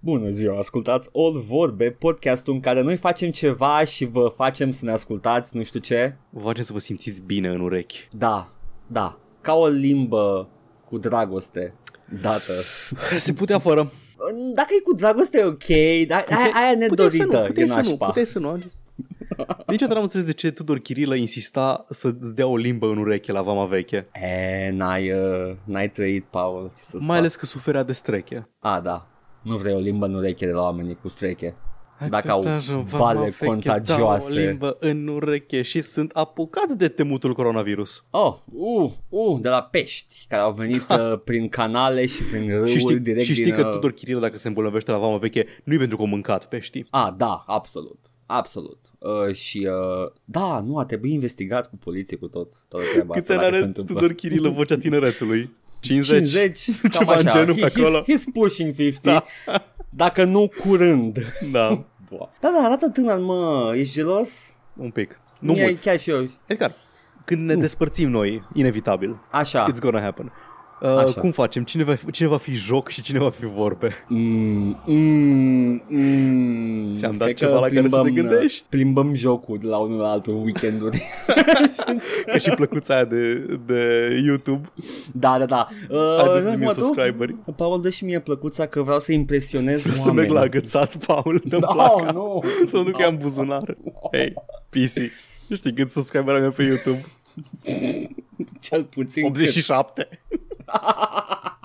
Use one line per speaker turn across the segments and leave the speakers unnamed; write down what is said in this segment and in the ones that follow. Bună ziua, ascultați All Vorbe, podcastul în care noi facem ceva și vă facem să ne ascultați, nu știu ce.
Vă facem să vă simțiți bine în urechi.
Da, da, ca o limbă cu dragoste dată.
Se putea fără.
Dacă e cu dragoste e ok, dar aia, aia nedorită
puteai
e
să nu,
nașpa.
puteai să nu. am zis. Niciodată n-am înțeles de ce Tudor Chirilă insista să-ți dea o limbă în ureche la vama veche.
E, n-ai, uh, n-ai trăit, Paul, ce să
Mai ales că suferea de streche.
A, da, nu vrei o limbă în ureche de la oamenii cu streche. Dacă au bale contagioase.
Dau o limbă în ureche și sunt apucat de temutul coronavirus.
Oh, uh, uh, de la pești care au venit uh, prin canale și prin râuri
și știi,
direct
și știi
din,
că
uh,
Tudor Chirilă dacă se îmbolnăvește la vama veche, nu-i pentru că a mâncat peștii.
A, da, absolut. Absolut. Uh, și uh, da, nu a trebuit investigat cu poliție cu tot, tot treaba asta
Câți ani
dacă se
are
întâmplă.
Tudor Chirilă vocea tineretului? 50?
50 cam
Ceva în
așa.
genul
He-
acolo.
He's, he's pushing 50.
Da.
Dacă nu curând.
Da,
Da, da, arată tânăr, mă, ești gelos?
un pic. Nu
Mie
mult.
chiar și eu.
Edgar, când ne despărțim noi, inevitabil,
Așa.
it's gonna happen. Uh,
Așa.
cum facem? Cine va, cine va fi joc și cine va fi vorbe?
Mm, mm, mm.
Ți-am dat
Cred
ceva
că
la care să te
plimbăm,
gândești?
Plimbăm jocul de la unul la altul în weekenduri.
Ca și plăcuța aia de, de YouTube
da, da, da. Uh,
Ai dus
nu,
din
mă,
mii
tu?
subscriberi.
Paul, dă și mie plăcuța că vreau să impresionez
Vreau să
oamenii.
merg la agățat, Paul, dă-mi
No,
placa.
nu. Da.
Să mă duc ea în buzunar. Hei, PC. Nu știi cât subscriberea mea pe YouTube?
Cel puțin
87.
cât.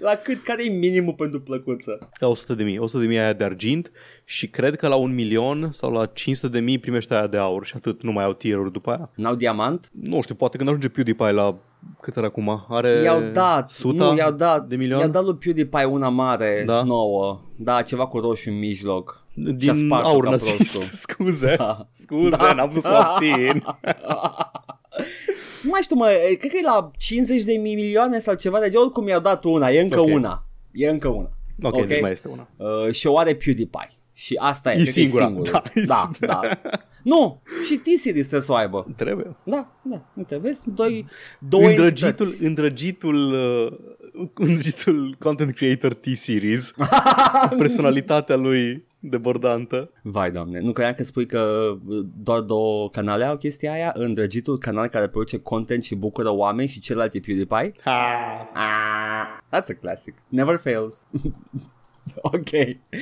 La cât? Care e minimul pentru plăcuță?
Da, 100 de mii. 100 de mii aia de argint și cred că la un milion sau la 500 de mii primește aia de aur și atât. Nu mai au tier după aia.
N-au diamant?
Nu știu, poate când ajunge PewDiePie la cât era acum? Are
I-au dat,
100
nu, i-au dat,
de milion?
i-au dat lui PewDiePie una mare,
Da.
nouă, da, ceva cu roșu în mijloc. și-a
din
spart-o
aur
ca
nazist.
prostul.
Scuze.
Da.
Scuze,
Da.
n-am vrut să o obțin.
Nu mai știu, mă, e, cred că e la 50 de mii milioane sau ceva de genul, oricum i-au dat una, e încă
Ok.
una, e încă una.
Ok,
Ok.
deci mai este una.
Uh, și o are PewDiePie. Și asta e,
E
cred că
singura,
e singurul.
da.
da, da. Nu, și T-Series trebuie să o aibă.
Trebuie.
Da, da, uite, vezi, doi, două
Îndrăgitul,
entități.
îndrăgitul, uh, îndrăgitul content creator T-Series, personalitatea lui debordantă.
Vai, doamne, nu credeam că spui că uh, doar două canale au chestia aia, îndrăgitul canal care produce content și bucură oameni și celălalt e PewDiePie?
Ha.
Ah, that's a classic. Never fails. ok.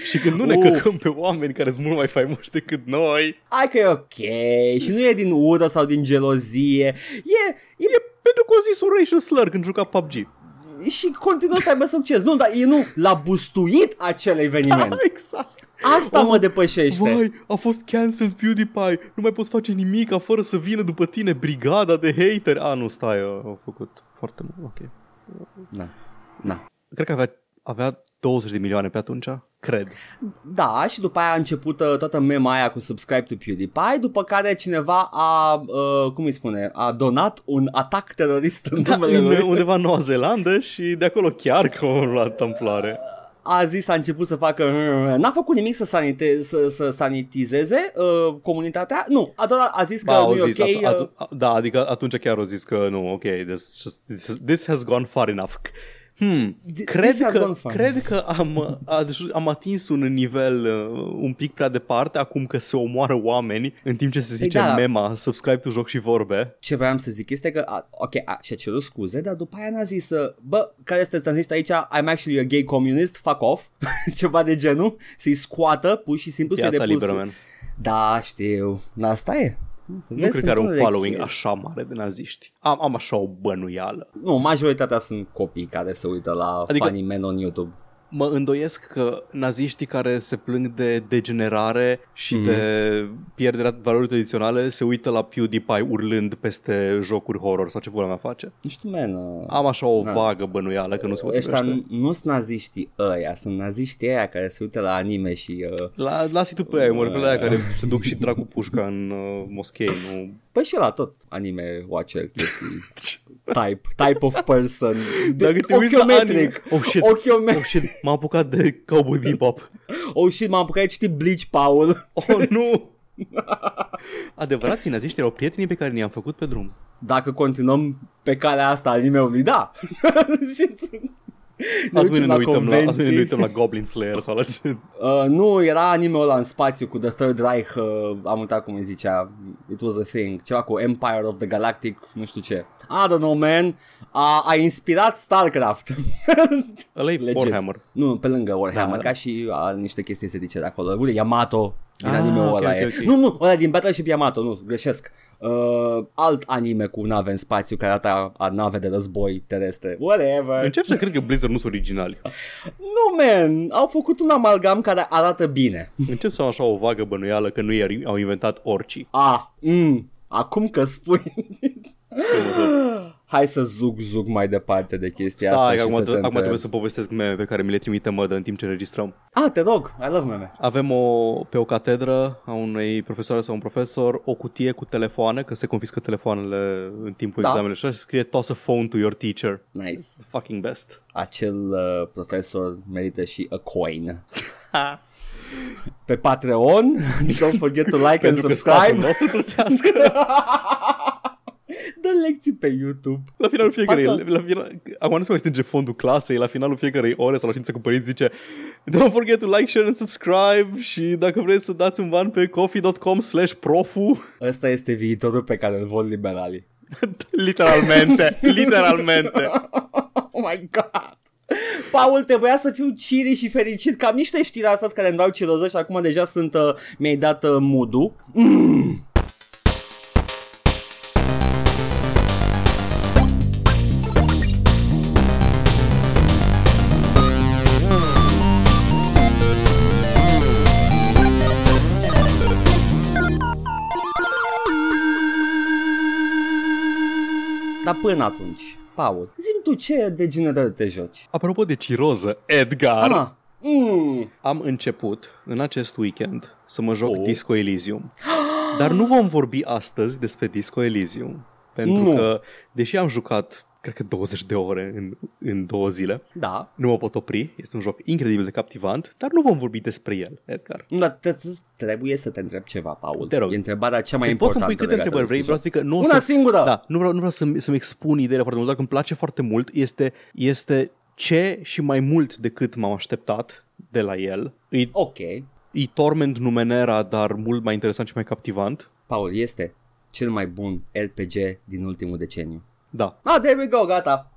Și când nu ne
Uh.
căcăm pe oameni care sunt mult mai faimoși decât noi,
Hai că e ok și nu e din ură sau din gelozie. E,
pentru că o zis un racial slur când juca PUBG.
e și continuă să aibă succes. Nu, dar e nu l-a bustuit acel eveniment.
exact.
Asta mă depășește.
Vai, a fost cancelled PewDiePie, nu mai poți face nimic fără să vină după tine brigada de hateri. A, nu, stai, uh, au făcut foarte mult, ok.
Na. Na.
Cred că avea, avea 20 de milioane pe atunci, cred.
Da, și după aia a început uh, toată mema aia cu subscribe to PewDiePie, după care cineva a, uh, cum îi spune, a donat un atac terorist în
Da,
numele
în,
lui.
undeva în Noua Zeelandă și de acolo chiar că o luat amploare.
a zis, a început să facă N-a făcut nimic să, sanite- să, să sanitizeze uh, comunitatea Nu, a, doar a zis că
Ba, au
nu e
zis,
ok
atu-
uh,
atu- a- da, adică atunci chiar au zis că nu, ok, this, just, this, has- this has gone far enough. Hmm,
Th-
cred,
this has
că,
gone far.
cred că am, aj- am atins un nivel uh, un pic prea departe acum că se omoară oameni în timp ce se zice
da.
mema, subscribe tu joc și vorbe.
Ce vreau să zic este că a, Ok, a, și-a cerut scuze Dar după aia n-a zis uh, Bă, care sunteți transmiști aici I'm actually a gay communist Fuck off Ceva de genul Să-i scoată Pur și simplu să-i
Piața
depus
liberă, man.
Da, știu Asta e
Nu cred că are un following
așa.
așa mare de naziști. Am, am așa o bănuială.
Nu, majoritatea sunt copii care se uită la
Adică-
adică... funny men on YouTube
Mă îndoiesc că naziștii care se plâng de degenerare și mm-hmm. de pierderea valorii tradiționale se uită la PewDiePie urlând peste jocuri horror sau ce pula mea face.
Nu știu, man uh...
Am așa o
Da.
vagă bănuială că nu se
Ăștia
potrivește.
nu- nu sunt naziștii ăia, sunt naziștii ăia care se uită la anime și... Uh...
La, lasă tu pe aia, mă refer la aia care se duc și trag cu pușca în uh, moschei, nu...
Păi și la tot anime watcher chestii. type, type of person.
Dacă te uiți la anime...
Ochiometric.
Oh shit, oh
Ochiometric.
shit, m-am apucat de Cowboy Bebop.
Oh shit, m-am apucat de citit Bleach, Paul.
Oh nu! Adevărații naziști erau prietenii pe care ne-am făcut pe drum.
Dacă continuăm pe calea asta a anime-ului, da. Și-
Azi mâine ne uităm, la, azi mâine ne uităm la Goblin Slayer sau la ce...
Uh, nu, era anime-ul ăla în spațiu cu The Third Reich, uh, am uitat cum îi zicea, it was a thing, ceva cu Empire of the Galactic, nu știu ce. I don't know, man, a, a inspirat StarCraft.
Ăla e Warhammer.
Nu, pe lângă Warhammer, da, ca și a, niște chestii estetice de acolo. Uite, Yamato, din
Ah,
ah, anime ăla
ok, ok,
e.
ok.
Nu, nu, ăla din Battleship Yamato, nu, greșesc. Uh, alt anime cu nave în spațiu care arată a nave de război terestre. Whatever.
Încep să cred că Blizzard nu sunt originali.
Nu, man, au făcut un amalgam care arată bine.
Încep să am așa o vagă bănuială că nu i au inventat orcii.
A, mm, acum că spui.
Singurul.
Hai să zug zug mai departe de chestia
Stai, că
asta și
acum,
să te
acum
întreb.
trebuie să povestesc meme pe care mi le trimite mădă în timp ce registrăm.
A, te rog, I love meme.
Avem o, pe o catedră a unei profesoare sau un profesor o cutie cu telefoane, că se confiscă telefoanele în timpul
Da.
examenelor și așa, și scrie toss a phone to your teacher.
Nice.
Fucking best.
Acel uh, profesor merită și a coin. Pe Patreon, don't forget to like and
Pentru că statul
subscribe.
da? nu o să plătească.
Dă lecții pe YouTube.
La finalul fiecarei,
Parcă-
la final, acum nu se mai stinge fondul clasei, la finalul fiecarei ore sau la ședință cu părinți zice Don't forget to like, share and subscribe și dacă vreți să dați un ban pe coffee.com slash profu
Ăsta este viitorul pe care îl vor liberalii.
Literalmente, literalmente
Oh my god! Paul, trebuia să fiu ciri și fericit că am niște știri astăzi care îmi dau ciroză și acum deja sunt, uh, mi-ai dat uh, mood-ul. Mm. Dar până atunci, Paul, zi-mi tu ce degenerări te joci.
Apropo de ciroză, Edgar
Ah, mm.
Am început în acest weekend să mă joc
Oh.
Disco Elysium Dar nu vom vorbi astăzi despre Disco Elysium Pentru
Nu.
că, deși am jucat, cred că 20 de ore în, în două zile
Da.
Nu mă pot opri, este un joc incredibil de captivant, dar nu vom vorbi despre el, Edgar.
Nu, Dar te- trebuie să te întreb ceva, Paul.
Te rog.
E întrebarea cea mai
Mai Păi, poți
importantă.
să-mi pui câte
legată
întrebări
de
vrei, vreau să zic că nu o
Una
să...
singură!
Da, nu vreau, nu vreau să-mi, să-mi expun ideile foarte mult, dar că îmi place foarte mult este, este ce și mai mult decât m-am așteptat de la el. E,
Ok.
e Torment Numenera, dar mult mai interesant și mai captivant.
Paul, este cel mai bun RPG din ultimul deceniu.
Da,
Ah, there we go, gata.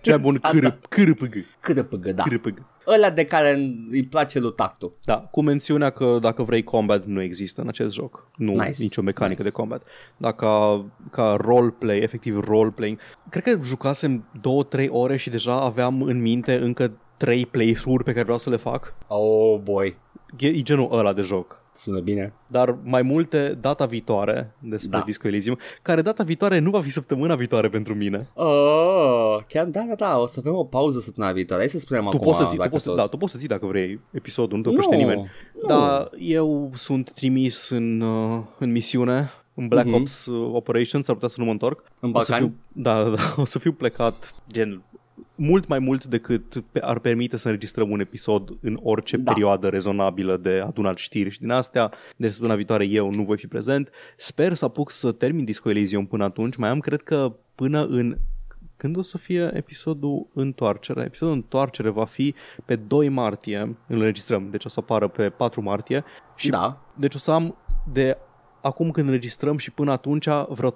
cel mai bun
S-a
cârp, cârpg,
Cât de pâgă, da.
cârpg.
Ăla de care îi place lui Tactu.
Da, cu mențiunea că dacă vrei combat nu există în acest joc. Nu,
Nice,
nicio mecanică
nice.
de combat. Dar ca, ca roleplay, efectiv roleplaying, cred că jucasem 2-3 ore și deja aveam în minte încă 3 playthrough-uri pe care vreau să le fac.
Oh, boy.
E, e genul ăla de joc.
Sună bine.
Dar mai multe data viitoare despre
Da.
da. Disco Elysium, care data viitoare nu va fi săptămâna viitoare pentru mine.
Oh, chiar da, da, da, o să avem o pauză săptămâna viitoare. Hai să spunem
tu
acum.
poți să ții, tu
dacă
poți, să-
tot-
da, tu poți să ții dacă vrei episodul, nu te
Nu,
oprește nimeni.
nu.
Da, eu sunt trimis în, uh, în misiune, în Black
Mhm.
Ops uh, Operations, s-ar putea să nu mă întorc.
În
O să
Balcani?
fiu, da, da, da, o să fiu plecat gen mult mai mult decât pe, ar permite să înregistrăm un episod în orice
Da.
da. perioadă rezonabilă de adunat știri și din astea. Deci săptămâna viitoare eu nu voi fi prezent. Sper să apuc să termin Disco Elysium până atunci. Mai am, cred că, până în... Când o să fie episodul întoarcere? Episodul întoarcere va fi pe 2 martie, îl înregistrăm, deci o să apară pe 4 martie și
Da.
deci o să am de acum când înregistrăm și până atunci vreo 3-4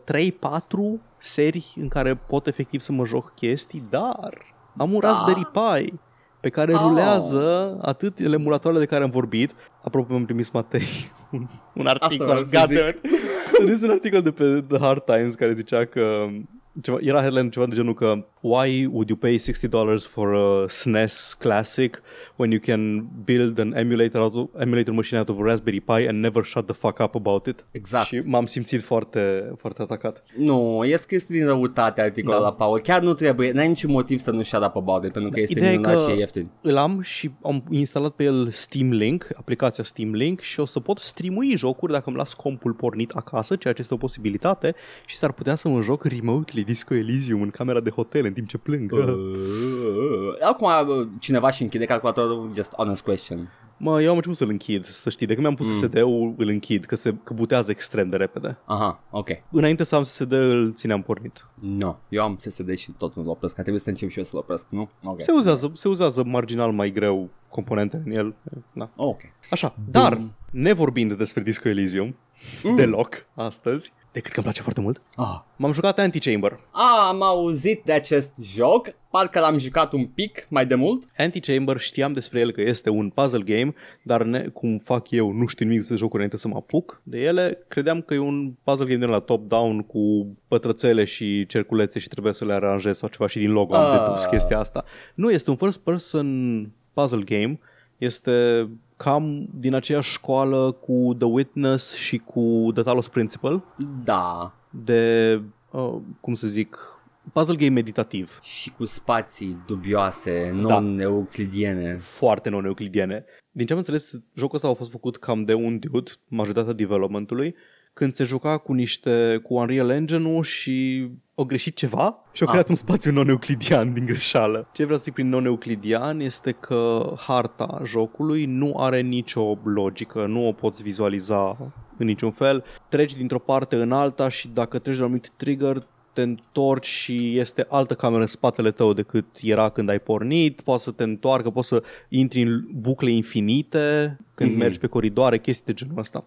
serii în care pot efectiv să mă joc chestii, dar am un
Da.
da. Raspberry Pi pe care
Ah.
oh. rulează atât emulatoarele de care am vorbit. Apropo, mi-am trimis Matei un, un articol.
vreau să zic.
goddammit. Am trimis un articol de pe The Hard Times care zicea că ceva, era headline ceva de genul că Why would you pay $60 for a SNES classic when you can build an emulator, out of, emulator machine out of a Raspberry Pi and never shut the fuck up about it?
Exact.
Și m-am simțit foarte, foarte atacat.
Nu, e scris din răutate articolul
Da.
la Paul. Chiar nu trebuie, n-ai niciun motiv să nu shut up about it, pentru că este
Ideea e
minunat
că-
și e ieftin.
Îl am și am instalat pe el Steam Link, aplicația Steam Link și o să pot streamui jocuri dacă îmi las compul pornit acasă, ceea ce este o posibilitate și s-ar putea să mă joc remotely Disco Elysium în camera de hotel în în timp ce plâng.
Uh. Acum cineva și închide calculatorul, just honest question.
Mă, eu am început să-l închid, să știi. De când mi-am pus
Mm.
mm. SSD-ul, îl închid, că se că butează extrem de repede.
Aha, ok.
Înainte să am SSD, îl țineam pornit.
No, eu am SSD și tot nu-l opresc, a trebuit să încep și eu să-l opresc, nu? Ok.
Okay. Se, uzează, se uzează marginal mai greu componente în el. Da.
Ok.
Așa, dar nevorbind despre Disco Elysium
Mm.
mm. deloc astăzi, decât că îmi place foarte mult,
Ah.
m-am jucat Antichamber.
A, am auzit de acest joc, parcă l-am jucat un pic mai de mult.
Antichamber știam despre el că este un puzzle game, dar ne, cum fac eu, nu știu nimic despre jocuri înainte să mă apuc de ele, credeam că e un puzzle game din la top-down cu pătrățele și cerculețe și trebuie să le aranjez sau ceva și din logo am
Ah.
dedus chestia asta. Nu, este un first person puzzle game, este cam din aceeași școală cu The Witness și cu The Talos Principle
Da,
de, uh, cum să zic, puzzle game meditativ.
și cu spații dubioase, non-euclidiene.
foarte non-euclidiene. Din ce am înțeles, jocul ăsta a fost făcut cam de un dude, majoritatea developmentului, când se juca cu niște, cu Unreal Engine-ul și au greșit ceva și au
Ah.
creat un spațiu non-euclidian din greșeală. Ce vreau să zic prin non-euclidian este că harta jocului nu are nicio logică, nu o poți vizualiza în niciun fel. Treci dintr-o parte în alta și dacă treci de la un anumit trigger, te întorci și este altă cameră în spatele tău decât era când ai pornit, poți să te întoarcă, poți să intri în bucle infinite când
Mhm.
mm-hmm. mergi pe coridoare, chestii de genul ăsta.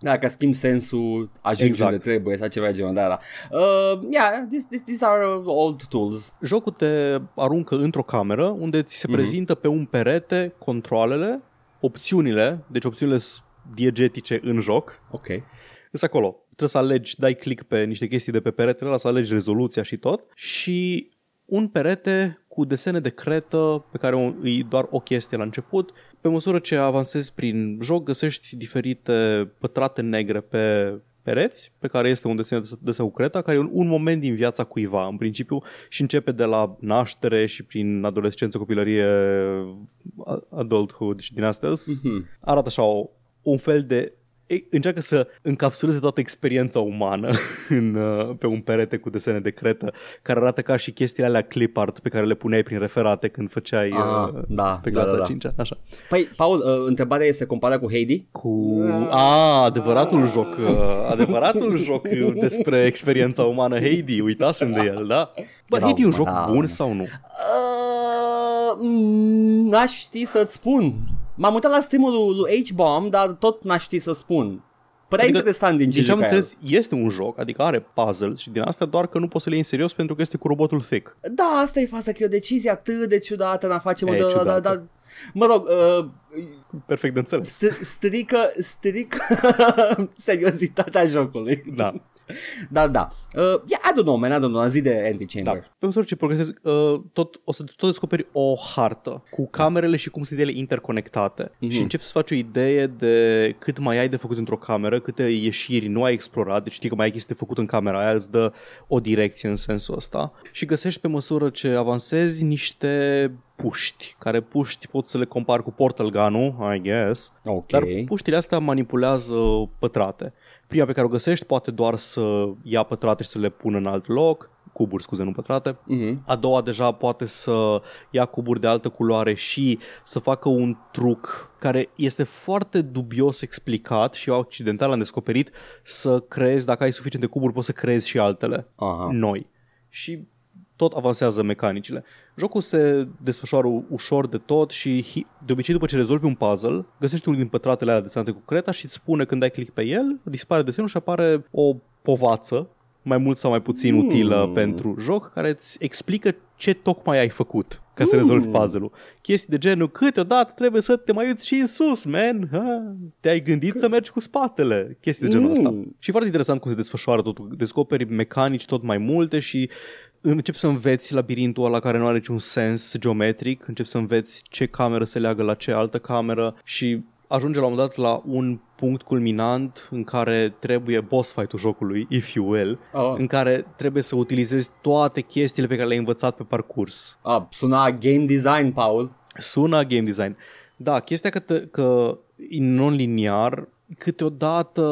Dacă Da, schimb sensul, ajungi
Exact.
exact. unde trebuie sau ceva de genul ăla. Uh, yeah, this, this, these are uh, old tools.
Jocul te aruncă într-o cameră unde ți se
Mhm.
prezintă pe un perete controlele, opțiunile, deci opțiunile s- diegetice în joc,
Ok.
Sunt acolo. Trebuie să alegi, dai click pe niște chestii de pe peretele ăla, să alegi rezoluția și tot. Și un perete cu desene de cretă pe care o- îi doar o chestie la început. Pe măsură ce avansezi prin joc, găsești diferite pătrate negre pe pereți, pe care este un desen de cu creta, care e un, un moment din viața cuiva, în principiu, și începe de la naștere și prin adolescență, copilărie, a- adulthood și din astea.
Mhm.
Arată așa o, un fel de ei, încearcă să încapsuleze toată experiența umană în, uh, pe un perete cu desene de cretă, care arată ca și chestiile alea clip art pe care le puneai prin referate când făceai
Ah,
uh,
da,
pe
da,
clasa
da, da.
5 așa.
Păi, Paul, uh, întrebarea este compara cu Heidi?
Cu... A, Ah, adevăratul joc, uh, adevăratul joc uh, despre experiența umană, Heidi, uitasem de el, da? Bă,
Erau,
Heidi e un
mă,
joc
da, mă.
bun sau nu?
Uh, mm, n-aș ști să-ți spun. M-am uitat la streamul lui H-Bomb, dar tot n-aș ști să spun. Părea
Adică,
interesant din ce
Deci am
juca el.
înțeles, este un joc, adică are puzzles și din asta doar că nu poți să le iei în serios pentru că este cu robotul thick.
Da, asta e faza, că e o decizie atât de ciudată în a face mă,
E
da, da, da,
ciudată.
da. Mă rog, uh,
Perfect de înțeles.
st- strică, strică seriozitatea jocului.
Da.
Dar da, uh, yeah, I don't know, man, I don't know, zi de Antichamber.
Da. Pe măsură ce progresezi, uh, tot, o să tot descoperi o hartă cu camerele și cum sunt ele interconectate
Mhm.
și începi să faci o idee de cât mai ai de făcut într-o cameră, câte ieșiri nu ai explorat, deci știi că mai ai chestii de făcut în camera aia, îți dă o direcție în sensul ăsta și găsești pe măsură ce avansezi niște puști, care puști pot să le compar cu portal gun I guess,
Ok.
Da. dar puștile astea manipulează pătrate. Prima pe care o găsești poate doar să ia pătrate și să le pună în alt loc, cuburi, scuze, nu pătrate.
Mhm.
A doua deja poate să ia cuburi de altă culoare și să facă un truc care este foarte dubios explicat și eu accidental am descoperit să creezi, dacă ai suficiente cuburi, poți să creezi și altele
Aha.
noi și tot avansează mecanicile. Jocul se desfășoară u- ușor de tot și hi- de obicei după ce rezolvi un puzzle, găsești unul din pătratele alea desenate cu creta și îți spune când ai click pe el, dispare desenul și apare o povață mai mult sau mai puțin
Mm.
utilă pentru joc, care îți explică ce tocmai ai făcut ca să
Mm.
rezolvi puzzle-ul. Chestii de genul, câteodată trebuie să te mai uiți și în sus, man. Ha, te-ai gândit să mergi cu spatele. Chestii de genul ăsta.
Mm.
Și e foarte interesant cum se desfășoară totul. Descoperi mecanici tot mai multe și începi să înveți labirintul ăla care nu are niciun sens geometric, începi să înveți ce cameră se leagă la ce altă cameră și ajunge la un moment dat la un punct culminant în care trebuie boss fight-ul jocului, if you will,
Oh.
în care trebuie să utilizezi toate chestiile pe care le-ai învățat pe parcurs.
Ah, suna game design, Paul.
Sună a game design. Da, chestia că, te, că e non-liniar câteodată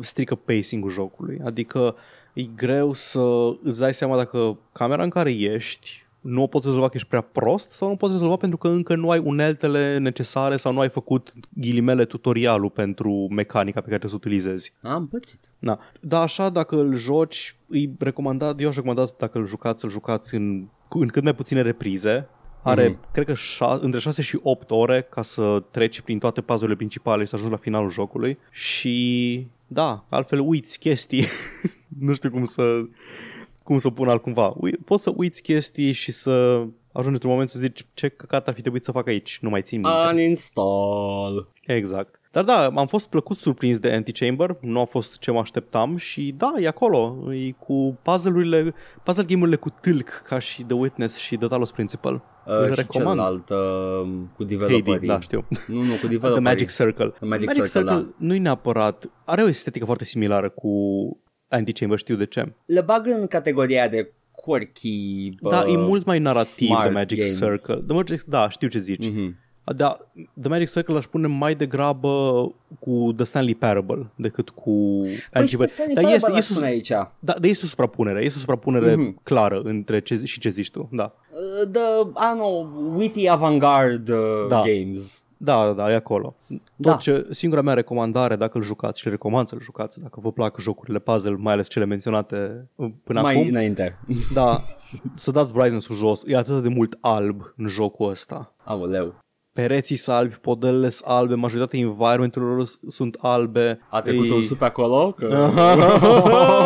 strică pacing-ul jocului. Adică e greu să îți dai seama dacă camera în care ești nu o poți rezolva că ești prea prost sau nu o poți rezolva pentru că încă nu ai uneltele necesare sau nu ai făcut ghilimele tutorialul pentru mecanica pe care trebuie să o utilizezi.
Am pățit.
Na. Dar Da, așa, dacă îl joci, îi recomandat, eu aș recomanda dacă îl jucați, să-l jucați în, în cât mai puține reprize. Are,
Mhm.
mm. cred că, șa- între 6 și 8 ore ca să treci prin toate puzzle principale și să ajungi la finalul jocului. Și, da, altfel uiți chestii. nu știu cum să cum să o pun altcumva. Ui, poți să uiți chestii și să ajungi într-un moment să zici ce căcat ar fi trebuit să fac aici, nu mai țin minte.
Ah, Uninstall.
Exact. Dar da, am fost plăcut surprins de Antichamber, nu a fost ce mă așteptam și da, e acolo, e cu puzzle-urile, puzzle game-urile cu tâlc, ca și The Witness și The Talos Principal. Îl
Uh, și
recomand.
celălalt uh, cu
Hades,
developerii.
da, știu.
Nu, nu, cu
The
developerii.
Magic Circle.
The Adică Magic Circle, da.
nu-i neapărat, are o estetică foarte similară cu Antichamber, știu de ce.
Le bag în categoria de quirky. Bă,
Da, e mult mai narrativ
smart
The Magic
games.
Circle. The Magic, da, știu ce zici.
Mhm.
Da, The Magic Circle aș pune mai degrabă cu The Stanley Parable decât cu
Păi și pe
Antichamber.
Stanley
Dar
Parable Uh,
este,
l-aș
este,
pune aici.
Da, dar este o suprapunere, este o suprapunere
Mhm.
mm-hmm. clară între ce, zi- și ce zici tu, da.
Uh, The, I know, witty avant-garde uh,
Da.
games.
Da, da, da, e acolo. Tot
Da.
ce, singura mea recomandare, dacă îl jucați și recomand să-l jucați, dacă vă plac jocurile puzzle, mai ales cele menționate uh, până
mai
acum,
înainte.
da, să dați brightness-ul jos, e atât de mult alb în jocul ăsta.
Aoleu.
Pereții sunt albi, podelele sunt albe, majoritatea environment-urilor lor sunt albe.
A trecut
E-
un sup pe acolo? Că...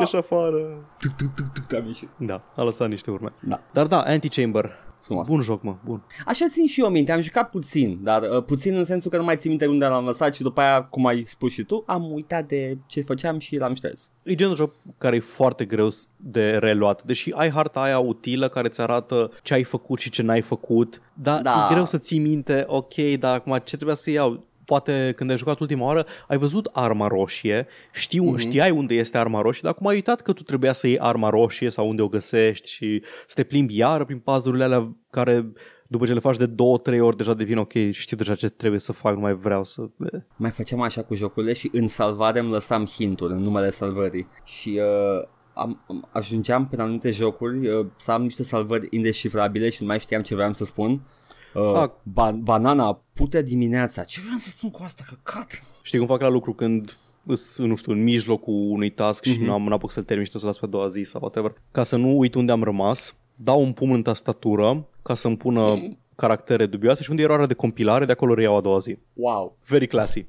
Ești afară.
Tuc, tuc, tuc, tuc, Am ieșit.
Da, a lăsat niște urme.
Da.
Dar da, Antichamber.
Frumos.
Bun joc, mă, bun.
Așa țin și eu minte, am jucat puțin, dar uh, puțin în sensul că nu mai țin minte unde l-am lăsat și după aia, cum ai spus și tu, am uitat de ce făceam și l-am șters.
E genul de joc care e foarte greu s- de reluat, deși ai harta aia utilă care îți arată ce ai făcut și ce n-ai făcut, dar
Da.
da. e greu să ții minte, ok, dar acum ce trebuia să iau? Poate când ai jucat ultima oară, ai văzut arma roșie, știu,
Mhm.
mm-hmm. știai unde este arma roșie, dar acum ai uitat că tu trebuia să iei arma roșie sau unde o găsești și să te plimbi iară prin puzzle-urile alea care după ce le faci de două, trei ori deja devin ok, știu deja ce trebuie să fac, nu mai vreau să...
Mai făceam așa cu jocurile și în salvare îmi lăsam hinturi în numele salvării și uh, am, am, ajungeam prin anumite jocuri uh, să am niște salvări indeșifrabile și nu mai știam ce vreau să spun. Uh,
Ah.
ba- banana, pute dimineața. Ce vreau să spun cu asta, căcat?
Știi cum fac la lucru când îs, nu știu, în mijlocul unui task și
Mhm.
nu am n-apuc să-l termin și trebuie să-l las pe a doua zi sau whatever. Ca să nu uit unde am rămas, dau un pumn în tastatură ca să-mi pună caractere dubioase și unde e eroarea de compilare, de acolo reiau a doua zi.
Wow.
Very classy.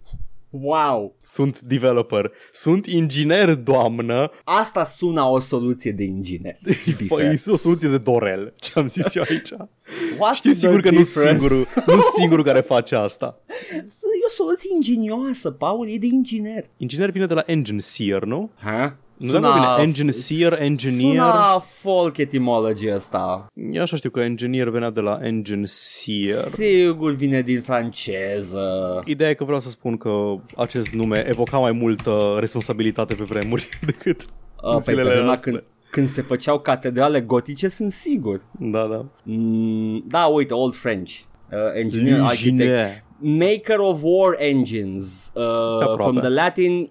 Wow.
Sunt developer. Sunt inginer, doamnă.
Asta sună o soluție de inginer. to be
Păi,
fair.
e o soluție de dorel, ce am zis eu aici.
What's
Știu
the
sigur că nu
difference?
singurul, nu singurul care face asta.
E o soluție ingenioasă, Paul, e de inginer.
Inginer vine de la engine seer, nu?
Ha?
Nu suna... bine, engine seer, engineer.
Suna folk etymology ăsta.
Eu așa știu că engineer venea de la engine seer.
Sigur vine din franceză.
Ideea e că vreau să spun că acest nume evoca mai multă responsabilitate pe vremuri decât...
A, Păi, pe
zilele
vremea
noastre.
când, când se făceau catedrale gotice, sunt sigur.
Da, da.
Mm, da, uite, Old French. Uh, engineer, architect. Maker of war engines. Uh,
Aproape.
from the Latin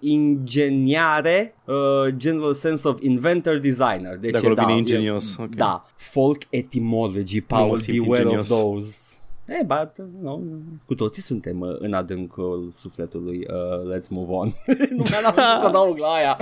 ingeniare, uh, general sense of inventor, designer. Deci,
De acolo
da,
vine
e-
ingenios. Okay.
Da, folk etymology, Paul,
simt
beware
ingenios. Eh, da,
of those. E, but, no, cu toții suntem uh, în adâncul sufletului, uh, let's move on. nu mai am ce să adaug la aia.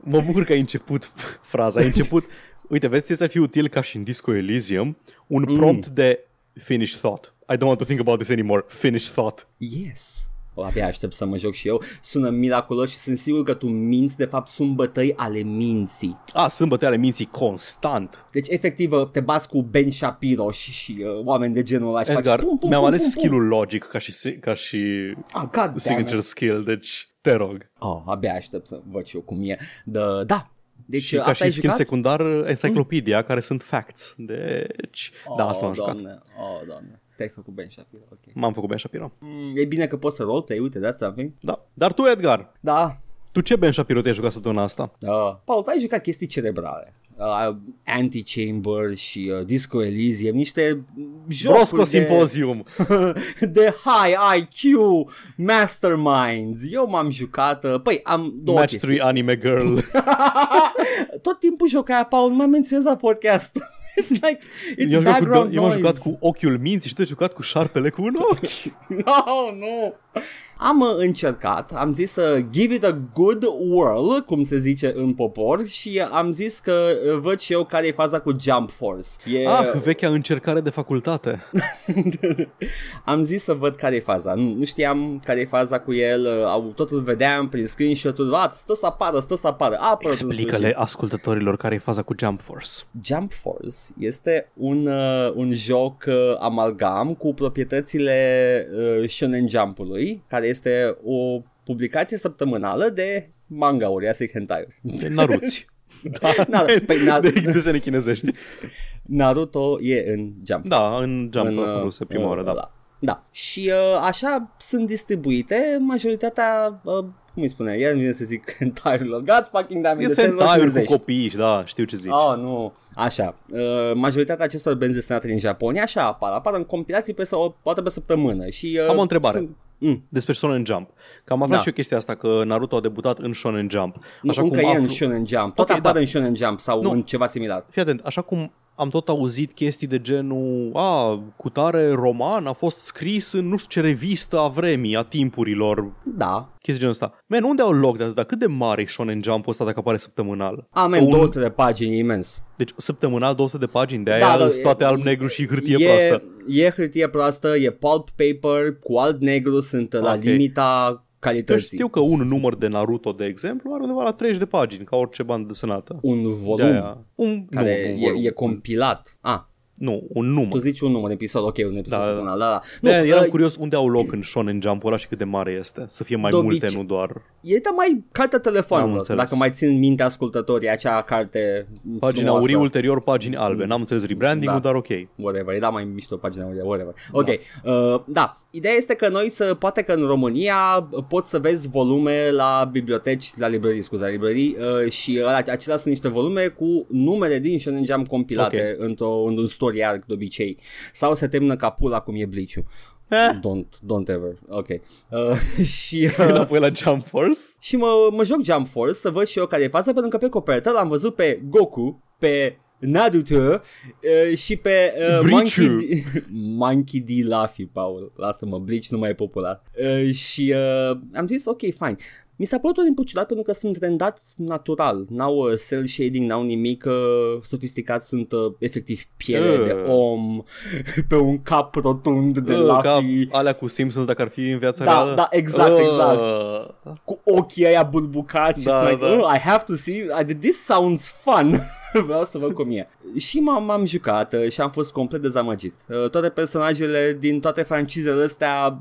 Mă bucur că ai început fraza. Ai început... Uite, vezi, ți-ar fi util ca și în Disco Elysium un
Mm.
prompt de finish thought. I don't want to think about this anymore. Finish thought.
Yes. O, abia aștept să mă joc și eu. Sună miraculos și sunt sigur că tu minți, de fapt sunt bătăi ale minții.
A, sâmbătă ale minții constant.
Deci, efectiv, uh, te bați cu Ben Shapiro și, și uh, oameni de genul ăla. și
Edgar,
faci pum, pum,
mi-am
pum,
ales
pum, pum.
skill-ul logic ca și, ca și
Ah, God damn it.
signature skill, deci te rog.
Oh, abia aștept să văd și eu cum e. Da, da. Deci,
și
uh,
ca
asta
și
ai
skill
jucat? Mm.
secundar, enciclopedia, care sunt facts. Deci, da, asta m-am jucat.
doamne, Oh, doamne. Te-ai făcut Ben Shapiro, ok.
M-am făcut Ben Shapiro.
Mm, e bine că poți să roleplay, uite, that's something.
Da. Dar tu, Edgar,
Da.
tu ce Ben Shapiro te-ai jucat săptămâna asta?
da. Paul, tu ai jucat chestii cerebrale. Uh, uh, Antichamber și uh, Disco Elysium, niște jocuri
Brosco Symposium.
de, de high IQ masterminds. Eu m-am jucat, uh, păi am două
Match
chestii.
3 Anime Girl.
Tot timpul joc aia, Paul, nu mai menționez la podcast. It's like, it's
eu, am jucat cu,
background
dou- eu am
noise.
jucat cu ochiul minții și tu ai jucat cu șarpele cu un ochi.
No, nu. Am uh, încercat, am zis să give it a good whirl, cum se zice în popor, și uh, am zis că uh, văd și eu care e faza cu Jump Force. E,
Ah, vechea încercare de facultate.
am zis să văd care e faza. Nu, nu știam care e faza cu el, uh, au, totul vedeam prin screenshot-ul, "Ah, stă să apară, stă să apară, apără. în sfârșit."
Explică-le ascultătorilor care e faza cu Jump Force.
Jump Force este un, uh, un joc uh, amalgam cu proprietățile uh, Shonen Jump-ului, care este o publicație săptămânală de manga-uri, asta e hentai
De naruți. da,
Na- păi, na-
de desene chinezești.
Naruto e în Jump
Da,
Force. uh,
în Jump în, ruse prima oară, da.
Da. Și uh, așa sunt distribuite majoritatea, uh, cum îi spunea, iar îmi vine să zic hentai-urilor, god fucking damn it,
E
desenelor
sentai cu
chinezești.
copii și da, știu ce zici.
Oh, nu. Așa. Uh, majoritatea acestor benzi desenate din Japonia așa apar. Apar în compilații pe, o dată pe săptămână. Și, uh,
Am o întrebare.
Sunt... Mm,
Despre Shonen Jump. Că am aflat
Da.
și eu chestia asta, că Naruto a debutat în Shonen Jump.
nu, încă e în Shonen Jump. Tot
Ok,
apar
da.
în Shonen Jump sau
Nu.
în ceva similar.
Fii atent, așa cum am tot auzit chestii de genul a, cutare roman a fost scris în nu știu ce revistă a vremii, a timpurilor,
Da.
chestii genul ăsta. Man, unde au loc de atâta? Cât de mare e Shonen Jump ăsta dacă apare săptămânal?
Amen,
Un-
200 de pagini, imens.
Deci săptămânal 200 de pagini, de
Da,
aia
da,
da,
e-
toate alb negru și hârtie
e,
proastă.
E hârtie proastă, e pulp paper, cu alb-negru, sunt la
Ok.
limita
Eu
calității.
știu că un număr de Naruto, de exemplu, are undeva la 30 de pagini, ca orice bandă desenată.
Un
De
volum
aia. Un,
care
Da, nu, un
e,
volum.
e compilat. Ah,
Nu, un
tu
număr.
zici un număr de episod, ok, un episod
Da, da, da.
săptămânal, da, da.
De aia eram
uh,
curios unde au loc în Shonen Jump-ul ăla și cât de mare este. Să fie mai
De
multe,
obicei-
nu doar...
E de mai cartea
Am
telefonului,
înțeles.
dacă mai țin minte ascultătorii acea carte
Pagina
frumoasă.
aurii, ulterior pagini albe. N-am înțeles rebranding-ul,
Da.
dar ok. Eh?
Whatever, da, mai mișto pagina aurie, whatever. Ok, da. Uh, da, ideea este că noi să, poate că în România poți să vezi volume la biblioteci, la librării, scuze, la librării uh, și ăla, acelea sunt niște volume cu numere din Shonen Jump compilate într-o, într-un story arc de obicei sau se termină ca pula cum e bliciu.
Eh,
Don't, don't ever, ok. Uh, și... Uh,
Înapoi la Jump Force.
Și mă, mă joc Jump Force să văd și eu care e faza Pentru că pe copertă l-am văzut pe Goku Pe Naruto uh, Și pe uh,
Briciu.
Monkey D, Monkey D. Luffy, Paul Lasă-mă, Bleach nu mai e popular uh, Și uh, am zis, ok, fine mi s-a părut un ciudat pentru că sunt rendați natural, n-au uh, cel shading, n-au nimic uh, sofisticat, sunt uh, efectiv piele
Uh.
de om pe un cap rotund de
Uh,
Luffy.
Ca alea cu Simpsons, dacă ar fi în viața
Da,
reală. Ă.
da, exact, exact
Uh,
cu ochii aia bulbucați
Da,
și like,
da.
oh, I have to see, I, this sounds fun. Vreau să văd cum e. Și m-am, m-am jucat uh, și am fost complet dezamăgit. Uh, Toate personajele din toate francizele astea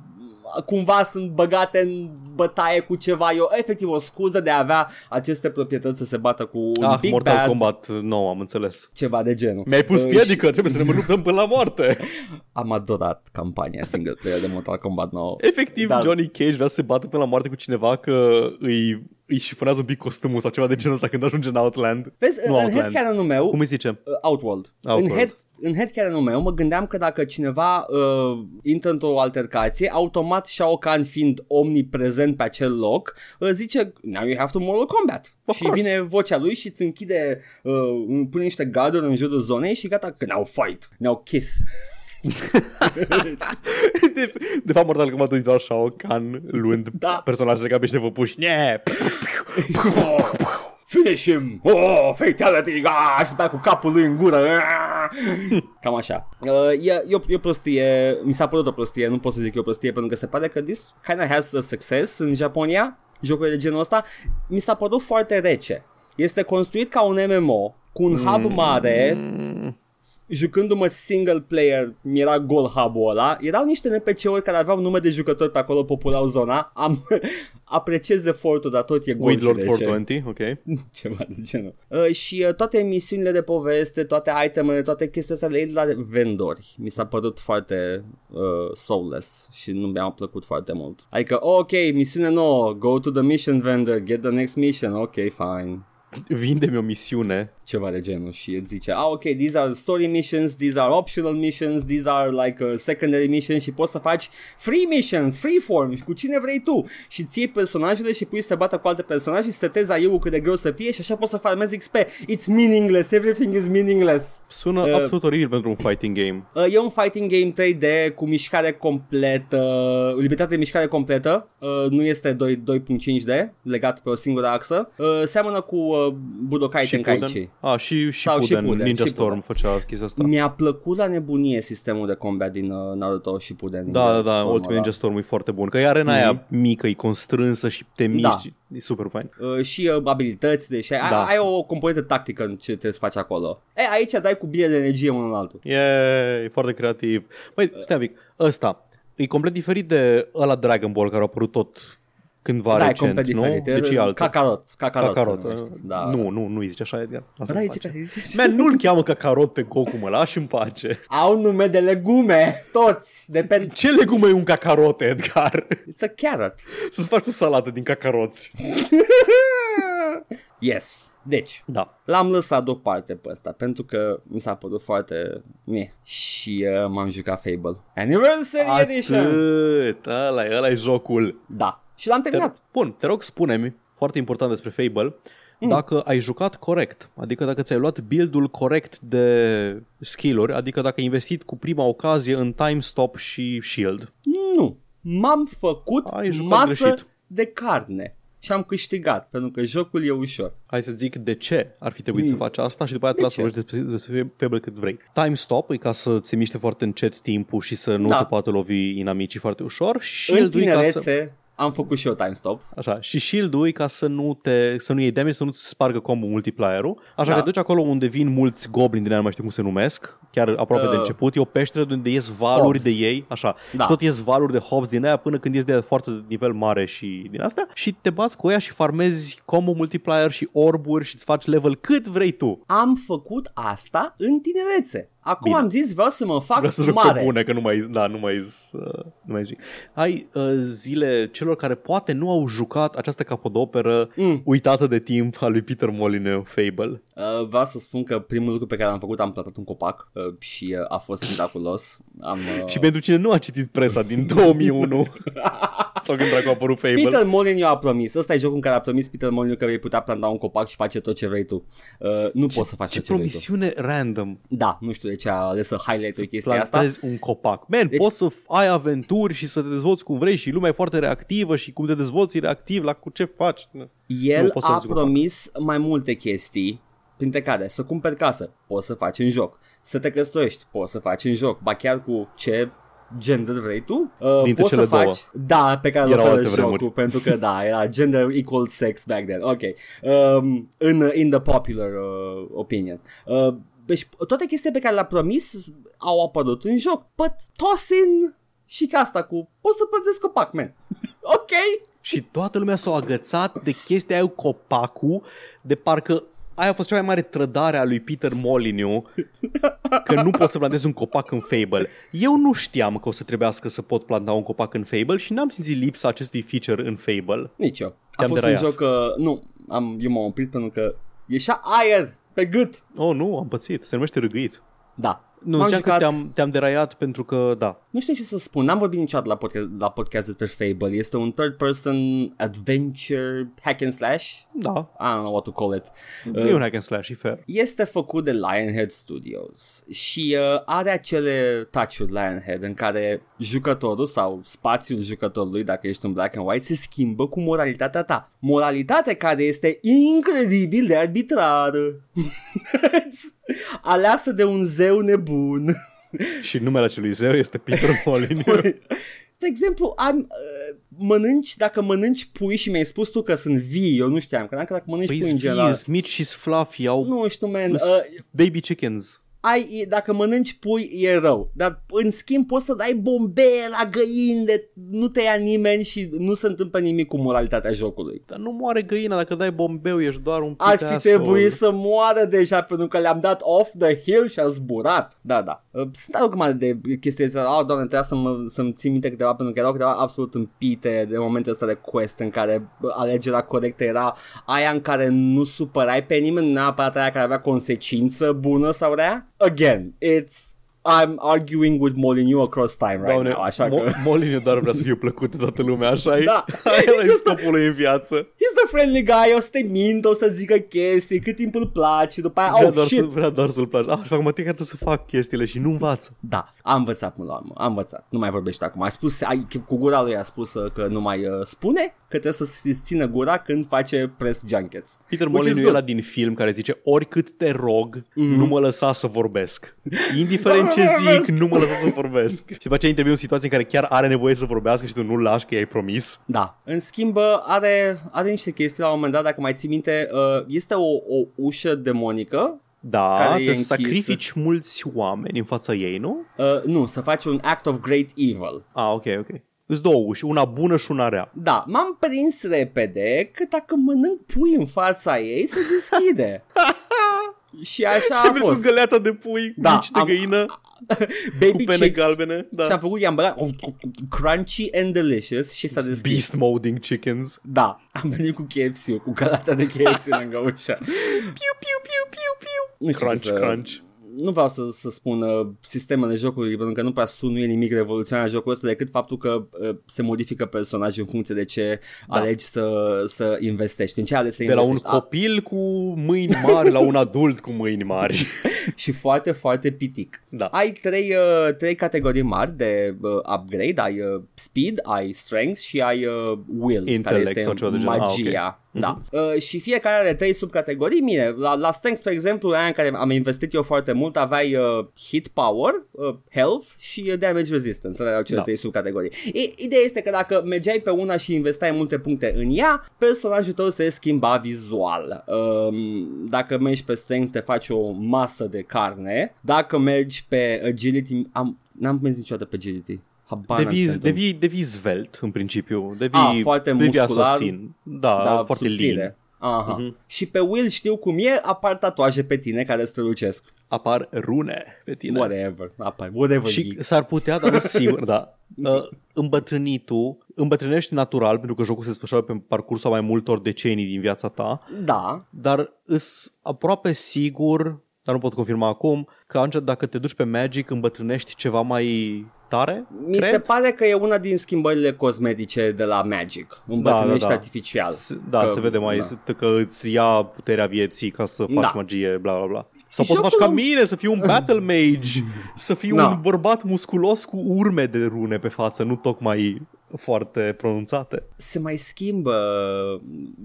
uh, cumva sunt băgate în bătaie cu ceva. E o, efectiv o scuză de a avea aceste proprietăți să se bată cu un
ah,
Big
Mortal
Bad,
Kombat 9, am înțeles. Ă,
ceva de genul.
Mi-ai pus
Uh,
piedică, trebuie să ne mai luptăm până la moarte.
Am adorat campania single player de Mortal Kombat 9.
Efectiv,
Da.
Johnny Cage vrea să se bată până la moarte cu cineva că îi, îi șifonează un pic costumul sau ceva de genul ăsta când ajunge în Outland.
Vezi,
nu
în
Outland.
headcanon-ul meu,
Cum îi zice?
Uh, Outworld.
Outworld.
În, head, în headcanon-ul meu mă gândeam că dacă cineva uh, intră într-o altercație, automat Shao Kahn fiind omniprezent pe acel loc, uh, zice, now you have to Mortal Kombat.
Of
și
course.
vine vocea lui și îți închide, uh, pune niște garduri în jurul zonei și gata, că now fight, now kiss.
De, de fapt, Mortal Kombat e doar Shao Kahn luând
Da.
personajele ca pe niște păpuși. Ne!
Oh, finish him! Oh, fatality! Ah, și dai cu capul lui în gură! Ah! Cam așa. Uh, e, e, o, e o prostie, mi s-a părut o prostie, nu pot să zic că e o prostie, pentru că se pare că this kind of has a success în Japonia, jocurile de genul ăsta. Mi s-a părut foarte rece. Este construit ca un MMO, cu un hub mare, jucându-mă single player, mi-era gol hub-ul ăla, erau niște NPC-uri care aveau nume de jucători pe acolo, populau zona, am apreciez efortul, dar tot e gol
Weed
și
Lord
rece.
420, ok.
Ceva de genul. Uh, și uh, toate emisiunile de poveste, toate itemele, toate chestiile astea le iei de la vendori. Mi s-a părut foarte uh, soulless și nu mi-a plăcut foarte mult. Adică, ok, misiune nouă, go to the mission vendor, get the next mission, ok, fine.
vinde-mi o misiune.
ceva de genul și îți zice, ah, ok, these are story missions, these are optional missions, these are like uh, secondary missions și poți să faci free missions, freeform, cu cine vrei tu și ții personajele și pui să bată cu alte personaje și setezi eu cât de greu să fie și așa poți să farmezi XP. It's meaningless, everything is meaningless.
Sună
Uh,
absolut oribil pentru un fighting game.
Uh, e un fighting game 3D cu mișcare completă, uh, libertate de mișcare completă, uh, nu este 2, 2.5D, legat pe o singură axă. Uh, seamănă cu uh, Budokai Tenkaichi.
A, Ah, și, și
Sau
Puden,
Shippuden,
Ninja
Shippuden.
Storm făcea chestia asta.
Mi-a plăcut la nebunie sistemul de combat din uh, Naruto și Puden.
Da, da, da, Ultimate Ninja Storm e foarte bun. Că e arena aia
Mhm.
mică, e constrânsă și te miști.
Da.
și E super fain.
Uh, și uh, abilitățile și ai,
Da.
da. ai o componentă tactică în ce trebuie să faci acolo. E, aici dai cu bine de energie unul în altul.
E, e foarte creativ. Băi, stai un pic, ăsta e complet diferit de ăla Dragon Ball care a apărut tot cândva
da, e
recent,
complet
nu?
diferit.
Deci e altul.
Cacarot. Cacarot.
Cacarot.
se numește. Da.
uh, Nu, nu, nu îi zice așa, Edgar. Asta
Da,
îmi
zice
place.
că zice.
Man, nu-l cheamă Cacarot pe Goku, mă, lași în pace.
Au nume de legume, toți, de pe...
Ce legume e un cacarot, Edgar?
It's a carrot.
Să-ți faci o salată din cacaroți.
yes. Deci,
Da.
L-am lăsat deoparte pe ăsta pentru că mi s-a părut foarte mie și uh, m-am jucat Fable Anniversary Edition.
Atât, ăla e, ăla e jocul.
Da. Și l-am
Te,
terminat.
bun, te rog spune-mi, foarte important despre Fable,
Mm.
dacă ai jucat corect, adică dacă ți-ai luat build-ul corect de skill-uri, adică dacă ai investit cu prima ocazie în time stop și shield.
Nu. M-am făcut
Ai jucat
masă
greșit.
de carne și am câștigat pentru că jocul e ușor.
Hai să zic de ce ar fi trebuit
Mm.
să faci asta și după aia te
De
las să
ce?
vorbești despre, despre Fable cât vrei. Time stop e ca să ți miște foarte încet timpul și să nu
Da.
te poată lovi inamicii foarte ușor și
În
shield-ul e ca să...
tinerețe am făcut și eu time stop.
Așa, și shield-ul e ca să nu, te, să nu iei damage, să nu-ți spargă combo multiplier-ul. Așa
Da.
că te duci acolo unde vin mulți goblini din aia, nu mai știu cum se numesc, chiar aproape
Uh.
de început. E o peșteră de unde ies valuri
Hobbs.
de ei, așa.
Da.
Și tot ies valuri de hobs din aia până când ies de foarte de nivel mare și din asta. Și te bați cu ea și farmezi combo multiplier și orburi și îți faci level cât vrei tu.
Am făcut asta în tinerețe. Acum
Bine.
am zis vreau să mă fac
Vreau să joc pe
mare.
bune, că nu mai, da, nu mai, z- uh, nu mai zic. Ai uh, zile celor care poate nu au jucat această capodoperă
Mm.
uitată de timp a lui Peter Molyneux, Fable.
Uh, vreau să spun că primul lucru pe care l-am făcut am plantat un copac uh, și uh, a fost miraculos. Am, uh...
Și pentru cine nu a citit presa din 2001 sau când dracu a apărut Fable.
Peter Molyneux a promis. Ăsta e jocul în care a promis Peter Molyneux că vei putea planta un copac și face tot ce vrei tu. Uh, nu poți să faci
ce
tot ce vrei tu.
promisiune random
Da, nu știu de ce a ales să highlight-ul chestia asta.
plantezi un copac. Man,
Deci-
poți să f- ai aventuri și să te dezvolți cum vrei și lumea e foarte reactivă și cum te dezvolți e reactiv la cu ce faci. Nu
El
poți să
a
zic copac.
promis mai multe chestii, printre care să cumperi casă, poți să faci în joc. Să te căsătorești, poți să faci în joc. Ba chiar cu ce gender vrei tu? Uh,
Dintre
poți
cele
să faci...
două.
Da, pe care îl
Erau
oferă
alte vremuri.
jocul, pentru că da, era gender equal sex back then. Ok. Um, în, in the popular uh, opinion. Uh, deci toate chestiile pe care le-a promis au apărut în joc. But toss in și ca asta cu poți să plătesc copac, man. ok.
Și toată lumea s-a agățat de chestia aia cu copacul, de parcă aia a fost cea mai mare trădare a lui Peter Molyneux, că nu poți să plantezi un copac în Fable. Eu nu știam că o să trebuiască să pot planta un copac în Fable și n-am simțit lipsa acestui feature în Fable.
Nici eu. A
Te-am
fost
deraiat.
un joc, uh, nu, am, eu m-am oprit pentru că ieșea aer pe gât.
Oh, nu, am pățit, se numește râgâit.
Da.
Nu,
M-am
ziceam că
jucat.
te-am, te-am deraiat pentru că, da,
Nu știu ce să spun, n-am vorbit niciodată la podcast, la podcast despre Fable. Este un third person adventure hack and slash.
da,
I don't know what to call it.
uh, e un hack and slash, e fair.
Este făcut de Lionhead Studios și uh, are acele touch-uri Lionhead în care jucătorul sau spațiul jucătorului, dacă ești în black and white, se schimbă cu moralitatea ta. Moralitate care este incredibil de arbitrară. Aleasă de un zeu nebun.
Și numele acelui zeu este Peter Molyneux.
De exemplu, am, uh, mănânci, dacă mănânci pui și mi-ai spus tu că sunt vii, eu nu știam, că dacă mănânci
păi
pui în general...
sunt mici și fluffy, au
Nu știu, man,
Îs-
uh,
baby chickens.
ai, e dacă mănânci pui e rău, dar în schimb poți să dai bombe la găini de nu te ia nimeni și nu se întâmplă nimic cu moralitatea jocului.
Dar nu moare găina dacă dai bombeu, ești doar un pic
Ar fi
asshole.
trebuit să moară deja pentru că le-am dat off the hill și a zburat. Da, da. Sunt o grămadă de chestii de oh, doamne, trebuia să mă, să-mi țin minte câteva pentru că erau câteva absolut împite de momentele astea de quest în care alegerea corectă era aia în care nu supărai pe nimeni, nu neapărat aia care avea consecință bună sau rea. Again, it's I'm arguing with Molyneux across time right
Doamne,
now, așa că...
Mo- Molin doar vrea să fie plăcut de toată lumea, așa e.
Da.
Aia e scopul lui în viață.
He's the friendly guy, o să te mintă, o să zică chestii, cât timp îl place, după aia,
Vrea,
oh,
doar,
shit,
să, vrea doar să-l placi. Ah, și acum tine trebuie să fac chestiile și nu învață.
Da, am învățat până la urmă, am învățat, nu mai vorbește acum. A spus, ai, cu gura lui a spus uh, că nu mai uh, spune, că trebuie să-ți țină gura când face press junkets.
Peter
Which is
Molyneux e
good.
ăla din film care zice oricât te rog, nu mă lăsa să vorbesc. Indiferent ce zic, nu mă lăsa să vorbesc. Și după aceea intervine o situație în care chiar are nevoie să vorbească și tu nu-l lași că i-ai promis.
Da, în schimb uh, are, are niște chestii la un moment dat, dacă mai ții minte, uh, este o, o ușă demonică,
Da,
Care e
trebuie să
închisă.
sacrifici mulți oameni în fața ei, nu?
uh, nu, să face un act of great evil.
Ah, ok, ok. Îți două uși, una bună și una rea.
Da, m-am prins repede că dacă mănânc pui în fața ei, se deschide. Și așa
Ai
a
văzut
fost.
găleata de pui,
Da,
mici de
am-
găină, cu
Baby
pene
chicks.
galbene. Da.
Și am făcut, i-am băgat oh, oh, oh, crunchy and delicious și s-a deschis.
Beast moding chickens.
Da, am venit cu KFC-ul, cu galata de KFC lângă ușă.
Piu, piu, piu, piu, piu.
Nu știu
Crunch,
ce să...
crunch.
Nu vreau să, să spun uh, sistemele jocului, pentru că nu prea sunt, nu e nimic revoluționar în jocul ăsta, decât faptul că uh, se modifică personajul în funcție de ce
Da.
alegi să, să investești. În ce alegi să
De la un
investești? Ah,
copil cu mâini mari la un adult cu mâini mari.
și foarte, foarte pitic.
Da.
Ai trei, uh, trei categorii mari de uh, upgrade, ai uh, speed, ai strength și ai uh, will,
Intellect
care
sau
este
ceva de genul. Ah,
magia. Da. Uh, și fiecare are trei subcategorii. Mine, la, la strength, spre exemplu, aia în care am investit eu foarte mult, aveai uh, hit power, uh, health și uh, damage resistance. Alea erau cele
Da.
trei subcategorii. I- ideea este că dacă mergeai pe una și investai multe puncte în ea, personajul tău se schimba vizual. Um, dacă mergi pe strength, te faci o masă de carne. Dacă mergi pe agility, am, n-am mers niciodată pe agility. Habar n-am ce
Devii,
se întâmplă.
devii, devii zvelt, în principiu. Devii,
Ah, foarte
devii
muscular.
asasin. Da,
da,
foarte
subțire.
lean.
Aha.
Mhm.
Și pe Will știu cum e, apar tatuaje pe tine care strălucesc.
Apar rune pe tine.
Whatever, apar, whatever.
Și
geek.
s-ar putea, dar nu sigur, da. Uh, Îmbătrânitul, îmbătrânești natural pentru că jocul se desfășoară pe parcursul a mai multor decenii din viața ta
Da,
dar îs aproape sigur, dar nu pot confirma acum, că atunci dacă te duci pe Magic îmbătrânești ceva mai tare,
mi
cred?
se pare că e una din schimbările cosmetice de la Magic. Îmbătrânești
Da, da, da.
artificial.
S- Da,
Că-
se vede mai,
da.
da. că îți ia puterea vieții ca să faci
Da.
magie, bla bla bla. Sau poți să
Jocul
faci ca
am-
mine, să fii un battle mage, să fii
Da.
un bărbat musculos cu urme de rune pe față, nu tocmai foarte pronunțate.
Se mai schimbă uh,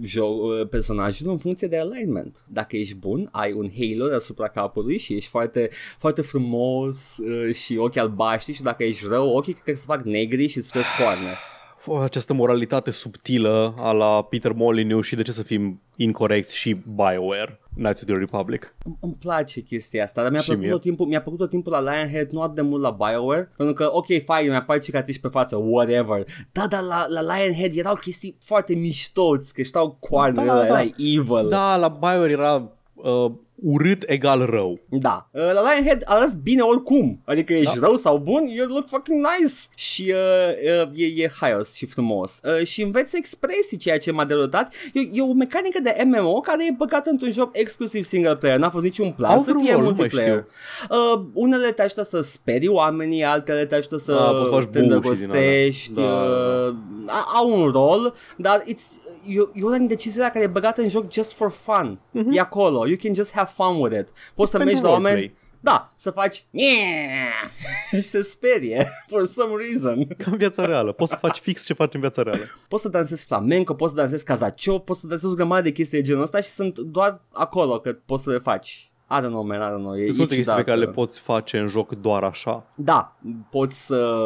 jo- uh, personajul în funcție de alignment. Dacă ești bun, ai un halo deasupra capului și ești foarte, foarte frumos uh, și ochii albaștri și dacă ești rău, ochii cred că se fac negri și îți cresc coarne.
Fă, Această moralitate subtilă a la Peter Molyneux și de ce să fim incorrect și BioWare, Knights of the Republic.
Îmi- îmi place chestia asta, dar mi-a
Și
plăcut,
mie.
tot timpul, mi-a plăcut tot timpul la Lionhead, nu atât de mult la Bioware, pentru că, ok, fine, mi-a apare cicatrici pe față, whatever. Da, dar la, la Lionhead erau chestii foarte miștoți, că știau coarnele,
Da,
da,
da.
era evil.
Da, la Bioware era uh, urât egal rău.
Da. Uh, La Lionhead arăți bine oricum. Adică ești
Da.
rău sau bun, you look fucking nice. Și uh, uh, e, e haios și frumos. Uh, și înveți expresii, ceea ce m-a derutat. E, e o mecanică de MMO care e băgată într-un joc exclusiv single player. N-a fost niciun plan
Au
să
vreun
fie
rol, nu mai
multiplayer. Uh, unele te ajută să sperii oamenii, altele te ajută să
Da, poți să faci
te
bull și din
îndrăgostești.
alea. Da, da,
uh, a- Au un rol, dar it's, e, e una din deciziile care e băgată în joc just for fun. E acolo. You can just have fun with it. Poți să
Pentru
mergi la
Mhm. roleplay.
oameni da, să faci și se sperie for some reason.
Ca în viața reală. Poți să faci fix ce faci în viața reală.
Poți să dansezi flamenco, poți să dansezi cazaceo, poți să dansezi o grămadă de chestii de genul ăsta și sunt doar acolo că poți să le faci. I don't know, man, I don't know. E,
Sunt
e
multe chestii
ciudat.
pe care le poți face în joc doar așa.
Da, poți să...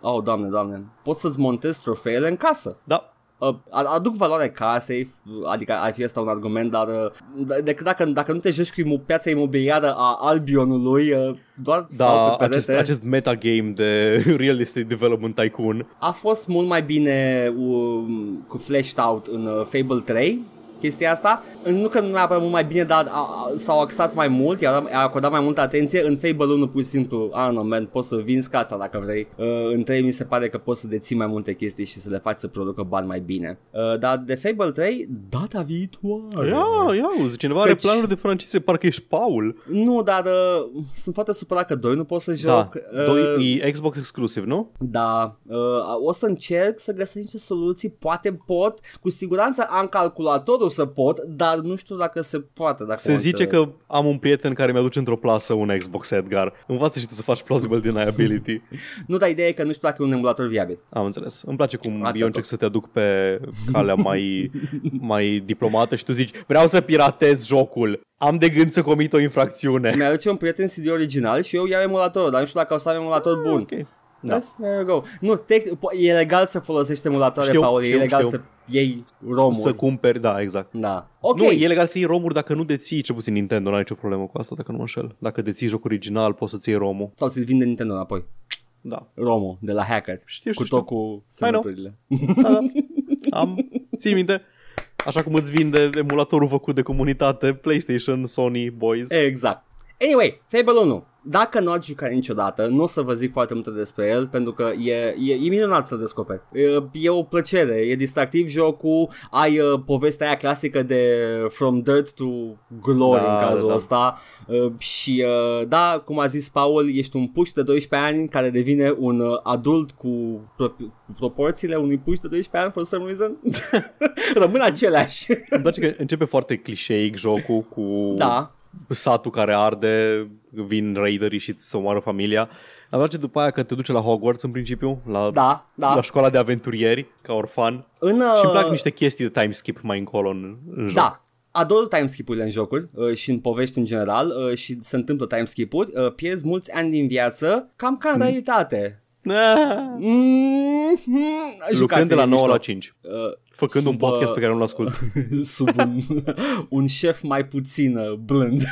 Oh, doamne, doamne. Poți să-ți montezi trofeele în casă.
Da.
uh, aduc valoare casei, adică ar fi asta un argument, dar uh, decât dacă, dacă nu te joci cu piața imobiliară a Albionului, uh, doar stau
Da,
pe perete.
acest, acest metagame de real estate development tycoon.
A fost mult mai bine um, cu fleshed out în uh, Fable 3 chestia asta. Nu că nu neapărat mult mai bine, dar a, a, s-au axat mai mult, i-a, i-a acordat mai multă atenție. În Fable 1 pur și simplu, ah, no, man, poți să vinzi casa dacă vrei. Uh, în 3 mi se pare că poți să deții mai multe chestii și să le faci să producă bani mai bine. Uh, dar de Fable 3, data viitoare.
Ia, ia, uzi, cineva are
Deci-
planuri de francize, parcă ești Paul.
Nu, dar uh, sunt foarte supărat că 2 nu pot să
Da,
joc. Uh,
doi, e Xbox exclusiv, nu?
Da, uh, o să încerc să găsesc niște soluții, poate pot, cu siguranță am calculatorul să pot, dar nu știu dacă se poate. Dacă
Se
o
zice
înțeleg.
că am un prieten care mi-aduce într-o plasă un Xbox Edgar. Învață și tu să faci plausible deniability.
Nu, dar ideea e că nu știu dacă e un emulator viabil.
Am înțeles. Îmi place cum
Atât
eu încerc să te aduc pe calea mai, mai diplomată și tu zici vreau să piratez jocul. Am de gând să comit o infracțiune.
Mi-aduce un prieten CD original și eu iau emulatorul, dar nu știu dacă o să am emulator bun.
Ok. Da.
Da. There you go. Nu, te, po- e legal să folosești emulatoare,
Știu,
Paul, e
știu,
legal
știu.
să iei romul.
Să cumperi, da, exact.
Da. Ok.
Okay. Nu, e legal să iei romuri dacă nu deții, cel puțin Nintendo, n-ai nicio problemă cu asta, dacă nu mă înșel. Dacă deții jocul original, poți să-ți iei romul.
Sau să-l vinde Nintendo înapoi.
Da.
Romul de la hacker.
Știu, știu,
Cu
știu.
tot cu
know.
semnăturile.
Da, da. Am, ții minte? Așa cum îți vinde emulatorul făcut de comunitate, PlayStation, Sony, Boys.
Exact. Anyway, Fable 1. Dacă nu ați jucat niciodată, nu o să vă zic foarte multe despre el, pentru că e, e, e minunat să-l descoperi. E, e o plăcere, e distractiv jocul, ai uh, povestea aia clasică de From Dirt to Glory
Da,
da, în cazul
da.
da. ăsta uh, și uh, da, cum a zis Paul, ești un puș de 12 ani care devine un uh, adult cu, pro- cu proporțiile unui puș de 12 ani, for some reason. Rămân aceleași.
Îmi place că începe foarte clișeic jocul cu
Da.
satul care arde, vin raiderii și îți să omoară familia. Dar place după aia că te duce la Hogwarts în principiu, la,
Da, da.
la școala de aventurieri, ca orfan.
În, uh,
Și îmi plac niște chestii de time skip mai încolo în, în joc.
Da, ador timeskip-urile în jocuri uh, și în povești în general uh, și se întâmplă timeskip-uri, uh, pierzi mulți ani din viață, cam ca în
Mm.
realitate.
Ah!
Mm-hmm.
Lucrând de la 9 la 5,
Uh,
făcând
Sub,
un podcast
uh,
pe care nu-l ascult.
sub un, un șef mai puțin uh, blând.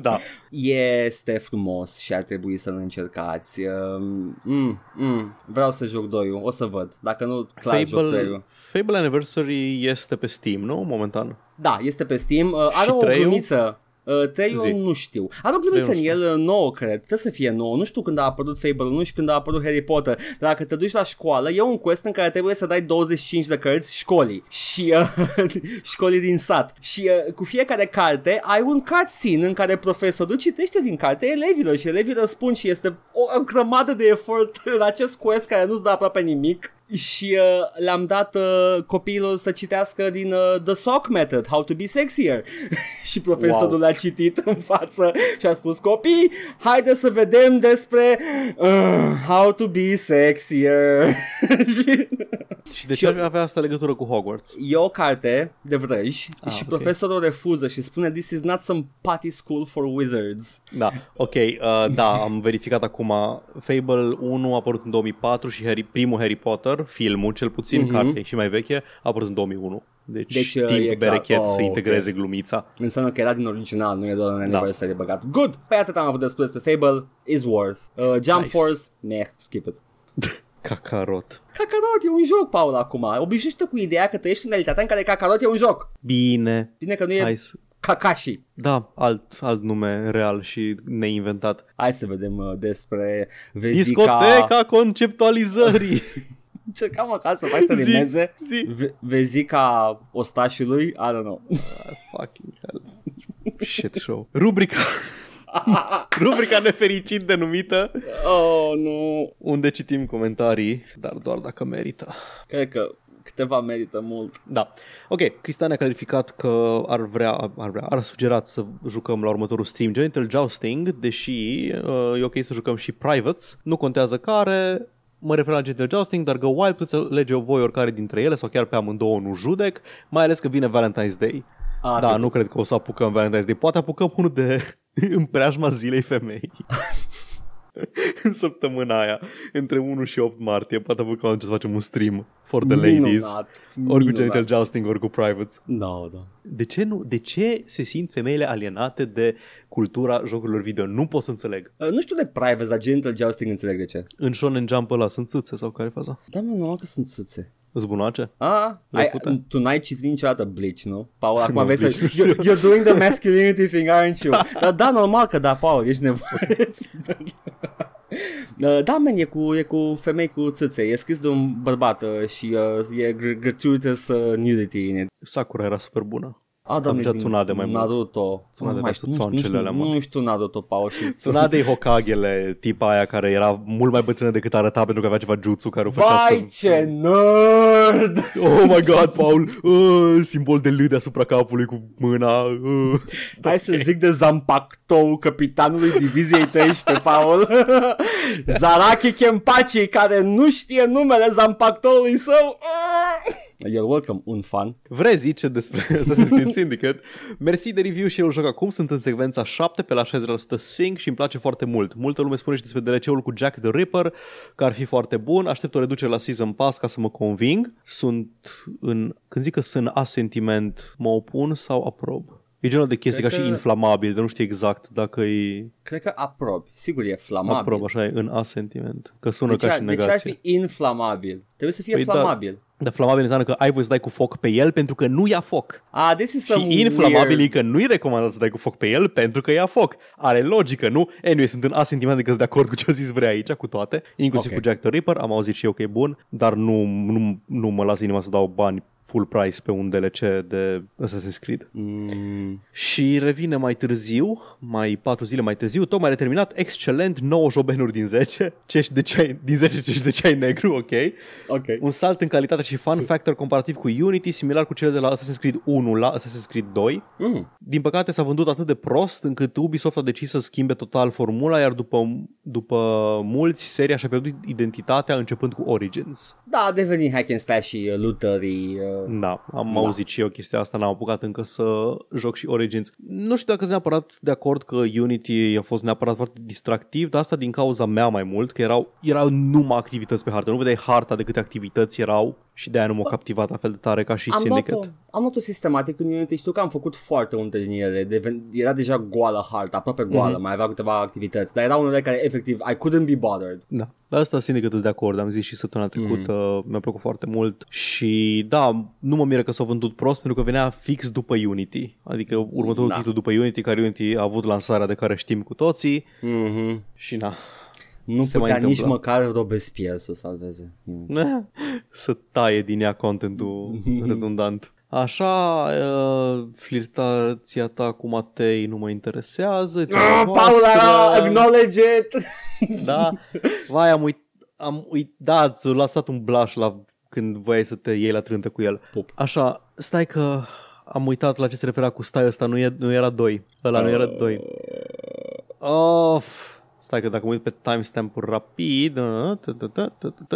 da.
Este frumos și ar trebui să-l încercați. Uh, mm, mm, vreau să joc 2 o să văd. Dacă nu, clar joc 3
Fable, Fable Anniversary este pe Steam, nu? Momentan.
Da, este pe Steam. Uh,
Și
are o
treiul?
glumiță. Uh,
Zi.
treiul nu știu. Are o glumiță în
Treiul nu
el uh, nouă, cred. Trebuie să fie nouă. Nu știu când a apărut Fable 1 și când a apărut Harry Potter. Dar dacă te duci la școală, e un quest în care trebuie să dai 25 de cărți școlii. Și uh, școlii din sat. Și uh, cu fiecare carte ai un cutscene în care profesorul citește din carte elevilor și elevii răspund și este o, o grămadă de efort în acest quest care nu-ți dă aproape nimic și uh, le-am dat uh, copiilor să citească din uh, The Sock Method, How to be Sexier și profesorul
Wow.
wow. l-a citit în față și a spus copii, haide să vedem despre uh, How to be Sexier și
Și de ce Deci ar avea asta legătură cu Hogwarts?
e o carte de vrăji
Ah,
ah, și
ok.
profesorul refuză și spune this is not some party school for wizards
Da, ok, uh, da, am verificat acum. Fable 1 a apărut în 2004 și Harry, primul Harry Potter, filmul cel puțin, mm-hmm.
Mhm.
cartea e și mai veche, a apărut în 2001. Deci,
Deci,
deci
uh, e
timp
clar.
berechet
Oh,
să
ok.
integreze glumița.
Înseamnă că era din original, nu e doar un
Da.
anniversary da. băgat. Good! Păi atât am avut de spus despre Fable, is worth. Uh, Jump
Nice.
nice. Force, meh, skip it.
Cacarot.
Kakarot e un joc, Paul, acum. Obișnuiește cu ideea că trăiești în realitatea în care Kakarot e un joc.
Bine.
Bine că nu e
Hai să...
Kakashi.
Da, alt, alt nume real și neinventat.
Hai să vedem uh, despre vezica...
Discoteca conceptualizării.
Încercam acasă să fac să
Zi.
rimeze.
Zi.
Ve- vezica ostașului, I don't know.
Ah, fucking hell. Shit show. Rubrica Rubrica nefericit denumită
oh, nu.
Unde citim comentarii Dar doar dacă merită
Cred că câteva merită mult.
Da Ok Cristian a clarificat că ar vrea Ar, vrea, ar sugerat să jucăm la următorul stream Genital Jousting Deși uh, e ok să jucăm și Privates Nu contează care Mă refer la Genital Jousting, dar Go Wild puteți alege voi oricare dintre ele sau chiar pe amândouă nu judec, mai ales că vine Valentine's Day.
A,
da,
bine.
nu cred că o să apucăm Valentine's Day. Poate apucăm unul de în preajma zilei femei. în săptămâna aia, între 1 și 8 martie, poate apucăm să facem un stream for the ladies.
Minunat.
Ori cu
minunat.
genital jousting, ori cu privates.
Da, da.
De ce, nu, de ce se simt femeile alienate de cultura jocurilor video? Nu pot să înțeleg.
Uh, Nu știu de private, dar genital jousting înțeleg de ce.
În Shonen Jump ăla sunt țâțe sau care e faza?
Da, mă, normal că sunt suțe.
Zbunoace?
A,
Le
ai,
pute.
tu n-ai citit niciodată Bleach, nu? Paul, acum
Nu,
aveți să...
Bleach, nu știu.
You're, you're doing the masculinity thing, aren't you? Dar da, normal că da, Paul, ești nevoie. Uh, Da, men, e cu, e cu femei cu țâțe, e scris de un bărbat uh, și uh, e gr- gratuitous uh, nudity in it.
Sakura era super bună.
A, doamne,
deja
din
Tsunade mai mult.
Naruto.
Tsunade
Nu
avea
mai știu, nu știu, nu
tsuțoancele
știu,
alea, mă.
nu știu Naruto, Paul și
Tsunade Hokagele, tipa aia care era mult mai bătrână decât arăta pentru că avea ceva jutsu care o făcea
Vai,
să...
ce nerd!
Oh my god, Paul, uh, simbol de L deasupra capului cu mâna. Uh.
Hai să zic de Zampactou, capitanului diviziei 13, Paul. Zaraki Kempachi, care nu știe numele Zampactoului său. You're welcome, un fan.
Vrei zice despre Assassin's Creed Syndicate? Mersi de review și eu îl joc acum, sunt în secvența 7 pe la 60% sync și îmi place foarte mult. Multă lume spune și despre DLC-ul cu Jack the Ripper, că ar fi foarte bun, aștept o reducere la Season Pass ca să mă conving. Sunt în, când zic că sunt asentiment, mă opun sau aprob? E genul de chestie
Cred
ca și
că-
inflamabil, de nu știu exact dacă e
Cred că aprobi. Sigur, e flamabil.
aprob, așa e, în asentiment, că sună
De ce,
ca
Deci, ar-
și
de ce
negație.
ar fi inflamabil? Trebuie să fie
Păi da.
flamabil.
Dar flamabil înseamnă că ai voie să dai cu foc pe el pentru că nu ia foc.
Da. A, this is some
Și inflamabil e
weird...
că nu-i recomandat să dai cu foc pe el pentru că ia foc. Are logică, nu? Anyway, sunt în asentiment de că sunt de acord cu ce a zis vrea aici, cu toate, inclusiv
Ok.
cu Jack the Ripper, am auzit și eu că e bun, dar nu, nu, nu mă las inima să dau bani full price pe un DLC de Assassin's Creed.
Mm,
Și revine mai târziu, mai 4 zile mai târziu, tocmai ai terminat, excelent, 9 jobenuri din 10, cești de ceai, din 10 cești de ceai negru, ok?
ok.
Un salt în calitate și fun factor comparativ cu Unity, similar cu cele de la Assassin's Creed 1 la Assassin's Creed 2.
Mm.
Din păcate s-a vândut atât de prost încât Ubisoft a decis să schimbe total formula, iar după, după mulți, seria și-a pierdut identitatea începând cu Origins.
Da, a devenit hack and slash și uh, lootery. Uh...
Da, am
Da.
da. auzit și eu chestia asta, n-am apucat încă să joc și Origins. Nu știu dacă sunt neapărat de acord că Unity a fost neapărat foarte distractiv, dar asta din cauza mea mai mult, că erau, erau numai activități pe hartă, nu vedeai harta de câte activități erau și de-aia nu m-a captivat la fel de tare ca și
am
Syndicate.
luat-o, am luat-o sistematic în Unity, știu că am făcut foarte multe din ele, Deven- era deja goală harta, aproape
Mhm.
goală, mm-hmm. mai avea câteva activități, dar erau unele care efectiv, I couldn't be bothered.
Da, dar asta Syndicate sunt de acord, am zis și săptămâna trecută, mm. mi-a plăcut foarte mult și da, nu mă miră că s-a vândut prost pentru că venea fix după Unity, adică următorul
Da.
da. titlu după Unity, care Unity a avut lansarea de care știm cu toții
Mm-hmm.
și na,
Nu
Mhm. Se
Se
mai
putea nici
întâmplă.
măcar Robespierre să salveze. Mm.
să taie din ea contentul redundant. Așa, uh, flirtația ta cu Matei nu mă interesează. e treaba
Ah,
voastră.
Paula, acknowledge it!
Da, vai, am uit, am uit, da, ți-a lăsat un blaș la când voiai să te iei la trântă cu el.
Pup.
Așa, stai că am uitat la ce se referea cu stai ăsta, nu, e, nu era 2. Ăla nu era 2. Of. Stai că dacă mă uit pe timestamp rapid... ă,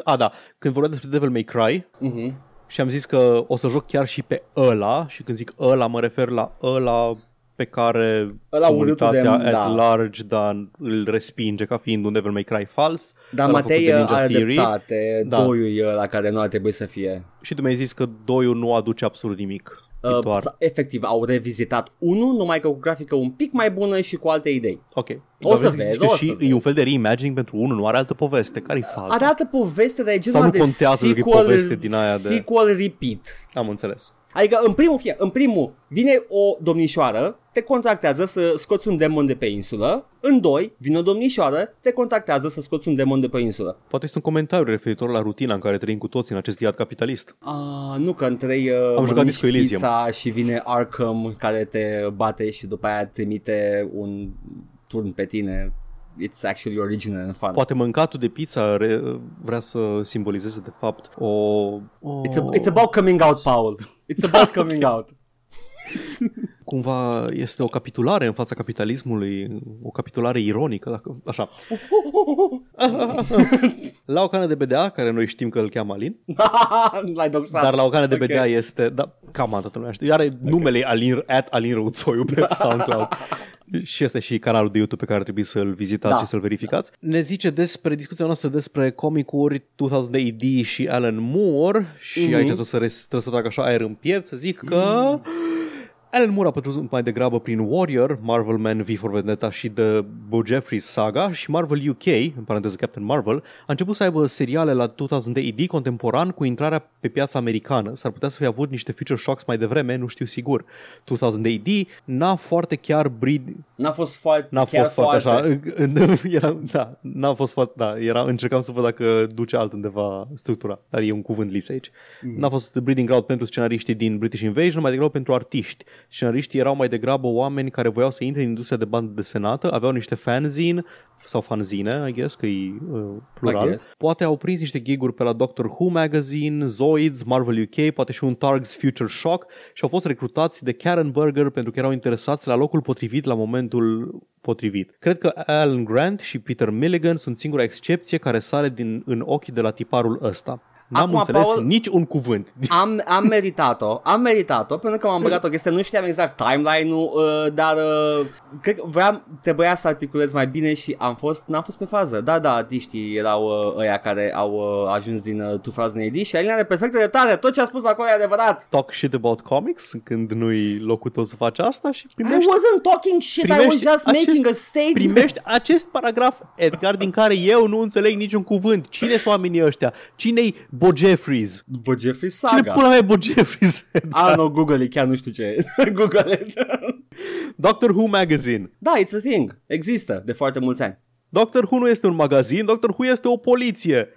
A, da, când vorbeam despre Devil May Cry
Mm-hmm.
și am zis că o să joc chiar și pe ăla și când zic ăla mă refer la ăla pe care
Ăla urâtul de-
comunitatea at
da.
large da, îl respinge ca fiind un Devil May Cry fals.
Dar
Ăla făcut
Matei
de Ninja
are
Theory.
dreptate,
Da.
da. doiul e ăla care nu ar trebui să fie.
Și tu mi-ai zis că doiul nu aduce absolut nimic.
Uh,
Uh,
s- efectiv, au revizitat unul, numai că cu grafică un pic mai bună și cu alte idei.
ok.
o să
Dar
vezi,
că
o
și
să
E
vezi. Uh,
un fel de reimagining pentru unul, nu are altă poveste. Care-i faza?
Are altă poveste, dar e genul
Sau
ăla
nu
de
contează dacă e
sequel,
poveste din aia de-
sequel repeat.
Am înțeles.
Adică în primul, fie, în primul vine o domnișoară, te contractează să scoți un demon de pe insulă. În doi, vine o domnișoară, te contractează să scoți un demon de pe insulă.
Poate este un comentariu referitor la rutina în care trăim cu toți în acest iad capitalist.
Ah, nu că în trei uh,
jucat
mănânci
Disco Elysium.
pizza și vine Arkham care te bate și după aia trimite un turn pe tine. It's actually original and fun.
Poate mâncatul de pizza re- vrea să simbolizeze de fapt o... o...
It's, a, it's about coming out, Paul. It's about coming out.
Cumva este o capitulare în fața capitalismului, o capitulare ironică, dacă... așa. La o cană de BDA, care noi știm că îl cheamă Alin,
L-ai doxat.
Dar la o cană de
Ok.
BDA este da, Cam atât lumea știe Are numele Alin, at Alin Răuțoiu pe SoundCloud și este și canalul de YouTube pe care ar trebui să-l vizitați
Da.
și să-l verificați. Ne zice despre discuția noastră despre comicuri 2000 AD și Alan Moore și
Mhm.
aici trebuie să, res, trebuie să trag așa aer în piept să zic că... Alan Moore a pătruns mai degrabă prin Warrior, Marvel Man, V for Vendetta și The Bo Jeffries saga și Marvel UK, în paranteză Captain Marvel, a început să aibă seriale la 2000 AD contemporan cu intrarea pe piața americană. S-ar putea să fi avut niște Future Shocks mai devreme, nu știu sigur. 2000 AD n-a foarte chiar breed,
N-a fost foarte...
N-a
chiar
fost foarte, așa. Era, da, n-a fost foarte, da, era, încercam să văd dacă duce altundeva structura, dar e un cuvânt lipsă aici. N-a fost breeding ground pentru scenariștii din British Invasion, mai degrabă pentru artiști. Scenariștii erau mai degrabă oameni care voiau să intre în industria de bandă desenată, aveau niște fanzine sau fanzine, I guess, că e uh, plural.
I guess.
Poate au prins niște giguri pe la Doctor Who Magazine, Zoids, Marvel UK, poate și un Targs Future Shock și au fost recrutați de Karen Berger pentru că erau interesați la locul potrivit la momentul potrivit. Cred că Alan Grant și Peter Milligan sunt singura excepție care sare din, în ochii de la tiparul ăsta. N-am
Acum,
înțeles
Paul-
nici un cuvânt.
Am, am meritat-o, am meritat-o pentru că m-am băgat o chestie, nu știam exact timeline-ul, uh, dar uh, cred că voiam, trebuia să articulez mai bine și am fost, n-am fost pe fază. Da, da, artiștii erau uh, ăia care au uh, ajuns din uh, 2000 AD și Alina are perfectă dreptate, tot ce a spus acolo e adevărat.
Talk shit about comics când nu-i locul tău să faci asta și
I
primești,
wasn't talking shit, I was
primești
just
acest-
making a statement.
primești acest paragraf, Edgar, din care eu nu înțeleg niciun cuvânt. Cine sunt oamenii ăștia? Cine-i Bo Jeffries?
Bă, Jeffrey
Cine
Saga.
pula mea e Bo Jeffries?
Ah, no, Google chiar nu știu ce. Google it.
Doctor Who Magazine.
da, it's a thing. Există de foarte mulți ani.
Doctor Who nu este un magazin, Doctor Who este o poliție.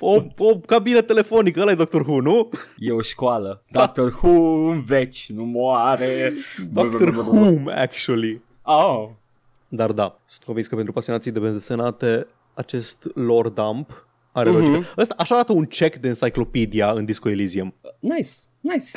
O, o, o cabină telefonică, ăla e Doctor Who, nu?
E o școală. Doctor Who în veci nu moare.
Doctor Who, actually.
Oh.
Dar da, sunt convins că pentru pasionații de desenate, acest lore dump are
Mhm.
uh-huh. logică. Asta, așa arată un check de enciclopedia în Disco Elysium.
Nice, nice.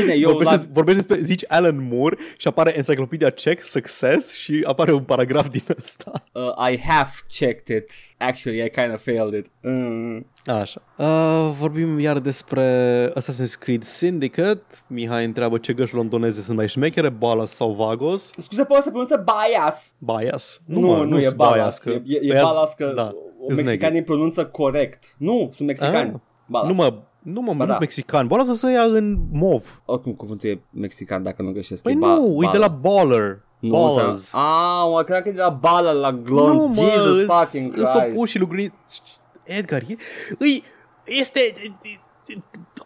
Bine, eu
vorbești,
la...
des- vorbești despre, zici Alan Moore și apare enciclopedia check, success și apare un paragraf din ăsta.
uh, I have checked it. Actually, I kind of failed it. Mm.
Așa. Uh, vorbim iar despre Assassin's Creed Syndicate. Mihai întreabă ce găși londoneze sunt mai șmechere, Balas sau Vagos.
Scuze, poți să pronunță bias.
Bias.
Nu, nu,
mă,
nu e
sunt
balas.
că-
E, e, e
Bias-
balas că
da,
da.
sunt negri.
mexicanii pronunță corect. Nu, sunt mexicani.
Ah,
Ah, balas.
Nu mă, nu mă, nu
da.
sunt mexican. Balas o să ia în mov.
Oricum cuvântul e mexican dacă nu greșesc.
Păi
e
nu,
ba-
e de la baller.
Nu,
Ballers.
înseamnă- Ah, mă, cred că e de la bala la glonț.
Nu, mă,
Jesus
îs-
fucking
îs
Christ.
opușii lui Green... Edgar, e, îi, este...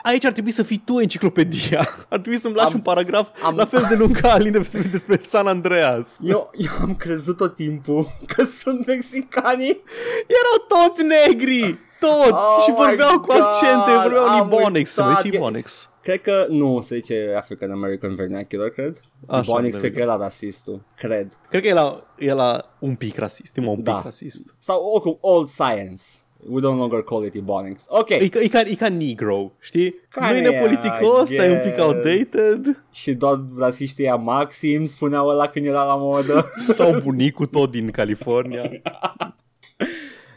Aici ar trebui să fii tu enciclopedia. Ar trebui să-mi lași
Am-
un paragraf
am-
la fel de lung ca Alin despre, despre San Andreas.
Eu, eu am crezut tot timpul că sunt mexicanii.
Erau toți negri! Toți!
Oh
și
my
vorbeau cu
God,
accente, vorbeau
am
în Ibonics. Se
uitat,
numește
e-
Ibonics.
Cred că nu se zice African American Vernacular, cred.
Așa,
Bonic
there we
se că era rasistul, cred.
Cred că e la, e la un pic rasist, e mai un pic
Da.
rasist.
Sau oricum, old science. We don't longer call it Ebonics. Ok.
E, ca- e, ca, e ca negro, știi?
Care
nu e
e, I
nepoliticos, dar e un pic
guess.
outdated.
Și doar rasiștii ea Maxim spuneau ăla când era la modă.
Sau bunicul tot din California.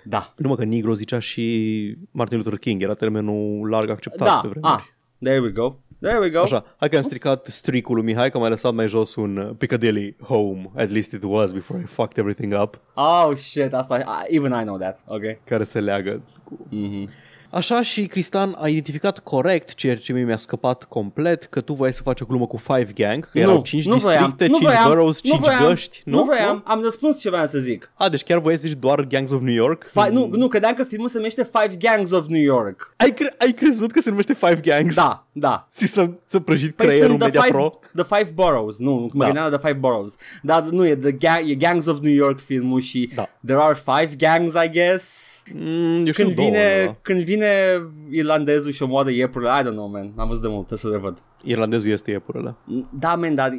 da.
Numai că negro zicea și Martin Luther King, era termenul larg acceptat
Da.
pe vremuri.
Ah, there we go. There we go.
Așa, hai că am stricat stricul lui Mihai, că am mai lăsat mai jos un uh, Piccadilly home, at least it was before I fucked everything up,
Oh, shit, asta, ah, even I know that. Ok.
care se leagă.
Mhm.
Mm-hmm. Așa și Cristian a identificat corect ceea ce mie mi-a scăpat complet, că tu voiai să faci o glumă cu Five Gang, că erau 5 districte, 5 boroughs, 5
voiam,
găști, nu?
nu voiam, am răspuns ce vreau să zic.
A, deci chiar voiai să zici doar Gangs of New York?
Fa- nu, nu, credeam că filmul se numește Five Gangs of New York.
Ai, cre- ai crezut că se numește Five Gangs?
Da, da.
Ți s-a, s-a prăjit
Păi
creierul
sunt the
Media
five,
Pro?
the five Boroughs, nu, mă
Da.
gândeam la The Five Boroughs, dar nu, e, the ga- e Gangs of New York filmul și
Da.
There Are Five Gangs, I guess.
Mm, eu știu
Când vine,
Două,
când vine irlandezul și omoară iepurele, I don't know, man, am văzut de mult, trebuie să le văd.
Irlandezul este iepurele.
Da, man, dar e-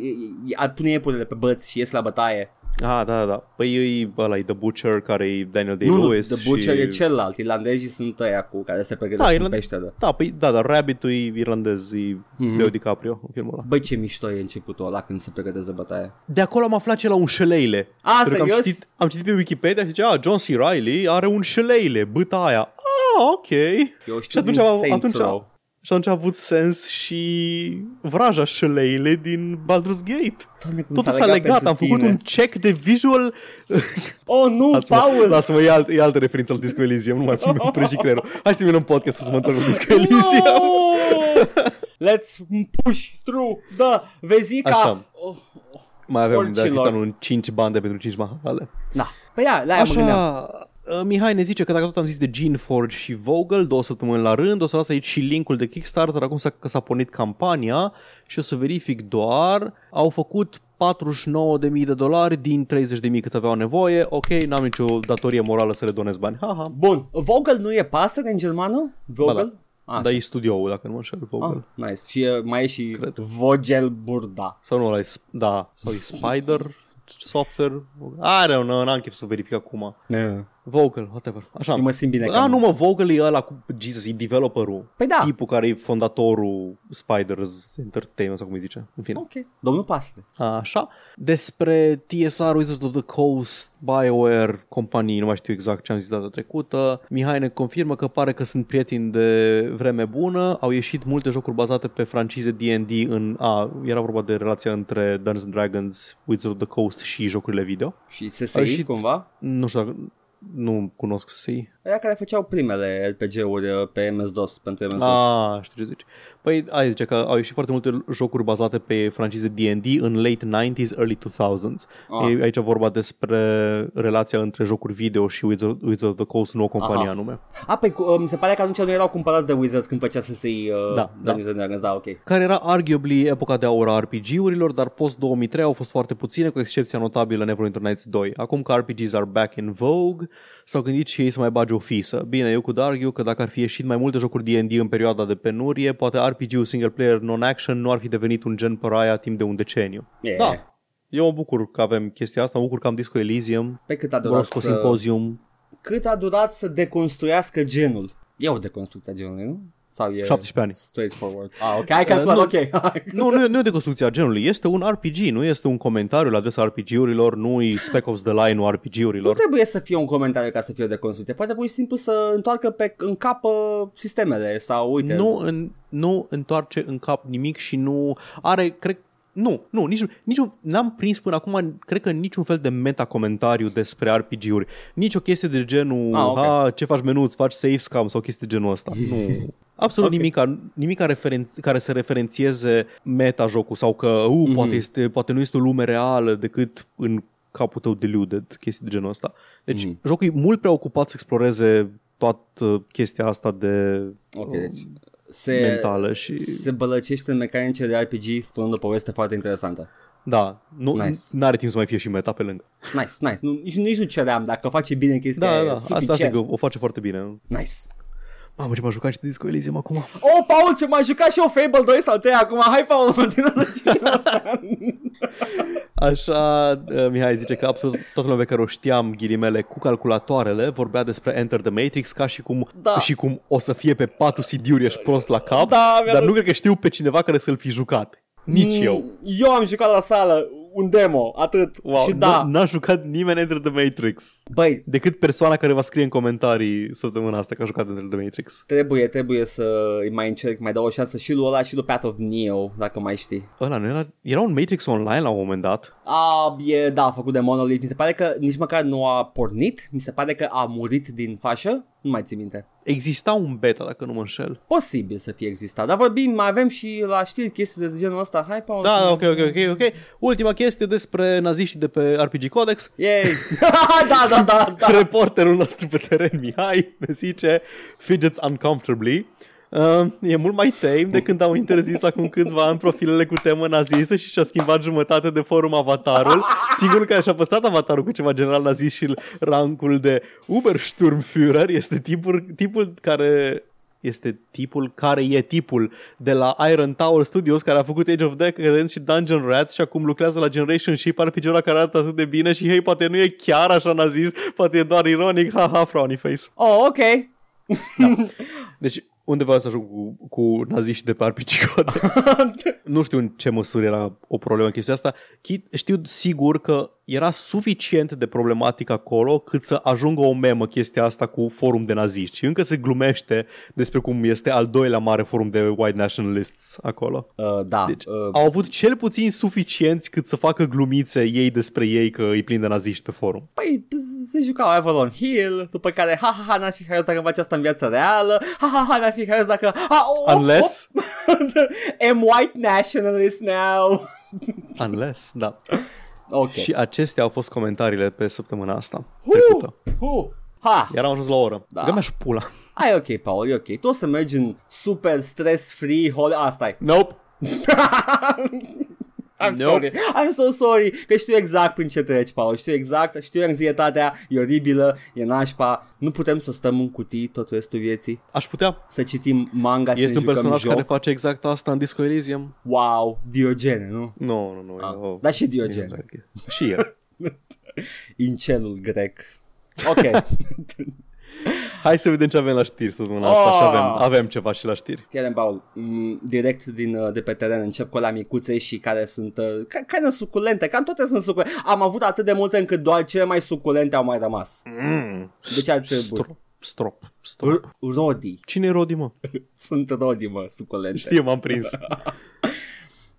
e- ar pune iepurele pe băți și ies la bătaie.
Ah, da, da, da. Păi e ăla, e The Butcher, care e Daniel
nu,
Day-Lewis.
The Butcher
și...
e celălalt, irlandezii sunt ăia cu care se pregătesc
Da,
da, în
Irland-
peșteră.
Da, păi, da, dar Rabbit-ul e irlandez, e mm-hmm. Leo DiCaprio în filmul ăla.
Băi, ce mișto e începutul ăla când se pregătesc de bătaie.
De acolo am aflat ce la un șeleile.
A,
Pentru că am
serios?
citit, am citit pe Wikipedia și zicea, ah, John C. Reilly are un șeleile, băta aia. Ah, ok.
Eu știu
Și atunci,
din
am-
Saints
atunci
Row.
Și atunci a avut sens și vraja șleile din Baldur's Gate.
Doamne, cum
Totul s-a legat,
pentru
am făcut
tine.
un check de visual.
Oh, nu,
Lasă-mă,
Paul!
lasă-mă e, alt, e altă referință la Disco Elysium, nu mai mi-am prins și creierul. Hai să terminăm podcastul să mă întorc la Disco Elysium.
No! Let's push through the vezica.
Așa.
Oh,
Mai aveam de
Orcilor.
Cristian un 5 bande pentru 5 mahale.
da. Păi ia, la aia mă gândeam.
Așa, uh, Mihai ne zice că dacă tot am zis de Geneforge și Vogel două săptămâni la rând, o să las aici și linkul de Kickstarter acum s-a, că s-a pornit campania și o să verific doar, au făcut 49.000 de dolari din 30.000 cât aveau nevoie, ok, n-am nicio datorie morală să le donez bani, haha.
Bun, Vogel nu e pasăre în germană? Vogel?
Așa.
Așa.
Dar da. e studioul, dacă nu mă înșel, Vogel.
Ah,
Ah.
nice. Și e- mai e și
Cred.
Vogel Burda.
Sau nu, ăla e, sp- da, sau e Spider Software, I don't know, n-am chef să verific acum. Vogel, whatever, așa.
Eu mă simt bine. că
Ah,
am-
nu mă, Vogel e ăla cu, Jesus, e developerul.
Păi da.
Tipul care e fondatorul Spiders Entertainment sau cum îi zice. În fine.
Ok. Domnul Pasăre.
Așa. Despre TSR Wizards of the Coast, BioWare, companii, nu mai știu exact ce am zis data trecută. Mihai ne confirmă că pare că sunt prieteni de vreme bună. Au ieșit multe jocuri bazate pe francize D&D în... A, era vorba de relația între Dungeons and Dragons, Wizards of the Coast și jocurile video.
Și
Au
SSI
ieșit-
cumva?
Nu știu dacă... Nu cunosc să-i
Aia care făceau primele RPG-uri uh, pe MS-DOS, pentru MS-DOS.
Ah, știu ce zici. Păi, ai zice că au ieșit foarte multe jocuri bazate pe francize D&D în late 90s, early 2000s.
Ah.
E aici vorba despre relația între jocuri video și Wizard, Wizard of the Coast, nu o companie
Aha.
anume.
A, păi cu- mi se pare că atunci nu erau cumpărați de Wizards când făcea SSI uh,
Da, da.
Dungeons and Dragons, da, ok.
Care era arguably epoca de aur a RPG-urilor, dar post-2003 au fost foarte puține, cu excepția notabilă Neverwinter Nights 2. Acum că RPGs are back in vogue, s-au gândit și ei să mai bage o fisă. Bine, eu cu Dargiu că dacă ar fi ieșit mai multe jocuri D&D în perioada de penurie, poate RPG-ul single player non-action nu ar fi devenit un gen păraia timp de un deceniu.
Yeah.
Da. Eu mă bucur că avem chestia asta, mă bucur că am Disco Elysium,
Pe cât a durat,
Brosco
să,
Symposium,
cât a durat să deconstruiască genul? E o deconstrucție a genului, nu? Sau e
17 ani.
straightforward? Ah, ok, hai calculat,
nu-
ok.
Nu, nu, e- nu e deconstrucția genului, este un RPG, nu este un comentariu la adresa RPG-urilor, nu e Spec Ops The Line-ul
nu
RPG-urilor.
trebuie să fie un comentariu ca să fie o deconstrucție. Poate pur și simplu să întoarcă pe, în cap uh, sistemele sau uite.
Nu, în, nu întoarce în cap nimic și nu are, cred, nu, nu, nici, nici n-am prins până acum, cred că niciun fel de meta-comentariu despre RPG-uri. Nici o chestie de genul,
Ah,
ah,
ok.
okay. ha, ce faci menuți, faci safe scam sau chestii de genul ăsta. Nu. Absolut
Ok.
okay. nimica, nimica referen- care să referențieze meta-jocul sau că, u,
Mhm.
mm-hmm. poate, este, poate nu este o lume reală decât în capul tău deluded, chestii de genul ăsta. Deci
Mhm.
mm-hmm. jocul e mult prea ocupat să exploreze toată chestia asta de
Ok,
um,
deci se,
mentală și...
se bălăcește în mecanice de RPG spunând o poveste foarte interesantă.
Da, nu
Nice.
are timp să mai fie și meta pe lângă.
Nice, nice. Nu, nici, nici nu ceream. Dacă face bine chestia
Da,
e
da, da. Asta,
suficient.
asta e că o face foarte bine.
Nice.
Mamă, ce m-a jucat și de Disco Elysium acum.
Oh, Paul, ce m-ai jucat și eu Fable 2 sau 3 acum. Hai, Paul, continuă să
Așa, uh, Mihai zice că absolut toată lumea pe care o știam, ghilimele, cu calculatoarele, vorbea despre Enter the Matrix ca și cum,
Da.
și cum o să fie pe patru CD-uri, ești prost la cap,
Da, mi-a Mm,
dar
dat-
nu cred că știu pe cineva care să-l fi jucat. Nici eu.
Eu am jucat la sală un demo, atât. Wow, și
Nu-
da.
N-a jucat nimeni Enter the Matrix.
Băi,
Decât persoana care va scrie în comentarii săptămâna asta că a jucat Enter the Matrix.
trebuie, trebuie să îi mai încerc, mai dau o șansă și lui ăla și lui Path of Neo, dacă mai știi.
Ăla nu era... Era un Matrix online la un moment dat.
A, e, da, a făcut de Monolith. Mi se pare că nici măcar nu a pornit. Mi se pare că a murit din fașă. Nu mai țin minte.
Exista un beta, dacă nu mă înșel.
Posibil să fie existat. Dar vorbim, mai avem și la știri chestii de genul ăsta. Hai, Paul.
Da,
să-
da, ok, ok, ok, ok. Ultima chestie despre naziștii de pe RPG Codex.
Yay! da, da,
Ah,
da, da.
Reporterul nostru pe teren, Mihai, ne zice Fidgets uncomfortably. Uh, e mult mai tame de când au interzis acum câțiva ani profilele cu temă nazistă și și-a schimbat jumătate de forum avatarul. Singurul care și-a păstrat avatarul cu ceva general nazist și rancul de Ubersturmführer este tipul, tipul care este tipul care e tipul de la Iron Tower Studios care a făcut Age of Decadence și Dungeon Rats și acum lucrează la Generation Ship, RPG-ul ăla care arată atât de bine și hei, poate nu e chiar așa nazist, poate e doar ironic, haha, frowny face.
Oh, ok.
Deci undeva să ajung cu, cu naziști de pe Arpicicoda. nu știu în ce măsură era o problemă chestia asta. Chi- Știu sigur că era suficient de problematic acolo cât să ajungă o memă chestia asta cu forum de naziști. Și încă se glumește despre cum este al doilea mare forum de white nationalists acolo.
Uh, da.
Deci,
uh,
Au avut cel puțin suficienți cât să facă glumițe ei despre ei că îi plin de naziști pe forum.
păi, se jucau Avalon Hill, după care, ha, ha, ha, n-aș fi haios dacă îmi face asta în viața reală, ha, ha, ha, n-aș fi haios dacă... Ha, oh,
Unless,
Am white nationalist now.
unless, da.
Ok.
Și acestea au fost comentariile pe săptămâna asta
Hu,
trecută.
hu, ha.
Iar am ajuns la o oră.
Da.
Da. Gămea și pula.
Ai ok, Paul, e ok. Tu o să mergi în super stress-free hol... Asta e.
Nope.
I'm
Nope.
sorry, I'm so sorry Că știu exact prin ce treci, Paul Știu exact, știu anxietatea, e oribilă E nașpa, nu putem să stăm în cutii Tot restul vieții
Aș putea.
Să citim manga, să
Este
ne
un
jucăm
personaj
joc
care face exact asta în Disco Elysium?
Wow, Diogene, nu?
Nu, nu, nu. e
Ah,
o-
dar și
e
Diogen.
o chestie. Și el.
Incelul grec Ok,
Hai să vedem ce avem la știri săptămâna asta. Și
Ah.
avem, avem ceva și la știri.
Chiar Paul, m, direct din, uh, de pe teren încep cu la micuțe și care sunt uh, ca, care sunt suculente, cam toate sunt suculente. Am avut atât de multe încât doar cele mai suculente au mai rămas.
Mm.
Deci ar trebui.
Strop, strop,
R-
strop.
Rodi.
Cine e Rodi, mă?
Sunt rodi, mă, suculente.
Știu, m-am prins.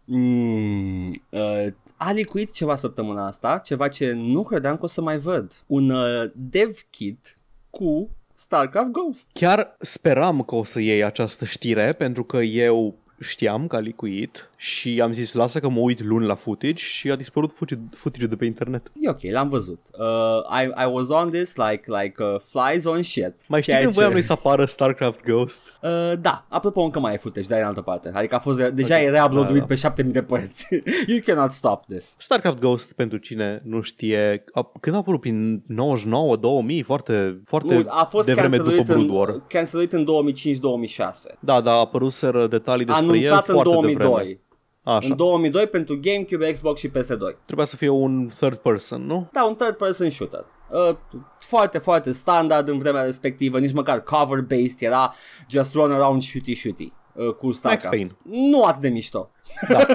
Mm, uh, a licuit ceva săptămâna asta, ceva ce nu credeam că o să mai văd. Un uh, dev kit cu StarCraft Ghost.
Chiar speram că o să iei această știre pentru că eu știam că a licuit și am zis lasă că mă uit luni la footage și a dispărut footage- footage de pe internet.
E ok, l-am văzut. Uh, I, I was on this like, like uh, flies on shit.
Mai știi
Ceea
când
ce-
voiam noi să apară StarCraft Ghost?
Uh, da, apropo încă mai e footage, dar e în altă parte. Adică a fost deja
Ok.
e reuploaduit
Da, da.
pe 7000 de părți. you cannot stop this.
StarCraft Ghost, pentru cine nu știe, a, când a apărut prin 99-2000, foarte, foarte
Nu, a fost
de vreme după
canceluit
Brood War.
în, canceluit în 2005-2006.
Da, da, a apăruseră detalii despre
Anunțat
el
în
foarte devreme.
2002.
Așa,
În 2002 pentru GameCube, Xbox și PS2.
trebuia să fie un third person, nu?
Da, un third person shooter. Uh, foarte, foarte standard în vremea respectivă, nici măcar cover-based era just run around shooty shooty uh, cu StarCraft.
Payne.
Nu atât de mișto.
Da.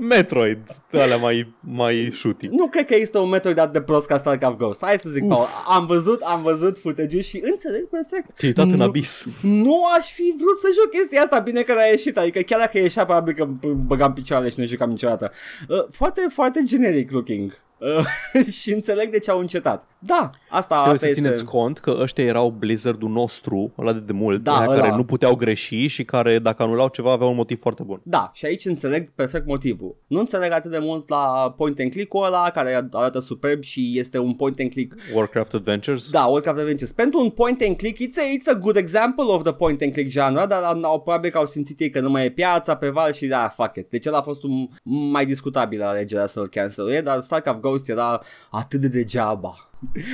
Metroid, alea mai, mai shooty.
Nu cred că există un metod dat de prost ca StarCraft Ghost. Hai să zic,
Uf.
Paul, am văzut, am văzut footage și înțeleg perfect.
Tiritat în
Nu-
abis.
Nu aș fi vrut să joc chestia asta, bine că n-a ieșit, adică chiar dacă ieșea, probabil că îmi băgam picioarele și nu jucam niciodată. Uh, foarte, foarte generic looking. Uh, și înțeleg de ce au încetat. Da, asta,
Trebuie
asta
să țineți
este...
cont că ăștia erau Blizzard-ul nostru, ăla de demult,
Da,
aia
ăla.
care nu puteau greși și care dacă anulau ceva aveau un motiv foarte bun.
Da, și aici înțeleg perfect motivul. Nu înțeleg atât de mult la point and click-ul ăla, care arată superb și este un point and click
Warcraft Adventures?
Da, Warcraft Adventures. Pentru un point and click, it's a, it's a good example of the point and click genre, dar au- au, probabil că au simțit ei că nu mai e piața pe val și da, fuck it. Deci el a fost un mai discutabil alegerea să-l canceluie, dar StarCraft Ghost era atât de degeaba.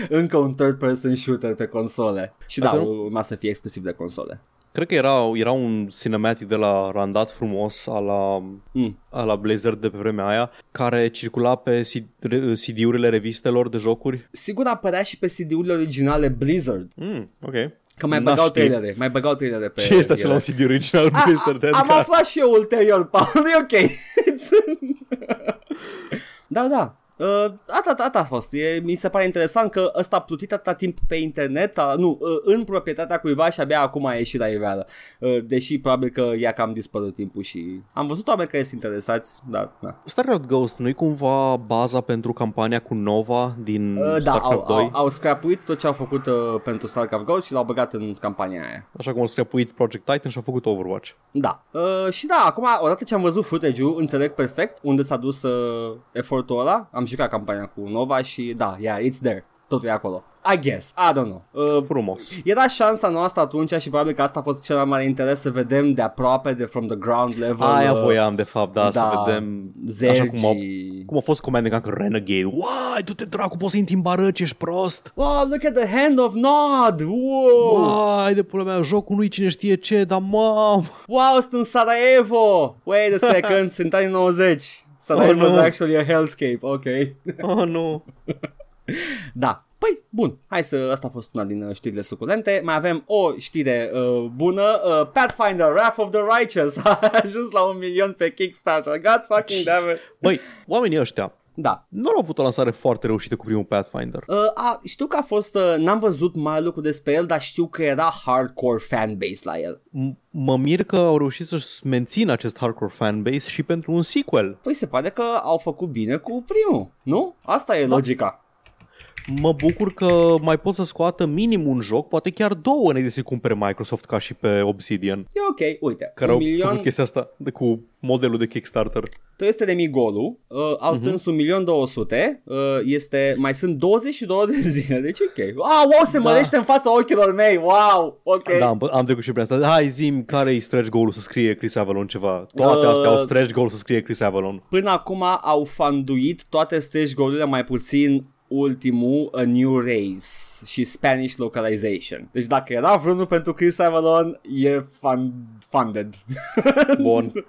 Încă un third person shooter pe console. Și da,
Acum-
urma să fie exclusiv de console.
Cred că era, era un cinematic de la randat frumos a la,
Mm.
a la Blizzard de pe vremea aia care circula pe C- re- CD-urile revistelor de jocuri.
Sigur apărea și pe CD-urile originale Blizzard,
Mm, ok.
că mai
N-aș
băgau
ști.
trailere, mai băgau trailere pe
Ce este acela
ele.
un CD original
A,
Blizzard?
a, am
Adică-
aflat și eu ulterior, Paul, e ok. da, da. Uh, atât, atât a fost. E, mi se pare interesant că ăsta a plutit atâta timp pe internet, a, nu, uh, în proprietatea cuiva și abia acum a ieșit la iveală. Uh, deși probabil că i-a cam dispărut timpul și am văzut oameni care sunt interesați, dar na.
StarCraft Ghost nu-i cumva baza pentru campania cu Nova din
Uh, da, au,
Mm, StarCraft 2?
au, au scrapuit tot ce au făcut uh, pentru StarCraft Ghost și l-au băgat în campania aia.
Așa cum au scrapuit Project Titan și au făcut Overwatch.
Da. Uh, și da, acum, odată ce am văzut footage-ul, înțeleg perfect unde s-a dus uh, efortul ăla. Am jucat campania cu Nova și da, yeah, it's there. Totul e acolo. I guess. I don't know. Uh,
Frumos.
era șansa noastră atunci și probabil că asta a fost cel mai mare interes să vedem de aproape, de from the ground level.
Aia
uh,
voiam, de fapt, da,
da,
să vedem
Zergi.
așa cum au, cum a fost Command Conquer Renegade. Uai, du-te dracu, poți să intri în barăci, ești prost.
Wow, look at the hand of Nod! Wow! Wow,
Uai, de pula mea, jocul nu-i cine știe ce, dar mam.
wow sunt în Sarajevo! Wait a second, sunt anii 90. Sarajevo
Oh,
is
no.
actually a hellscape, ok.
Oh, nu.
Da. Păi, bun, hai să, asta a fost una din uh, știrile suculente. Mai avem o știre uh, bună. Uh, Pathfinder, Wrath of the Righteous a ajuns la un milion pe Kickstarter. God fucking damn it.
Băi, oamenii ăștia
Da.
nu au avut o lansare foarte reușită cu primul Pathfinder.
Uh, a, știu că a fost, uh, n-am văzut mai lucru despre el, dar știu că era hardcore fanbase la el.
M- mă mir că au reușit să-și mențină acest hardcore fanbase și pentru un sequel.
Păi se pare că au făcut bine cu primul, nu? Asta e logica.
Mă bucur că mai pot să scoată minim un joc, poate chiar două înainte să-i cumpere Microsoft ca și pe Obsidian.
E ok, uite,
Care
un
au
milion,
făcut chestia asta de, cu modelul de Kickstarter.
300 de mii golul, uh, au
Mhm.
strâns un milion 200, uh, este, mai sunt 22 de zile, deci ok. Ah, wow, se
Da.
mărește în fața ochilor mei, wow, ok.
Da, am, am trecut și prin asta. Hai, zim, care e stretch goal să scrie Chris Avalon ceva? Toate
Uh,
astea au stretch goal să scrie Chris Avalon.
Până acum au fanduit toate stage goal mai puțin ultimul A New Race și Spanish Localization. Deci dacă era vreunul pentru Chris Avalon, e fun- funded.
Bun.
Uh,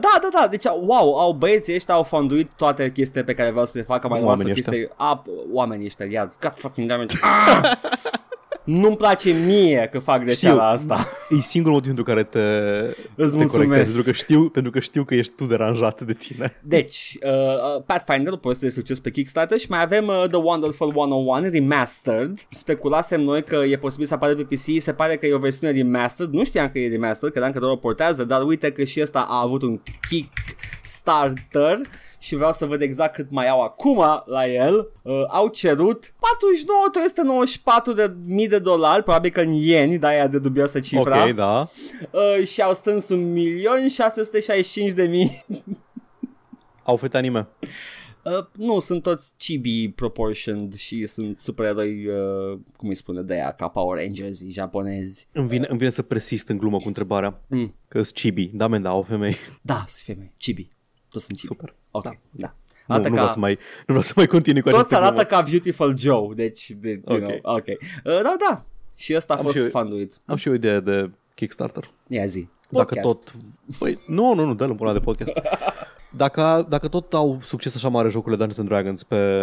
da, da, da, deci wow, au băieții ăștia au fonduit toate chestiile pe care vreau să le facă mai
Oamenii
departe chestii. A, oamenii ăștia, iar, god fucking damn it. Ah! Nu-mi place mie că fac greșeala asta.
E singurul motiv pentru care te,
Îți
te corectez, pentru
mulțumesc.
că, știu, pentru că știu că ești tu deranjat de tine.
Deci, uh, Pathfinder, o poveste de succes pe Kickstarter și mai avem uh, The Wonderful 101 Remastered. Speculasem noi că e posibil să apare pe PC, se pare că e o versiune remastered. Nu știam că e remastered, credeam că doar o portează, dar uite că și ăsta a avut un Kickstarter și vreau să văd exact cât mai au acum la el. Uh, au cerut 49.394 de mii de dolari, probabil că în ieni, dar aia de dubioasă cifra.
Ok, da.
Uh, și au stâns 1.665.000
Au fete anime.
Uh, nu, sunt toți chibi proportioned și sunt supereroi, uh, cum îi spune de aia, ca Power Rangers japonezi.
Îmi vine, îmi vine să persist în glumă cu întrebarea.
Mm.
Că sunt chibi. Da, men, da, au femei.
Da, sunt femei, chibi. Toți sunt chibi.
Super.
Ok,
da.
da. da.
Nu,
Arată
nu, vreau
ca...
să mai, nu vreau să mai continui cu
Toți
aceste
arată
glumă.
ca Beautiful Joe, deci, de, you
Ok.
know, ok. Uh, da, da, și ăsta a
Am
fost
și eu-
fanduit.
Am și eu o idee de Kickstarter.
Ia zi.
Dacă
Podcast.
tot... Băi, nu, nu, nu, dă-l în pula de podcast. Dacă, dacă tot au succes așa mare jocurile Dungeons and Dragons pe,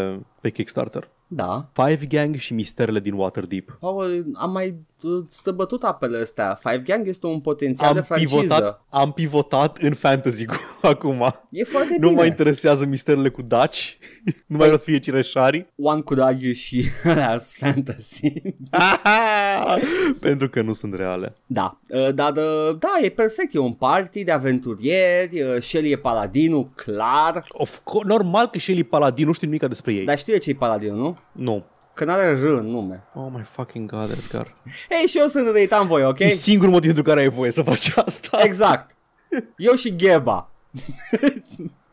pe Kickstarter,
Da.
Five Gang și Misterele din Waterdeep.
Paul, am mai uh, stăbătut apele astea. Five Gang este un potențial de
Am
franciză.
pivotat, am pivotat în fantasy cu, acum.
E foarte
Nu mă
bine.
interesează misterele cu daci, nu mai vreau să fie cireșari.
One could argue și Last Fantasy.
Ah! Pentru că nu sunt reale.
Da, uh, dar uh, da, e perfect, e un party de aventurieri, uh, Shelly e paladinul, clar,
Of co- normal că Shelly Paladin nu știu nimic despre ei.
dar știi de ce e paladinul, nu?
Nu.
Că n-are R în nume.
Oh my fucking god, Edgar.
Ei, și eu sunt reitan voi, ok?
E singurul motiv pentru care ai voie să faci asta.
Exact. Eu și Gheba.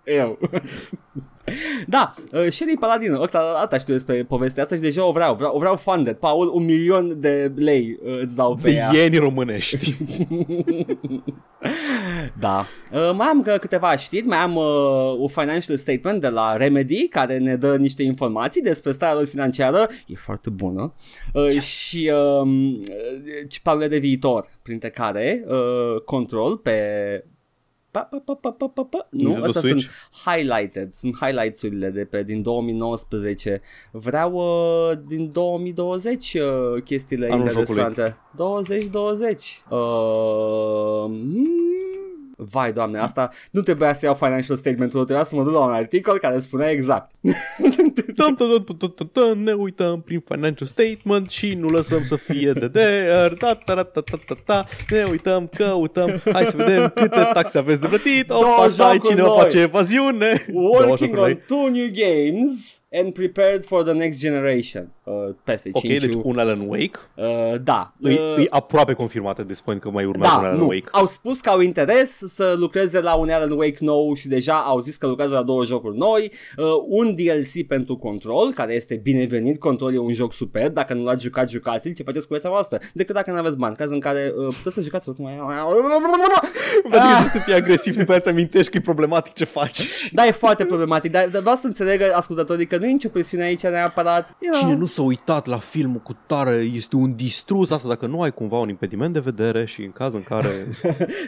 eu. Da, uh, Shelly Paladin, ăsta asta știu despre povestea asta și deja o vreau, vreau, o vreau funded. Paul, un milion de lei uh, îți dau pe
De
ea.
ieni românești.
da. Uh, mai am că câteva știri, mai am uh, un financial statement de la Remedy care ne dă niște informații despre starea lor financiară, e foarte bună, uh, și uh, planurile de viitor, printre care uh, control pe... Pa, pa, pa, pa, pa, pa, pa. Nu,
Nintendo
astea
Switch?
sunt highlighted, sunt highlights-urile de pe, din 2019. Vreau uh, din 2020 uh, chestiile
Anul
interesante. 2020. Uh, mm, vai, doamne, asta nu trebuia să iau financial statement-ul, trebuia să mă duc la un articol care spunea exact.
Dăm, dăm, dăm, dăm, dăm, dăm, dăm, ne uităm prin financial statement și nu lăsăm să fie de der, da, ta, ta, ta, ta, ta, ta, ne uităm, căutăm, hai să vedem câte taxe aveți de plătit,
Două
o ai
jocuri
cine
noi.
o face evaziune. Două
Working
jocuri noi.
on two new games and prepared for the next generation. Uh, PS5.
Ok, deci un Alan Wake,
uh, da.
e,
Uh,
e aproape confirmat at this point că mai urmează un
Da,
Alan
nu.
Wake.
Au spus că au interes să lucreze la un Alan Wake nou și deja au zis că lucrează la două jocuri noi, uh, un DLC pentru Control, care este binevenit, Control e un joc superb, dacă nu l-ați jucat, jucați-l, ce faceți cu viața voastră, decât dacă nu aveți bani, caz în care uh, puteți să jucați oricum.
Pentru că
Ah.
trebuie să fii agresiv, după aceea îți amintești că e problematic ce faci.
Da, e foarte problematic, dar dar vreau să înțeleg ascultătorii că nu e nicio presiune aici neapărat. You know.
Cine nu s-a uitat la filmul cu tare este un distrus asta dacă nu ai cumva un impediment de vedere și în caz în care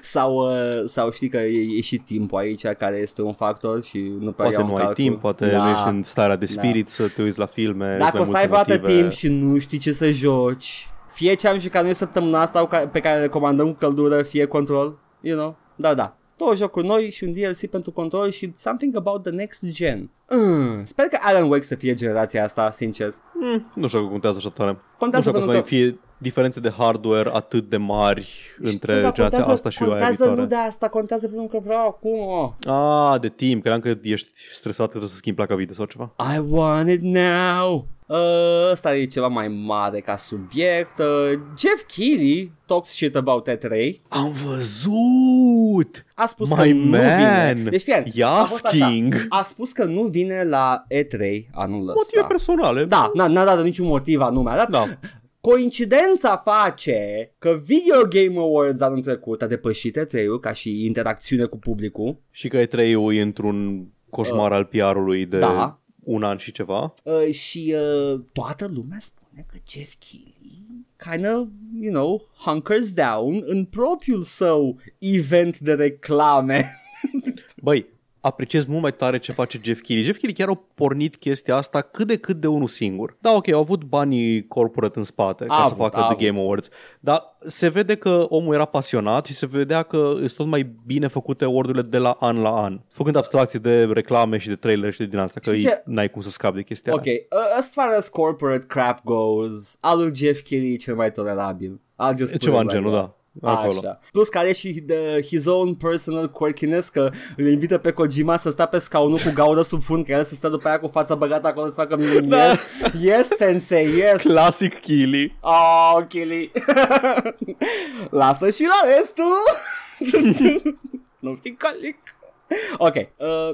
sau, uh, sau știi că e, e și timpul aici care este un factor și nu prea
poate
iau în
nu ai
Păi, calcul.
timp, poate
Da.
nu ești în starea de
Da.
spirit să te uiți la filme. sunt
Dacă
mai
o să ai
multe
vreodată
motive.
timp și nu știi ce să joci, fie ce am jucat noi săptămâna asta ca- pe care le recomandăm cu căldură, fie control, you know, da, da. Două jocuri noi și un DLC pentru control și something about the next gen. Mm. Sper că Alan Wake să fie generația asta, sincer.
Mm, nu știu că contează așa tare. nu
Contează
știu că o să
pentru
mai
că...
fie diferențe de hardware atât de mari între
Știu, dar
generația
contează-
asta și aia
Contează nu
viitoare.
de asta, contează pentru că vreau acum, oh.
A, de timp, cream că ești stresat că trebuie să schimbi placa video sau ceva.
I want it now. Uh, Ăsta e ceva mai mare ca subiect. Uh, Jeff Keighley talks shit about E3.
Am văzut!
A spus
My
că nu vine.
man!
Deci fii atent, a fost așa.
Yasking!
A spus că nu vine la E3 anul
Motive
ăsta.
personale.
Da, n-a, n-a dat niciun motiv anume. A dat...
Da.
Coincidența face că Video Game Awards anul trecut a depășit E3-ul ca și interacțiune cu publicul.
Și că E3-ul e într-un coșmar al PR-ului de
Uh. da.
un an și ceva.
Uh, și uh, toată lumea spune că Jeff Keighley kind of, you know, hunkers down în propriul său event de reclame.
Băi, apreciez mult mai tare ce face Jeff Keighley. Jeff Keighley chiar au pornit chestia asta cât de cât de unul singur. Da, ok, au avut banii corporate în spate ca
A
să
avut,
facă
a
The Game Awards, dar se vede că omul era pasionat și se vedea că sunt tot mai bine făcute ordurile de la an la an, făcând abstracție de reclame și de trailer și de din asta, că
Știi ce?
e- n-ai cum să scapi de chestia
Ok,
aia.
uh, as far as corporate crap goes, al lui Jeff Keighley e cel mai tolerabil. I'll just
E
put
Ceva
it
în
like
genul,
that.
da. Acolo.
Așa. Plus că are și the, his own personal quirkiness că îl invită pe Kojima să stea pe scaunul cu gaură sub fund, că el să stea după aia cu fața băgată acolo să facă mie.
Da.
Yes, sensei, yes.
Classic Keighley.
Oh, Chili. Lasă și la restul. nu fi calic. Ok, uh,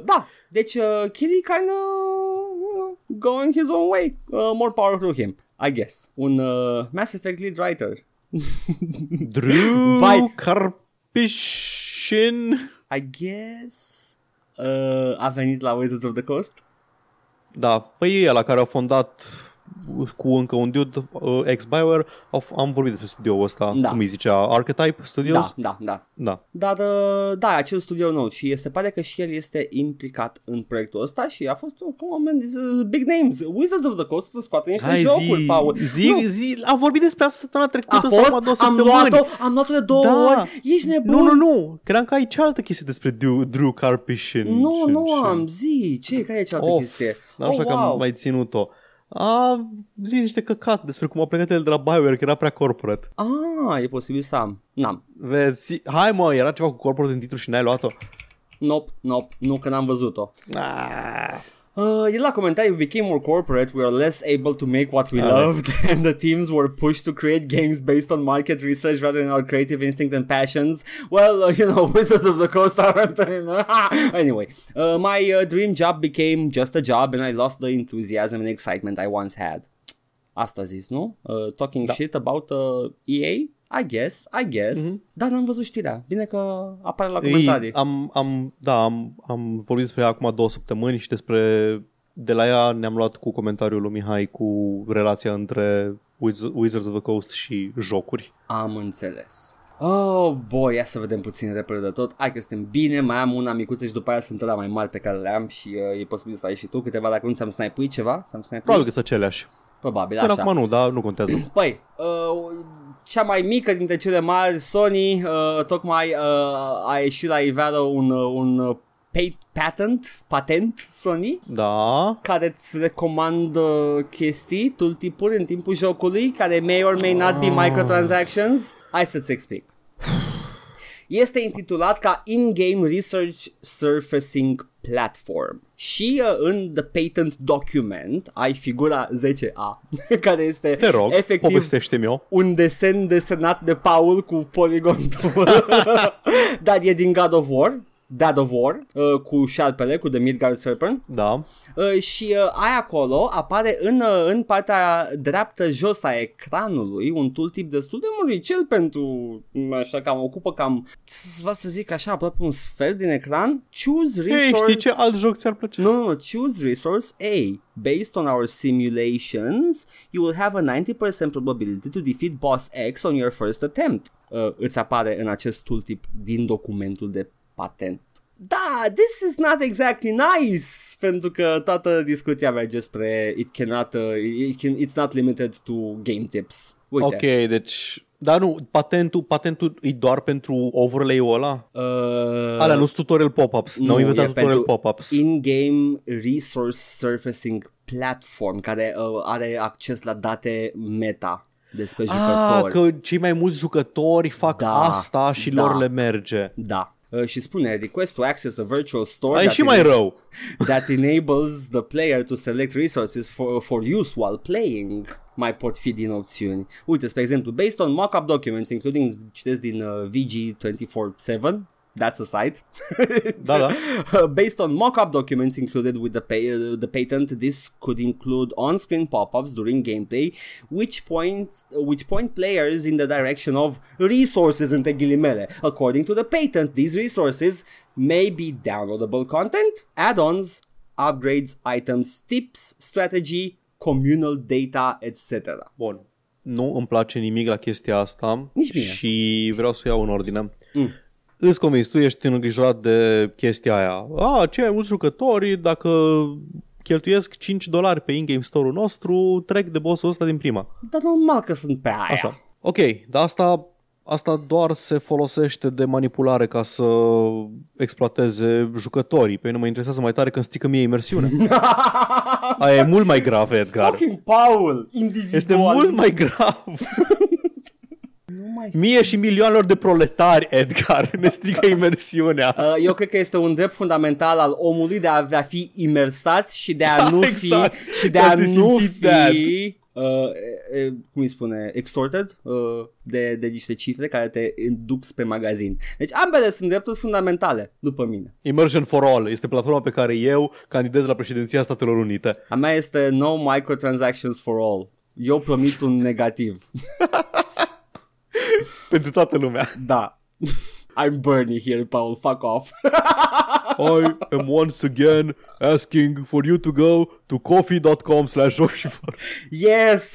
da, deci uh, Chili kind of going his own way. Uh, more power to him, I guess. Un uh, Mass Effect lead writer.
Drew
Vai.
Karpyshyn.
I guess uh, a venit la Wizards of the Coast.
Da, păi e la care au fondat cu încă un dude, uh, ex-Bioware, au f- am vorbit despre studioul ăsta,
Da.
cum îi zicea, Archetype Studios?
Da, da, da.
da.
Dar uh, da, e acel studio nou și se pare că și el este implicat în proiectul ăsta și a fost un moment big names. Wizards of the Coast să scoată niște
Hai,
jocuri,
zi,
Paul.
zi,
Nu.
zi, am vorbit despre asta săptămâna
A
trecută sau acum două
fost, am
săptămâni.
luat-o, am luat-o de două
Da.
ori, ești nebun.
Nu, nu, nu, cream că ai cealaltă chestie despre Drew, Drew Karpyshyn.
Nu,
Shin,
nu
Shin.
am, zi, ce, care e cealaltă
Of,
chestie?
Dar așa
Oh,
că
wow.
am mai ținut-o. A zis niște căcat despre cum a plecat el de la Bioware, că era prea corporate.
Ah, e posibil să am. N-am.
Vezi, hai mă, era ceva cu corporate în titlu și n-ai luat-o.
Nope, nope, nu că n-am văzut-o.
Ah.
Uh, el la comentarii, we became more corporate, we are less able to make what we
Ah.
loved, and the teams were pushed to create games based on market research rather than our creative instincts and passions. Well, uh, you know, Wizards of the Coast aren't. anyway, uh, my uh, dream job became just a job, and I lost the enthusiasm and excitement I once had. Asta zis, nu? Uh, talking
Da.
shit about uh, EA? I guess, I guess.
Mhm.
Dar n-am văzut știrea. Bine că apare la comentarii.
Ei, am, am, da, am, am vorbit despre ea acum două săptămâni și despre... De la ea ne-am luat cu comentariul lui Mihai cu relația între Wiz- Wizards of the Coast și jocuri.
Am înțeles. Oh, boy, ia să vedem puțin repede de tot. Hai că suntem bine, mai am una micuță și după aia sunt la mai mari pe care le am și uh, e posibil să ai și tu câteva dacă nu ți-am snipuit ceva. Ți-am snipuit?
Probabil că sunt aceleași.
Probabil
Până
așa.
acum nu, dar nu contează.
Păi, uh, cea mai mică dintre cele mari, Sony, uh, tocmai uh, a ieșit la iveală un, uh, un uh, pat- patent, patent Sony,
Da,
care îți recomandă chestii, tooltip-uri în timpul jocului, care may or may not
Ah.
be microtransactions. Hai să-ți explic. Este intitulat ca In-Game Research Surfacing Platform și uh, în The Patent Document ai figura 10A, care este
te rog,
efectiv
povestește-mi eu.
un desen desenat de Paul cu poligon tool. Dar e din God of War Dad of War uh, cu șarpele, cu The Midgard Serpent
Da.
uh, și uh, ai acolo apare în, uh, în partea dreaptă jos a ecranului un tooltip destul de muricel pentru m, așa cam ocupă cam s- vă să zic așa aproape un sfert din ecran choose
Ei,
resource
știi ce alt joc ți-ar plăcea?
No, no, no, choose resource A. Based on our simulations, you will have a 90% probability to defeat boss X on your first attempt. Uh, îți apare în acest tooltip din documentul de patent. Da, this is not exactly nice, pentru că toată discuția merge spre it cannot, uh, it can, it's not limited to game tips. Uite,
Ok, deci... Dar nu, patentul, patentul e doar pentru overlay-ul ăla?
uh,
Alea nu sunt tutorial pop-ups.
nu,
Nu, au inventat
e
tutorial
pentru
pop-ups.
in-game resource surfacing platform care uh, are acces la date meta despre
Ah,
jucători.
că cei mai mulți jucători fac
Da,
asta și
da.
lor le merge.
Da. Uh, și spune request to access a virtual store
Ai
that,
și mai rău.
that enables the player to select resources for, for use while playing mai pot fi din opțiuni. Uite, spre exemplu, based on mock-up documents, including, citesc din uh, VG247, that's a site.
Da, da.
Uh, based on mock-up documents included with the, pa- uh, the patent, this could include on-screen pop-ups during gameplay, which points which point players in the direction of resources între ghilimele. According to the patent, these resources may be downloadable content, add-ons, upgrades, items, tips, strategy, communal data, etc.
Bun. Nu îmi place nimic la chestia asta
Nici mie.
și vreau să o iau în ordine.
Mm.
Îți convins, tu ești îngrijorat de chestia aia. A, cei mai mulți jucători, dacă cheltuiesc 5 dolari pe in-game store-ul nostru, trec de bossul ăsta din prima.
Dar normal că sunt pe aia.
Așa. Ok, dar asta, asta doar se folosește de manipulare ca să exploateze jucătorii. Pe mine mă interesează mai tare când strică mie imersiunea. Aia e mult mai grav, Edgar.
Fucking Paul, individual. Oh
Este mult mai grav.
Nu mai
Mie și milioanelor de proletari, Edgar, ne strică imersiunea.
Uh, Eu cred că este un drept fundamental al omului de a, de a fi imersați și de a nu fi
exact.
și de
Că
a
ați
nu
simțit
fi uh, e- e- cum îi spune, extorted uh, de, de niște cifre care te duc spre magazin. Deci ambele sunt drepturi fundamentale, după mine.
Immersion for All este platforma pe care eu candidez la președinția Statelor Unite.
A mea este no microtransactions for all. Eu promit un negativ.
Pentru toată lumea.
Da. I'm Bernie here, Paul. Fuck off.
I am once again asking for you to go to coffee.com slash
Yes!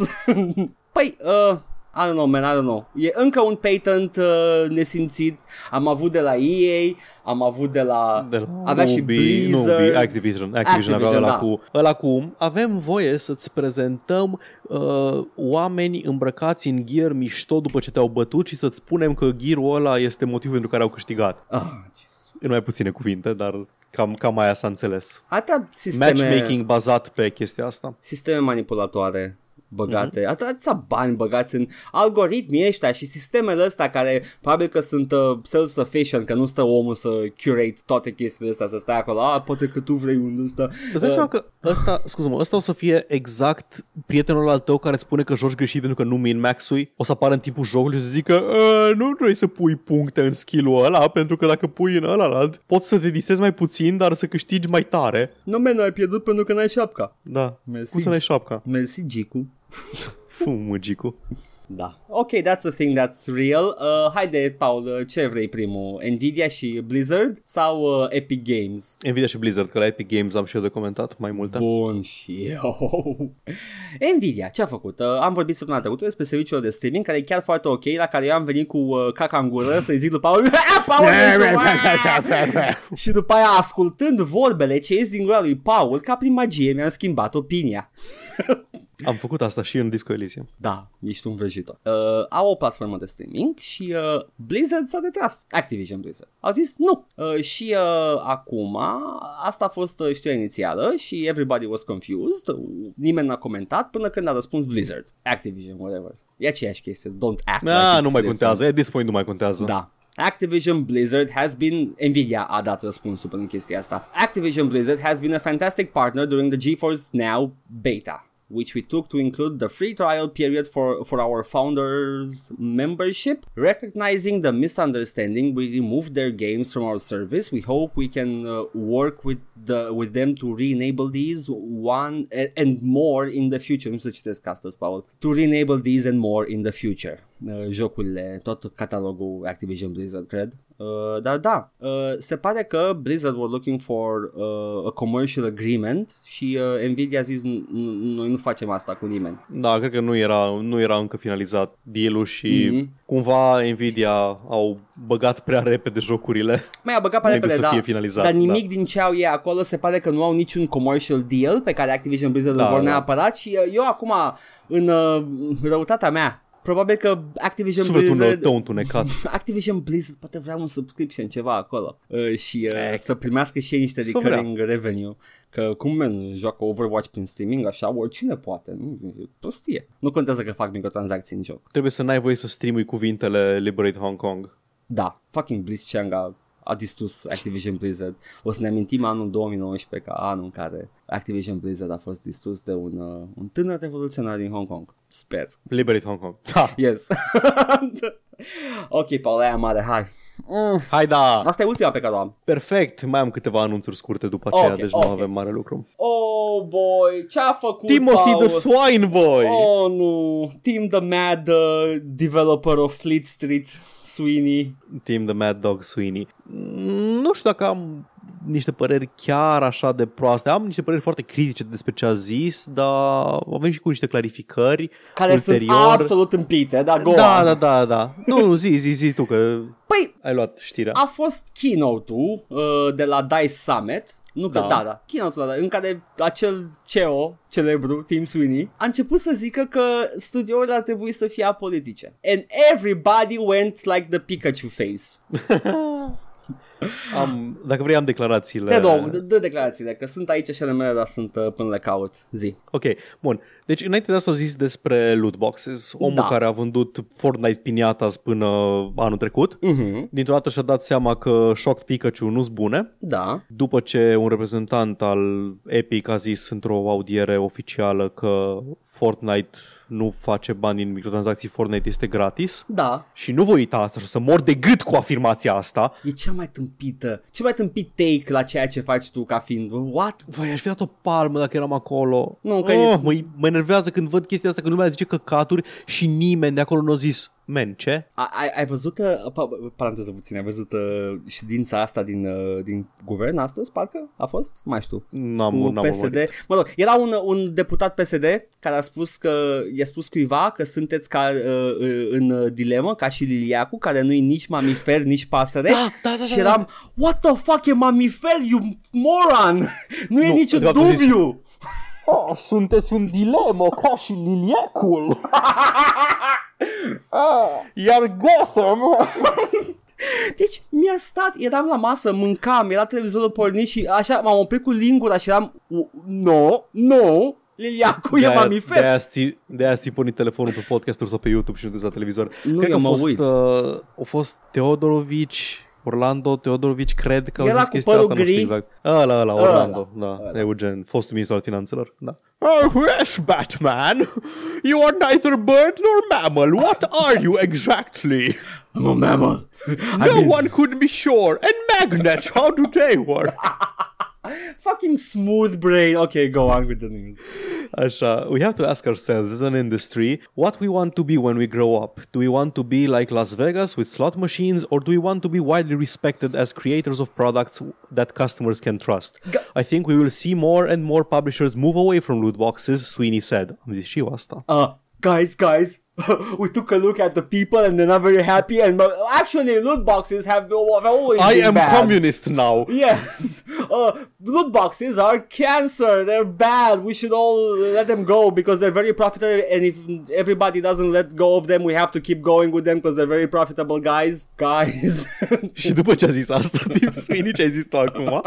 păi, uh, I don't know, man, I don't know. E încă un patent uh, nesimțit. Am avut de la EA, am avut de la...
de la
Avea și
Ubi- nu, Ubi,
Blizzard.
Activision, Activision, avea
Activision,
ăla
da.
cu ăla cu avem voie să-ți prezentăm uh, oameni îmbrăcați în gear mișto după ce te-au bătut și să-ți spunem că gearul ăla este motivul pentru care au câștigat.
Ah, Jesus.
În mai puține cuvinte, dar cam, cam aia s-a înțeles.
Atâtea sisteme,
Matchmaking bazat pe chestia asta.
sisteme manipulatoare
Mhm.
băgate, mm-hmm. atâția bani băgați în algoritmii ăștia și sistemele astea care probabil că sunt uh, self-sufficient, că nu stă omul să curate toate chestiile astea, să stai acolo, a, poate că tu vrei un ăsta. Uh,
Îți dai seama că ăsta, scuză-mă, ăsta o să fie exact prietenul al tău care îți spune că joci greșit pentru că nu min maxui, o să apară în timpul jocului și să zică "E, nu vrei să pui puncte în skill-ul ăla pentru că dacă pui în ălalt poți să te distrezi mai puțin dar să câștigi mai tare.
Nu, man, ai pierdut pentru că n-ai șapca.
Da.
Mersi.
Cum să ne șapca?
Mersi, Gicu.
Fu, măgicu.
Da. Ok, that's a thing that's real. Uh, haide, Paul, uh, ce vrei primul? Nvidia și Blizzard sau uh, Epic Games?
Nvidia și Blizzard, că la Epic Games am și eu de comentat mai multe.
Bun și eu. Nvidia, ce a făcut? Uh, am vorbit săptămâna trecută despre serviciul de streaming care e chiar foarte ok, la care eu am venit cu uh, caca în gură să-i zic lui Paul, "Ah, Paul, ești tu, ah!" și după aia ascultând vorbele ce ies din gura lui Paul, ca prin magie mi-am schimbat opinia.
Am făcut asta și în Disco Elysium.
Da, ești un vrăjitor. Uh, au o platformă de streaming și uh, Blizzard s-a detras. Activision Blizzard. Au zis nu. Uh, și uh, acum, asta a fost uh, știrea inițială și everybody was confused. Uh, Nimeni n-a comentat până când a răspuns Blizzard. Activision, whatever. E aceeași chestie. Don't act like
Da,
it's
nu mai
different.
contează, at this point nu mai contează.
Da. Activision Blizzard has been Nvidia a dat răspunsul pentru chestia asta. Activision Blizzard has been a fantastic partner during the GeForce Now beta. which we took to include the free trial period for, for our founders' membership. Recognizing the misunderstanding, we removed their games from our service. We hope we can uh, work with the with them to re-enable these one a- and more in the future. Nu știu să citesc astăzi, Paul. To re-enable these and more in the future. Uh, jocurile, tot catalogul Activision Blizzard, cred. Uh, dar da, uh, se pare că Blizzard were looking for uh, a commercial agreement și uh, Nvidia a zis "N- n- noi nu facem asta cu nimeni.
Da, cred că nu era, nu era încă finalizat deal-ul și
Mhm.
cumva Nvidia au băgat prea repede jocurile
Mai a băgat pe
înainte
repede,
să
da.
fie finalizat.
Dar nimic din ce au ei acolo se pare că nu au niciun commercial deal pe care Activision Blizzard
Da,
îl vor
da.
neapărat și uh, eu acum, în uh, răutatea mea, probabil că
da.
Activision
Sufletul meu
Blizzard...
tău întunecat.
Activision Blizzard poate vrea un subscription ceva acolo uh, și uh,
E,
să primească și ei niște
să
recurring revenue. Că cum men, joacă Overwatch prin streaming așa, oricine poate, nu, e prostie. Nu contează că fac microtransacții în joc.
Trebuie să n-ai voie să streamui cuvintele Liberate Hong Kong.
Da, fucking Blizzard a, a distrus Activision Blizzard. O să ne amintim anul 2019 ca anul în care Activision Blizzard a fost distrus de un, uh, un tânăr revoluționar din Hong Kong. Sper.
Liberate Hong Kong. Da.
Yes. ok, Paul, aia mare, hai. Mm.
Hai da.
Asta e ultima pe care o am.
Perfect. Mai am câteva anunțuri scurte după aceea,
Ok,
okay, deci okay.
ok.
nu avem mare lucru.
Oh boy, ce-a făcut
Timothy
Paul?
the Swine Boy.
Oh nu, Tim the Mad uh, Developer of Fleet Street Sweeney
Tim the Mad Dog Sweeney. Mm, Nu știu dacă am niște păreri chiar așa de proaste. Am niște păreri foarte critice despre ce a zis, dar avem și cu niște clarificări.
Care sunt
Ulterior-
absolut împite, dar go
da,
on.
da, da, da. Nu, nu, zi, zi, zi tu că
Păi,
ai luat știrea.
a fost keynote-ul uh, de la DICE Summit nu că da,
Da.
da, da keynote-ul ăla, în care acel CEO celebru, Tim Sweeney, a început să zică că studiourile ar trebui să fie apolitice. And everybody went like the Pikachu face.
Am, dacă vrei am declarațiile.
Ah! Te dau, dă- dă declarațiile, că sunt aici și ale mele, dar sunt uh, până le caut. Zi.
Ok, bun. Deci înainte de asta au zis despre loot boxes, omul
Da.
care a vândut Fortnite piniatas până anul trecut.
Mhm,
Dintr-o dată și-a dat seama că Shock Pikachu nu-s bune.
da.
După ce un reprezentant al Epic a zis într-o audiere oficială că Fortnite nu face bani din microtransacții, Fortnite este gratis.
Da,
Și nu voi uita asta și o să mor de gât cu afirmația asta.
e cea mai tâmpită, cel mai tâmpit take la ceea ce faci tu ca fiind What?
Vai, aș fi dat o palmă dacă eram acolo.
Nu, că e-
oh, mă, mă enervează când văd chestia asta, că lumea zice căcaturi și nimeni de acolo nu a zis, men, ce?
A- Ai, ai văzut, uh, pa, paranteză puțin, ai văzut uh, ședința asta din, uh, din guvern astăzi, parcă a fost? Mai știu.
N-am,
cu
n-am
PSD.
urmărit.
Mă rog, era un, un deputat PSD care a spus că i-a spus cuiva că sunteți ca, uh, uh, în uh, dilemă ca și Liliacu, care nu-i nici mamifer, nici pasăre.
Da, da, da,
și
da, da.
eram, what the fuck e mamifer, you moron? Nu, e
Nu,
niciun
de fapt a zis-
dubiu.
Oh, sunteți în dilemă ca și Liliacul. Iar Gotham
Deci mi-a stat, eram la masă, mâncam, era televizorul pornit și așa m-am oprit cu lingura și eram, "U- no, no, Liliacu Păi, e
De-aia-
mamifer.
De-aia, ți, de-aia ți porni telefonul pe podcasturi sau pe YouTube și nu te uiți la televizor.
Nu,
cred
eu
că
mă
a fost,
uit.
Uh, a fost Teodorovici, Orlando Teodorovici, cred că au
Era
zis
cu
chestia
părul
asta, nu știu
gri?
exact. Ăla, ăla,
Ăla,
Orlando, da,
ăla.
Eugen, fostul ministru al finanțelor, da. Oh, yes, Batman! You are neither bird nor mammal. What are you exactly?
I'm a mammal.
No one could be sure. And magnets, how do they work?
Fucking smooth brain. Okay, go on with the news.
Așa, we have to ask ourselves as an industry what we want to be when we grow up. Do we want to be like Las Vegas with slot machines or do we want to be widely respected as creators of products that customers can trust? I think we will see more and more publishers move away from loot boxes, Sweeney said. Am zis și eu asta.
Uh, guys, guys, we took a look at the people and they're not very happy. And but actually, loot boxes have, have always
I
been
am
bad.
communist now.
Yes, uh, loot boxes are cancer. They're bad. We should all let them go because they're very profitable. And if everybody doesn't let go of them, we have to keep going with them because they're very profitable, guys. Guys.
Și după ce a zis asta, Tim Sweeney, ce ai zis tu acum?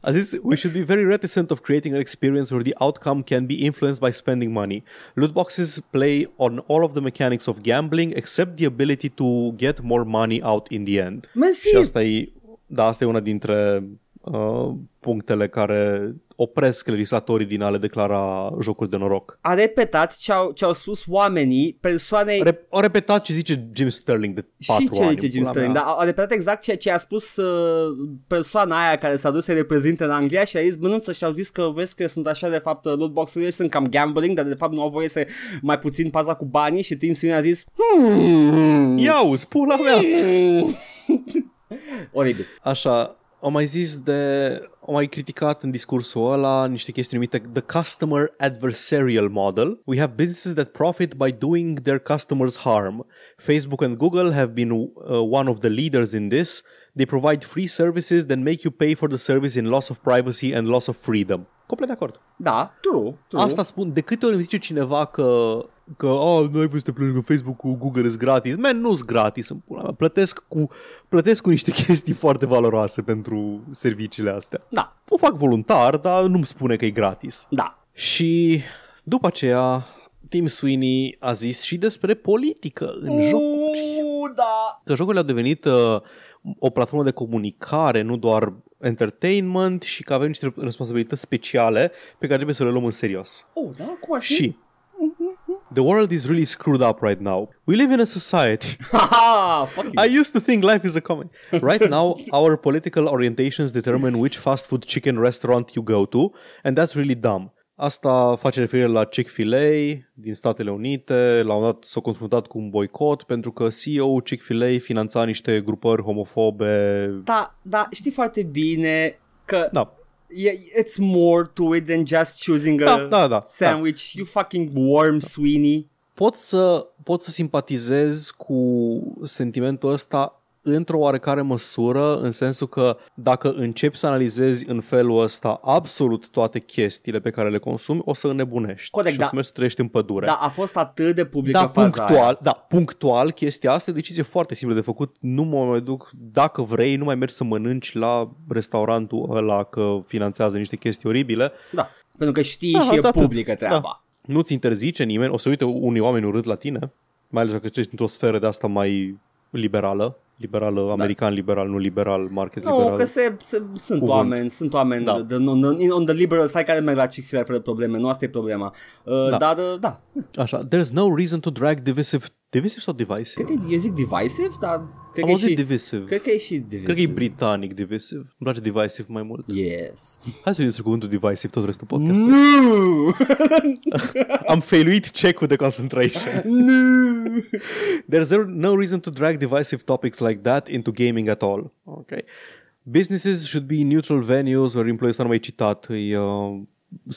A zis, we should be very reticent of creating an experience where the outcome can be influenced by spending money. Loot boxes play on all of the mechanics of gambling, except the ability to get more money out in the end.
Mersi.
Și asta e, da, asta e una dintre uh, punctele care opresc legislatorii din a le declara jocuri de noroc.
A repetat ce au, ce au spus oamenii, persoanei...
Re- a repetat ce zice Jim Sterling de 4
și ce
ani.
zice Jim
pula
Sterling,
mea.
dar a a repetat exact ceea ce a spus uh, persoana aia care s-a dus să reprezinte în Anglia și a zis mănunță și au zis că vezi că sunt așa de fapt uh, lootbox-urile sunt cam gambling, dar de fapt nu au voie să mai puțin paza cu banii și Tim Sweeney a zis hmm,
Ia uzi, pula mea!
hmm. Oribil.
Așa, au mai zis de... Au mai criticat în discursul ăla niște chestii numite The Customer Adversarial Model. We have businesses that profit by doing their customers harm. Facebook and Google have been uh, one of the leaders in this. They provide free services that make you pay for the service in loss of privacy and loss of freedom. Complet de acord.
Da, true, true.
Asta spun, de câte ori îmi zice cineva că că oh, nu ai voie să te plângi că Facebook cu Google sunt gratis. Man, nu sunt gratis, în pula mea. Plătesc cu, plătesc cu niște chestii foarte valoroase pentru serviciile astea.
Da,
O fac voluntar, dar nu-mi spune că e gratis.
da.
Și după aceea, Tim Sweeney a zis și despre politică în
Oh.
jocuri
Uuu, da.
că jocurile au devenit uh, o platformă de comunicare, nu doar entertainment și că avem niște responsabilități speciale pe care trebuie să le luăm în serios.
Oh, da, cum ar fi?
Și The world is really screwed up right now. We live in a society.
Haha, fuck you.
I used to think life is a comedy. Right now, our political orientations determine which fast food chicken restaurant you go to, and that's really dumb. Asta face referire la Chick-fil-A din Statele Unite, la un dat s-au confruntat cu un boicot pentru că CEO Chick-fil-A finanța niște grupări homofobe.
Da, da, știi foarte bine că
Da,
yeah, it's more to it than just choosing a
da, da, da. da.
sandwich. Ah, You fucking worm, Sweeney.
pot să, pot să simpatizez cu sentimentul ăsta într-o oarecare măsură, în sensul că dacă începi să analizezi în felul ăsta absolut toate chestiile pe care le consumi, o să înnebunești
Corect,
și
da.
o să mergi să trăiești în pădure.
Da, a fost atât de publică
Da,
faza aia.
punctual, da, punctual chestia asta e o decizie foarte simplă de făcut. Nu mă mai duc, dacă vrei, nu mai mergi să mănânci la restaurantul ăla că finanțează niște chestii oribile.
Da, pentru că știi
Da,
și e
atât.
publică
Da.
treaba.
nu-ți interzice nimeni, o să uite unii oameni urât la tine, mai ales dacă ești într-o sferă de asta mai liberală, liberală, american liberal, nu liberal, market
Da. Nu,
liberal.
că se, se, sunt
Cuvânt.
oameni, sunt oameni
Da.
da. de, on, the, on the liberal side care merg la Chick-fil-A fără probleme, nu asta e problema. Uh, da.
Da.
Dar, uh, da,
Așa, there's no reason to drag divisive, divisive sau
cred
divisive?
că e, eu zic divisive, dar cred
Am
că, e
auzit
și,
divisive.
cred că e și divisive.
Cred că e britanic divisive. Îmi place divisive mai mult.
Yes.
Hai să vedem despre cuvântul divisive tot restul podcastului.
Nu!
Am failuit check-ul de concentration.
nu!
There's er- no reason to drag divisive topics like that into gaming at all. Okay. Businesses should be neutral venues where employees are mai citat, e uh,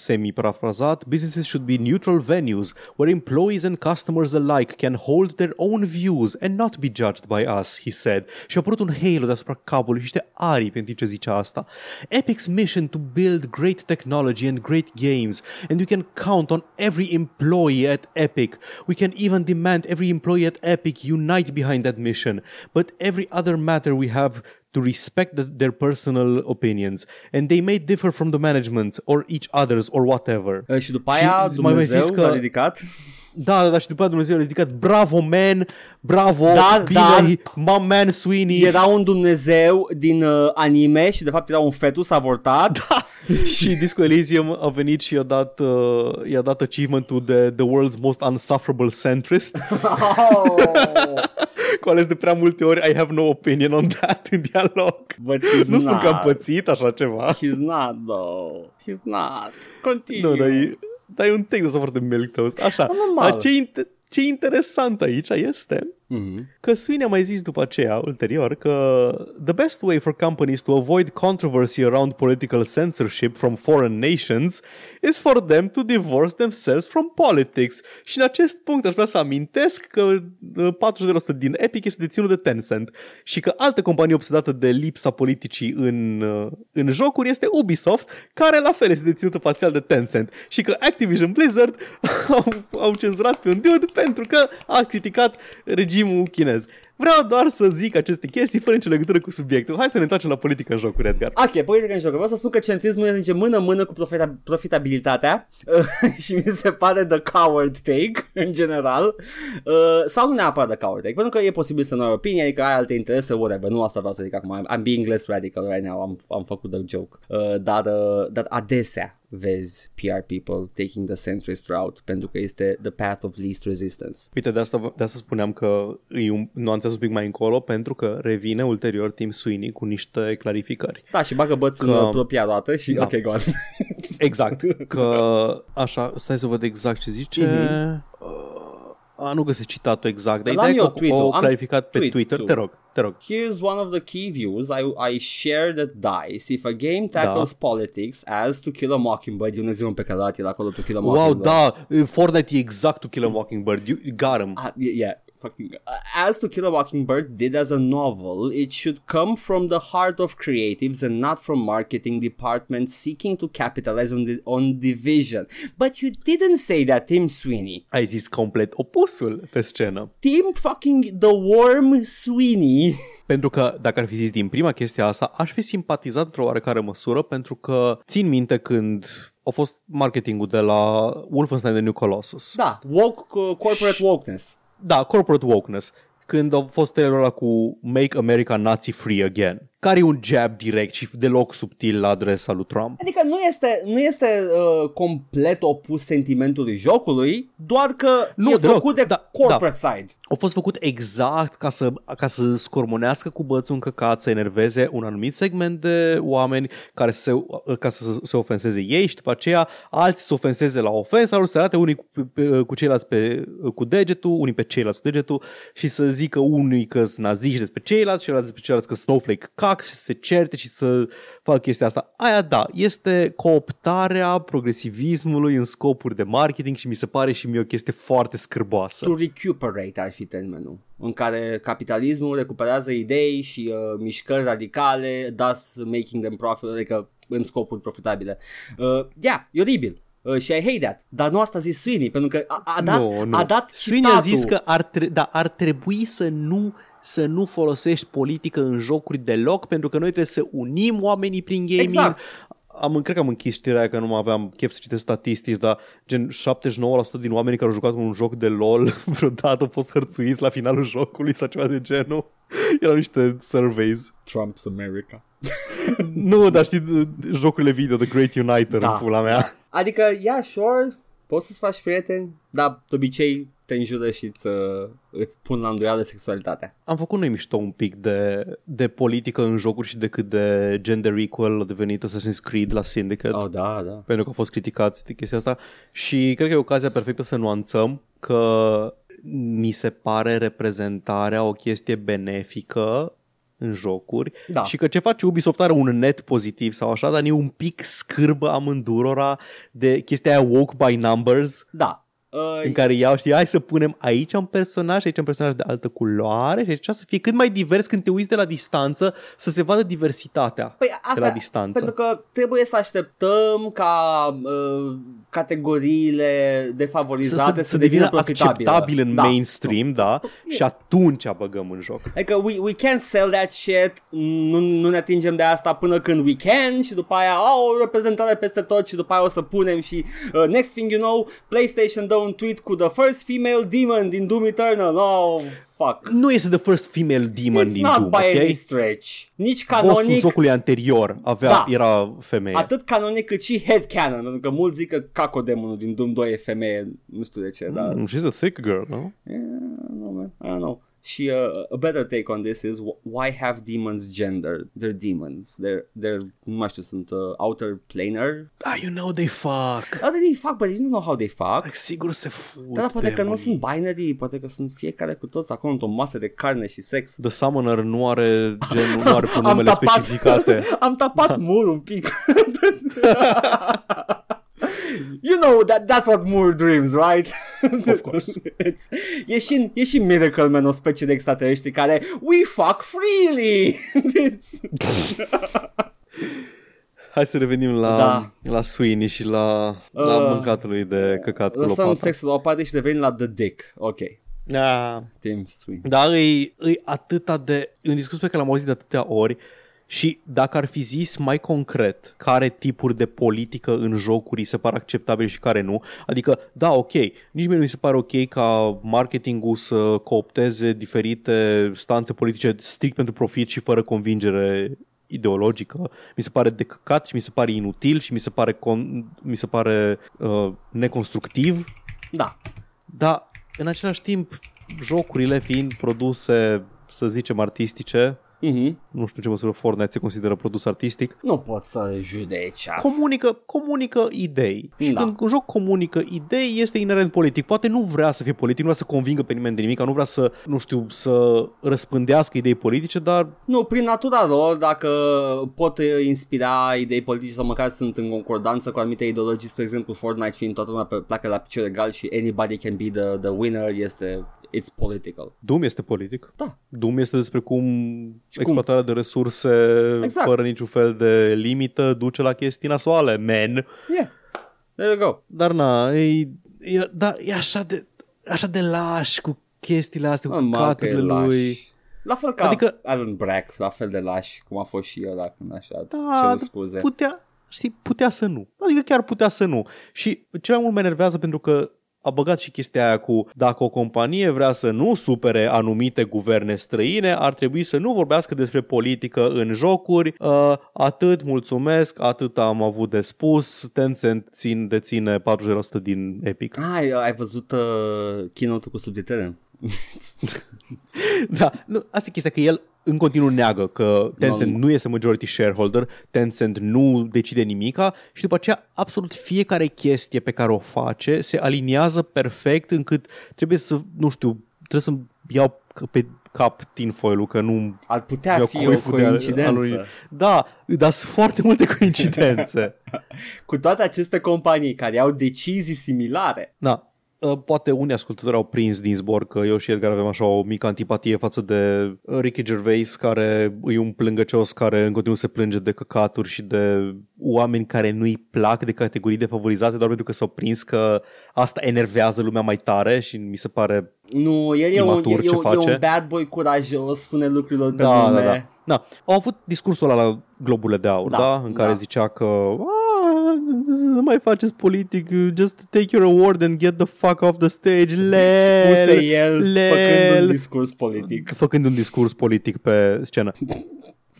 semi-parafrazat. Businesses should be neutral venues where employees and customers alike can hold their own views and not be judged by us, he said. Și a apărut un halo deasupra capului și niște aripi în timp ce zicea asta. Epic's mission to build great technology and great games, and you can count on every employee at Epic. We can even demand every employee at Epic unite behind that mission. But every other matter we have to respect the, their personal opinions, and they may differ from the managements or each others or whatever.
Uh, Și după aia
Și mai mi-a zis
Dumnezeu
că-
l-a ridicat.
Da, da, da, și după aceea Dumnezeu a ridicat, bravo man, bravo,
Dar,
bine,
dar- e
my man Sweeney.
Era un Dumnezeu din uh, anime și de fapt era un fetus avortat. Da.
și Disco Elysium a venit și i-a dat, uh, i-a dat achievement-ul de The World's Most Unsufferable Centrist,
Oh.
cu ales de prea multe ori I have no opinion on that în dialog.
But he's
Nu spun
not.
că am pățit așa ceva.
He's not, though. He's not. Continue.
Nu, dar e, dar e un text ăsta foarte milk toast. Așa,
normal.
dar ce, in- ce interesant aici este
Mhm.
că Sweeney a mai zis după aceea, ulterior, că the best way for companies to avoid controversy around political censorship from foreign nations is for them to divorce themselves from politics. Și în acest punct aș vrea să amintesc că uh, 40% din Epic este deținut de Tencent și că altă companie obsedată de lipsa politicii în, uh, în jocuri este Ubisoft, care la fel este deținută parțial de Tencent și că Activision Blizzard au, au cenzurat pe un dude pentru că a criticat regimul chinez. Vreau doar să zic aceste chestii fără nicio legătură cu subiectul. Hai să ne întoarcem la politică în jocuri, Edgar.
Ok, politică în joc. Vreau să spun că centrismul este mână-mână cu profita- profitabilitatea și mi se pare the coward take în general. Uh, sau neapărat the coward take, pentru că e posibil să nu ai opinie, adică ai alte interese, whatever. Nu asta vreau să zic acum. I'm, I'm being less radical right now. Am, am făcut the joke. Uh, dar, uh, dar adesea vezi PR people taking the centrist route pentru că este the path of least resistance.
Uite, de asta, de asta spuneam că îi um- nuanțez un pic mai încolo pentru că revine ulterior Tim Sweeney cu niște clarificări.
Da, și bagă bățul
Că-
în propria roată și...
Da.
Ok, go on.
Exact. Că, așa, stai să văd exact ce zice.
Mhm.
Uh, A, nu găsesc citatul exact, dar
Îl am
ideea e
eu
că
tweet-ul.
o
Am
clarificat pe
tweet-ul.
Twitter. Te rog, te rog.
Here's one of the key views I, I share that dies if a game tackles politics as To Kill a Mockingbird, e un exemplu pe care l-a dat el acolo To Kill a
Wow,
Mockingbird.
da, Fortnite e exact To Kill a Mockingbird, you, got him.
Ah, y- yeah, fucking. As To Kill a Mockingbird did as a novel, it should come from the heart of creatives and not from marketing departments seeking to capitalize on, the, on division. But you didn't say that, Tim Sweeney.
Ai zis complet opusul pe scenă.
Tim fucking The Worm Sweeney.
Pentru că, dacă ar fi zis din prima chestia asta, aș fi simpatizat într-o oarecare măsură, pentru că țin minte când a fost marketingul de la Wolfenstein The New Colossus.
Da, woke, uh, corporate wokeness.
Da, corporate wokeness. Când a fost trailerul ăla cu Make America Nazi Free Again, care e un jab direct și deloc subtil la adresa lui Trump.
Adică nu este, nu este uh, complet opus sentimentului jocului, doar că
Nu,
e
deloc,
făcut de
da,
corporate side.
A fost făcut exact ca să, ca să scormonească cu bățul în căcat, să enerveze un anumit segment de oameni care se, ca să se ofenseze ei și după aceea alții se ofenseze la ofensa lor, să arate unii cu, pe, cu ceilalți pe, cu degetul, unii pe ceilalți cu degetul și să zică unii că sunt naziști despre ceilalți, ceilalți despre ceilalți că snowflake cac și să se certe și să fac chestia asta. Aia da, este cooptarea progresivismului în scopuri de marketing și mi se pare și mie o chestie foarte scârboasă.
To recuperate ar fi termenul, în care capitalismul recuperează idei și uh, mișcări radicale, thus making them profit, adică în scopuri profitabile. Uh, yeah, e oribil. Uh, și I hate that. Dar nu asta a zis Sweeney, pentru că a, a dat,
nu, nu.
a dat
Sweeney a zis
citatul.
că ar, tre- da, ar trebui să nu să nu folosești politică în jocuri deloc, pentru că noi trebuie să unim oamenii prin gaming.
Exact.
Am, cred că am închis știrea aia că nu mai aveam chef să citesc statistici, dar gen 79% din oamenii care au jucat un joc de LOL vreodată au fost hărțuiți la finalul jocului sau ceva de genul. Erau niște surveys.
Trump's America.
nu, dar știi jocurile video, The Great Uniter,
Da.
în pula mea.
Adică, yeah, sure, poți să-ți faci prieteni, dar de obicei te înjură și îți, uh, îți pun la îndoială sexualitatea.
Am făcut noi mișto un pic de, de politică în jocuri și de cât de gender equal a devenit Assassin's Creed la Syndicate,
Oh, da, da.
pentru că au fost criticați de chestia asta și cred că e ocazia perfectă să nuanțăm că mi se pare reprezentarea o chestie benefică în jocuri
Da.
și că ce face Ubisoft are un net pozitiv sau așa, dar ne un pic scârbă amândurora de chestia aia woke by numbers
Da. Uh,
în care iau, știi, hai să punem aici un personaj, aici un personaj de altă culoare și aici să fie cât mai divers când te uiți de la distanță, să se vadă diversitatea
Păi
de
asta,
la distanță.
pentru că trebuie să așteptăm ca uh, categoriile
să, să,
defavorizate să,
să, devină
profitabile.
acceptabil în
da.
da. mainstream, da, și atunci băgăm în joc.
Adică we, we can't sell that shit, nu, nu ne atingem de asta până când we can și după aia au o reprezentare peste tot și după aia o să punem și uh, next thing you know, PlayStation dă un tweet cu the first female demon din Doom Eternal. Oh, fuck.
Nu este the first female demon
It's
din
not
Doom,
by any
ok?
stretch. Nici
Bossul
canonic,
jocului anterior avea,
Da.
era femeie.
atât canonic cât și headcanon, pentru că mulți zic că cacodemonul din Doom 2 e femeie, nu știu de ce, dar...
Mm, she's a thick girl, no?
Yeah, I don't know, man. Eh, I don't know. She, uh, a better take on this is wh- why have demons gender? They're demons. They're they're nu mai știu, sunt uh, outer planar.
Da, you know they fuck.
How do they fuck? But you don't know how they fuck.
Sigur se fut.
Da, dar poate că nu
demonii.
sunt binary, poate că sunt fiecare cu toți acolo într-o masă de carne și sex.
The Summoner nu are genul, nu are pronumele specificate.
am tapat Moore un pic. you know that that's what Moore dreams, right?
Of course.
It's- e, și, în- e și în Miracle Man o specie de extraterestri care We fuck freely! It's-
Hai să revenim la,
Da.
la Sweeney și la, la
Uh,
mâncatului de căcat cu
Lăsăm
lopata.
sexul la o parte și revenim la The Dick. Ok.
Da.
Tim Sweeney.
Dar e, e atâta de... În discurs pe care l-am auzit de atâtea ori și dacă ar fi zis mai concret care tipuri de politică în jocuri îi se par acceptabile și care nu, adică, da, ok, nici mie nu mi se pare ok ca marketingul să coopteze diferite stanțe politice strict pentru profit și fără convingere ideologică, mi se pare de căcat și mi se pare inutil și mi se pare, con- mi se pare uh, neconstructiv,
Da.
dar în același timp jocurile fiind produse, să zicem, artistice,
Mhm.
nu știu ce măsură Fortnite se consideră produs artistic,
Nu pot să judeci asta.
comunică, comunică idei. Și
Da.
când un joc comunică idei, este inerent politic. Poate nu vrea să fie politic, nu vrea să convingă pe nimeni de nimic, nu vrea să, nu știu, să răspândească idei politice, dar
Nu, prin natura lor, dacă pot eh, inspira idei politice sau măcar sunt în concordanță cu anumite ideologii, spre exemplu Fortnite fiind toată lumea pe placă la picior egal și anybody can be the, the winner este it's political.
Doom este politic.
Da.
Doom este despre cum
Și cum?
exploatarea de resurse
Exact.
fără niciun fel de limită duce la chestii nasoale, man.
Yeah. There you go.
Dar na, e, e, da, e așa de, așa de laș cu chestiile astea, cu
Mamă, că e
caturile
laș.
lui.
La fel ca adică...
Adică-
Alan Brack, la fel de laș, cum a fost și el când așa
Da,
da,
dar
scuze.
Putea, știi, putea să nu. Adică chiar putea să nu. Și cel mai mult mă enervează pentru că a băgat și chestia aia cu dacă o companie vrea să nu supere anumite guverne străine, ar trebui să nu vorbească despre politică în jocuri. Uh, atât, mulțumesc, atât am avut de spus. Tencent țin, deține 40% din Epic.
Ai, ai văzut uh, keynote cu subtitrele?
Da, nu, asta e chestia, că el în continuu neagă că Tencent
Nu.
nu este majority shareholder, Tencent nu decide nimica și după aceea absolut fiecare chestie pe care o face se aliniază perfect încât trebuie să, nu știu, trebuie să iau pe cap tinfoil că nu...
Ar putea
Eu
fi Da, o
cuiful de al- al lui-
coincidență.
Da, dar sunt foarte multe coincidențe.
Cu toate aceste companii care au decizii similare.
Da. Uh, Poate unii ascultători au prins din zbor că eu și Edgar avem așa o mică antipatie față de uh, Ricky Gervais, care e un plângăcios care în continuu se plânge de căcaturi și de oameni care nu-i plac de categorii defavorizate doar pentru că s-au prins că asta enervează lumea mai tare și mi se pare...
Nu, el e un,
Imatur
e,
ce
e, un, e
face.
un bad boy curajos, spune lucrurilor pe
Da,
nume.
da, da. Da, au avut discursul ăla la Globule de Aur,
Da,
da, da? în care
da.
zicea că "Ah, nu mai faceți politic, just take your award and get the fuck off the stage, lel.
Spuse el făcând un
lel.
discurs politic.
făcând un discurs politic pe scenă.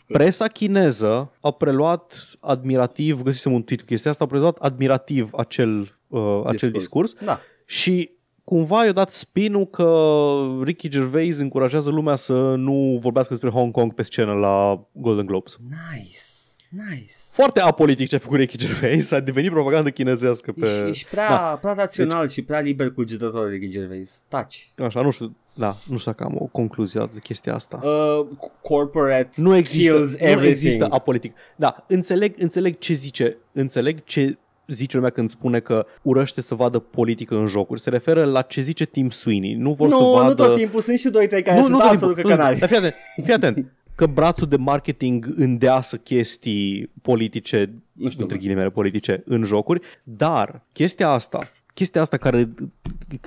Presa chineză a preluat admirativ, găsisem un tweet cu chestia asta, a preluat admirativ acel, uh, acel discurs
Da.
și cumva i-a dat spinul că Ricky Gervais încurajează lumea să nu vorbească despre Hong Kong pe scenă la Golden Globes.
Nice, nice.
Foarte apolitic ce a făcut Ricky Gervais, a devenit propagandă chinezească pe...
Ești, ești prea,
Da.
prea rațional și prea liber cugetător, Ricky Gervais. Taci.
Așa, nu știu, da, nu știu dacă am o concluzie la chestia asta.
Uh, corporate.
Nu există,
Kills
nu
everything.
există apolitic. Da, înțeleg, înțeleg ce zice, înțeleg ce zice lumea când spune că urăște să vadă politică în jocuri. Se referă la ce zice Tim Sweeney. Nu vor să
nu,
vadă...
nu tot timpul, sunt și 2-3 care sunt
tot
absolut
timpul.
căcanari.
Dar fii atent, fii atent. Că brațul de marketing îndeasă chestii politice,
Nu știu,
între
mă.
ghilimele politice, în jocuri, dar chestia asta, chestia asta care e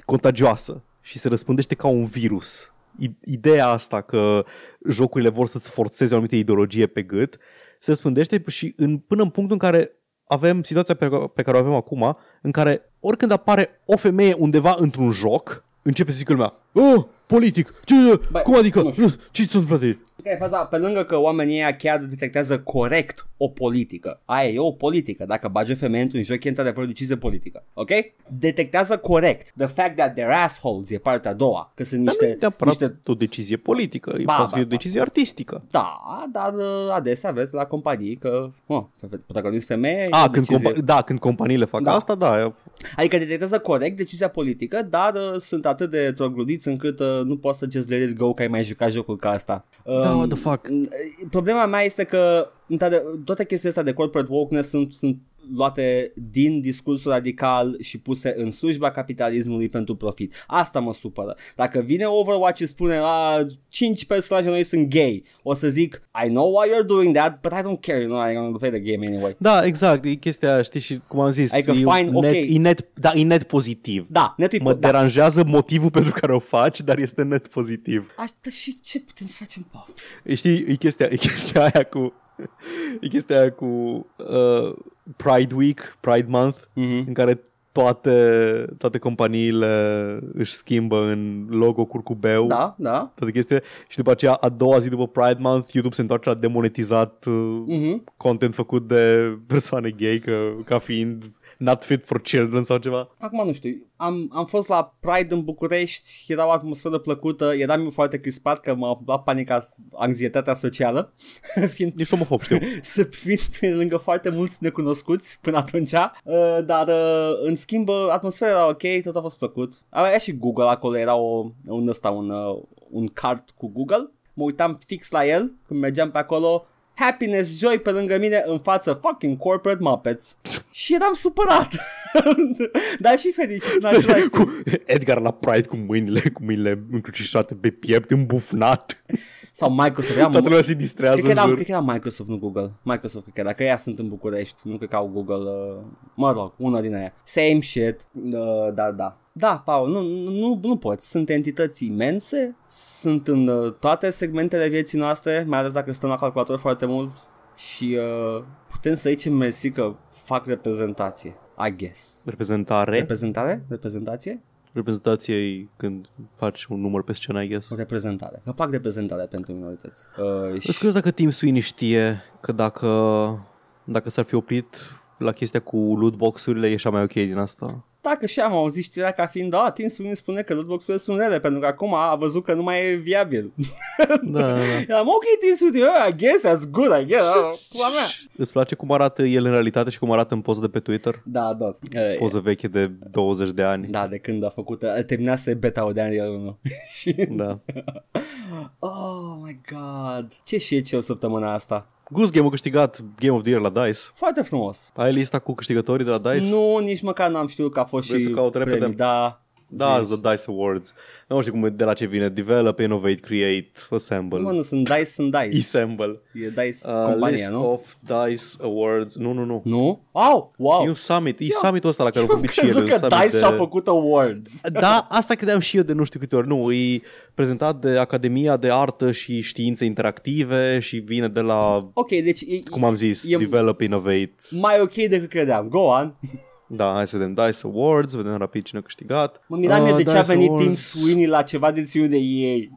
contagioasă și se răspândește ca un virus, i- ideea asta că jocurile vor să-ți forțeze o anumită ideologie pe gât, se răspândește și în, până în punctul în care avem situația pe, ca- pe care o avem acum, în care oricând apare o femeie undeva într-un joc, începe să zică lumea, oh, politic, ce,
Bă,
cum adică,
nu
Nu, ce ți-o plătit?
Care e faza? Pe lângă că oamenii ăia chiar detectează corect o politică. Aia e o politică. Dacă bagi o femeie într-un joc, e într-adevăr o decizie politică. Ok? Detectează corect. The fact that they're assholes e partea a doua. Că sunt
Niște,
niște...
nu e neapărat niște... o decizie politică, e
Ba,
poate să fie
ba,
o decizie artistică.
Da, dar uh, adesea vezi la companii că oh, protagonist femeie e o
A, când
decizie.
compa- da, când companiile fac
Da.
asta, da, e-
Adică detectează corect decizia politică, dar uh, sunt atât de trogludiți încât uh, nu poți să just let it go că ai mai jucat jocul ca asta.
da,
Um,
what the fuck.
Problema mea este că într-ade- toate chestiile astea de corporate wokeness sunt, sunt luate din discursul radical și puse în slujba capitalismului pentru profit. Asta mă supără. Dacă vine Overwatch și spune a, 5 personaje noi sunt gay, o să zic I know why you're doing that, but I don't care, you know, I'm gonna play the game anyway.
Da, exact, e chestia, știi, și cum am zis,
Adică
e un
fine, ok.
net, e net, da, e net pozitiv.
Da, netul
Mă
e da.
deranjează motivul pentru care o faci, dar este net pozitiv.
Asta și ce putem să facem, Paul?
Știi, e chestia, e chestia aia cu... E chestia aia cu uh, Pride Week, Pride Month,
Mm-hmm.
în care toate, toate companiile își schimbă în logo curcubeu.
Da, da.
toate chestiile și după aceea a doua zi după Pride Month YouTube se întoarce la demonetizat uh,
Mm-hmm.
content făcut de persoane gay că, ca fiind not fit for children sau ceva.
Acum nu știu, am, am fost la Pride în București, era o atmosferă plăcută, eram eu foarte crispat că m-a luat panica, anxietatea socială, fiind
Ești omofob, știu.
să fiind pe lângă foarte mulți necunoscuți până atunci, uh, dar uh, în schimb uh, atmosfera era ok, tot a fost plăcut. Avea și Google acolo, era o, un ăsta, un, uh, un card cu Google, mă uitam fix la el când mergeam pe acolo, Happiness Joy pe lângă mine în față fucking corporate Muppets și eram supărat, dar și fericit în același timp.
cu Edgar la Pride cu mâinile, cu mâinile încrucișate pe piept, îmbufnat.
Sau Microsoft,
Toată
eram
lumea se
Cred
distrează
că,
în
era,
jur.
cred că era Microsoft, nu Google. Microsoft, cred că era. Că ea sunt în București, nu cred că au Google. Uh, mă rog, una din aia. Same shit. Uh, da, da. Da, Paul, nu, nu- nu, nu poți. Sunt entități imense, sunt în uh, toate segmentele vieții noastre, mai ales dacă stăm la calculator foarte mult și uh, putem să zicem mersi că fac reprezentație, I guess.
Reprezentare.
Reprezentare? Reprezentație?
Reprezentație e când faci un număr pe scenă, I guess.
O reprezentare. Că fac reprezentare pentru minorități. Uh,
Îți
și...
curios dacă Tim Sweeney știe că dacă, dacă s-ar fi oprit la chestia cu lootbox-urile ieșea mai ok din asta.
Dacă și am auzit știrea ca fiind, da, Tim Sweeney spune că lootbox-urile sunt rele, pentru că acum a văzut că nu mai e viabil.
Da.
Am ok, Tim Sweeney, oh, I guess that's good, I guess, oh, pula mea.
Îți place cum arată el în realitate și cum arată în poză de pe Twitter?
Da, da. Eh,
Poză veche de 20 de ani.
Da, de când a făcut, a terminase beta-ul de Unreal 1. și,
Da.
oh my god, ce și ce o săptămâna asta.
Goose Game a câștigat Game of the Year la DICE.
Foarte frumos.
Ai lista cu câștigătorii de la DICE?
Nu, nici măcar n-am știut că a fost
Vrei
și
să caut repede?
premii, da.
Da,
Zici.
sunt the DICE Awards. Nu știu cum e, de la ce vine. Develop, Innovate, Create,
Mă,
Assemble.
nu, sunt DICE, sunt DICE.
Assemble.
E DICE
Uh, list
compania, nu?
of DICE Awards. Nu, nu, nu.
Nu? Au, wow.
E un summit, e summitul ăsta la care au vorbit și el.
crezut
e un
că
summit
DICE
de-
și-a făcut awards.
Da, asta credeam și eu de nu știu câte ori. Nu, e prezentat de Academia de Artă și Științe Interactive și vine de la,
Ok, deci e,
cum am zis,
E-
Develop Innovate.
mai ok decât credeam. Go on.
Da, hai să vedem DICE Awards, vedem rapid cine a câștigat.
Mă miram eu
Ah,
de ce a
DICE
venit
Awards.
Tim Sweeney la ceva de ținut de ei.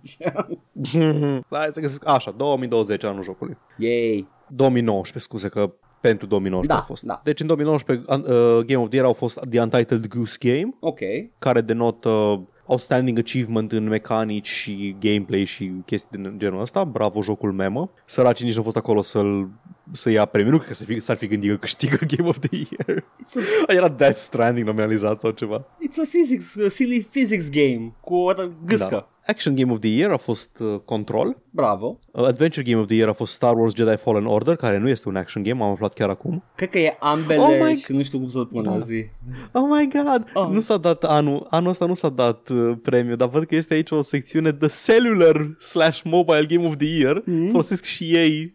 Hai să găsesc, așa, 2020 anul jocului.
Yay.
2019, scuze că pentru 2019
Da,
a fost.
da.
Deci în 2019 an- uh, Game of the Year au fost The Untitled Goose Game,
Ok.
care denotă uh, outstanding achievement în mecanici și gameplay și chestii din genul ăsta. Bravo, jocul memă. Săracii nici nu au fost acolo să-l să ia premiul, nu cred că s-ar fi, s-ar fi gândit că câștigă Game of the Year.
It's a,
Era Death Stranding nominalizat sau ceva.
it's a physics, a silly physics game cu o ră- gâscă.
Da. Action Game of the Year a fost uh, Control.
Bravo.
Uh, Adventure Game of the Year a fost Star Wars Jedi Fallen Order, care nu este un action game, am aflat chiar acum.
Cred că e ambele
Oh my-
și nu știu cum să-l pun
Da.
da. zi.
Oh my god!
Oh.
Nu s-a dat anul, anul ăsta nu s-a dat uh, premiu, dar văd că este aici o secțiune de Cellular slash Mobile Game of the Year.
Mm.
Folosesc și ei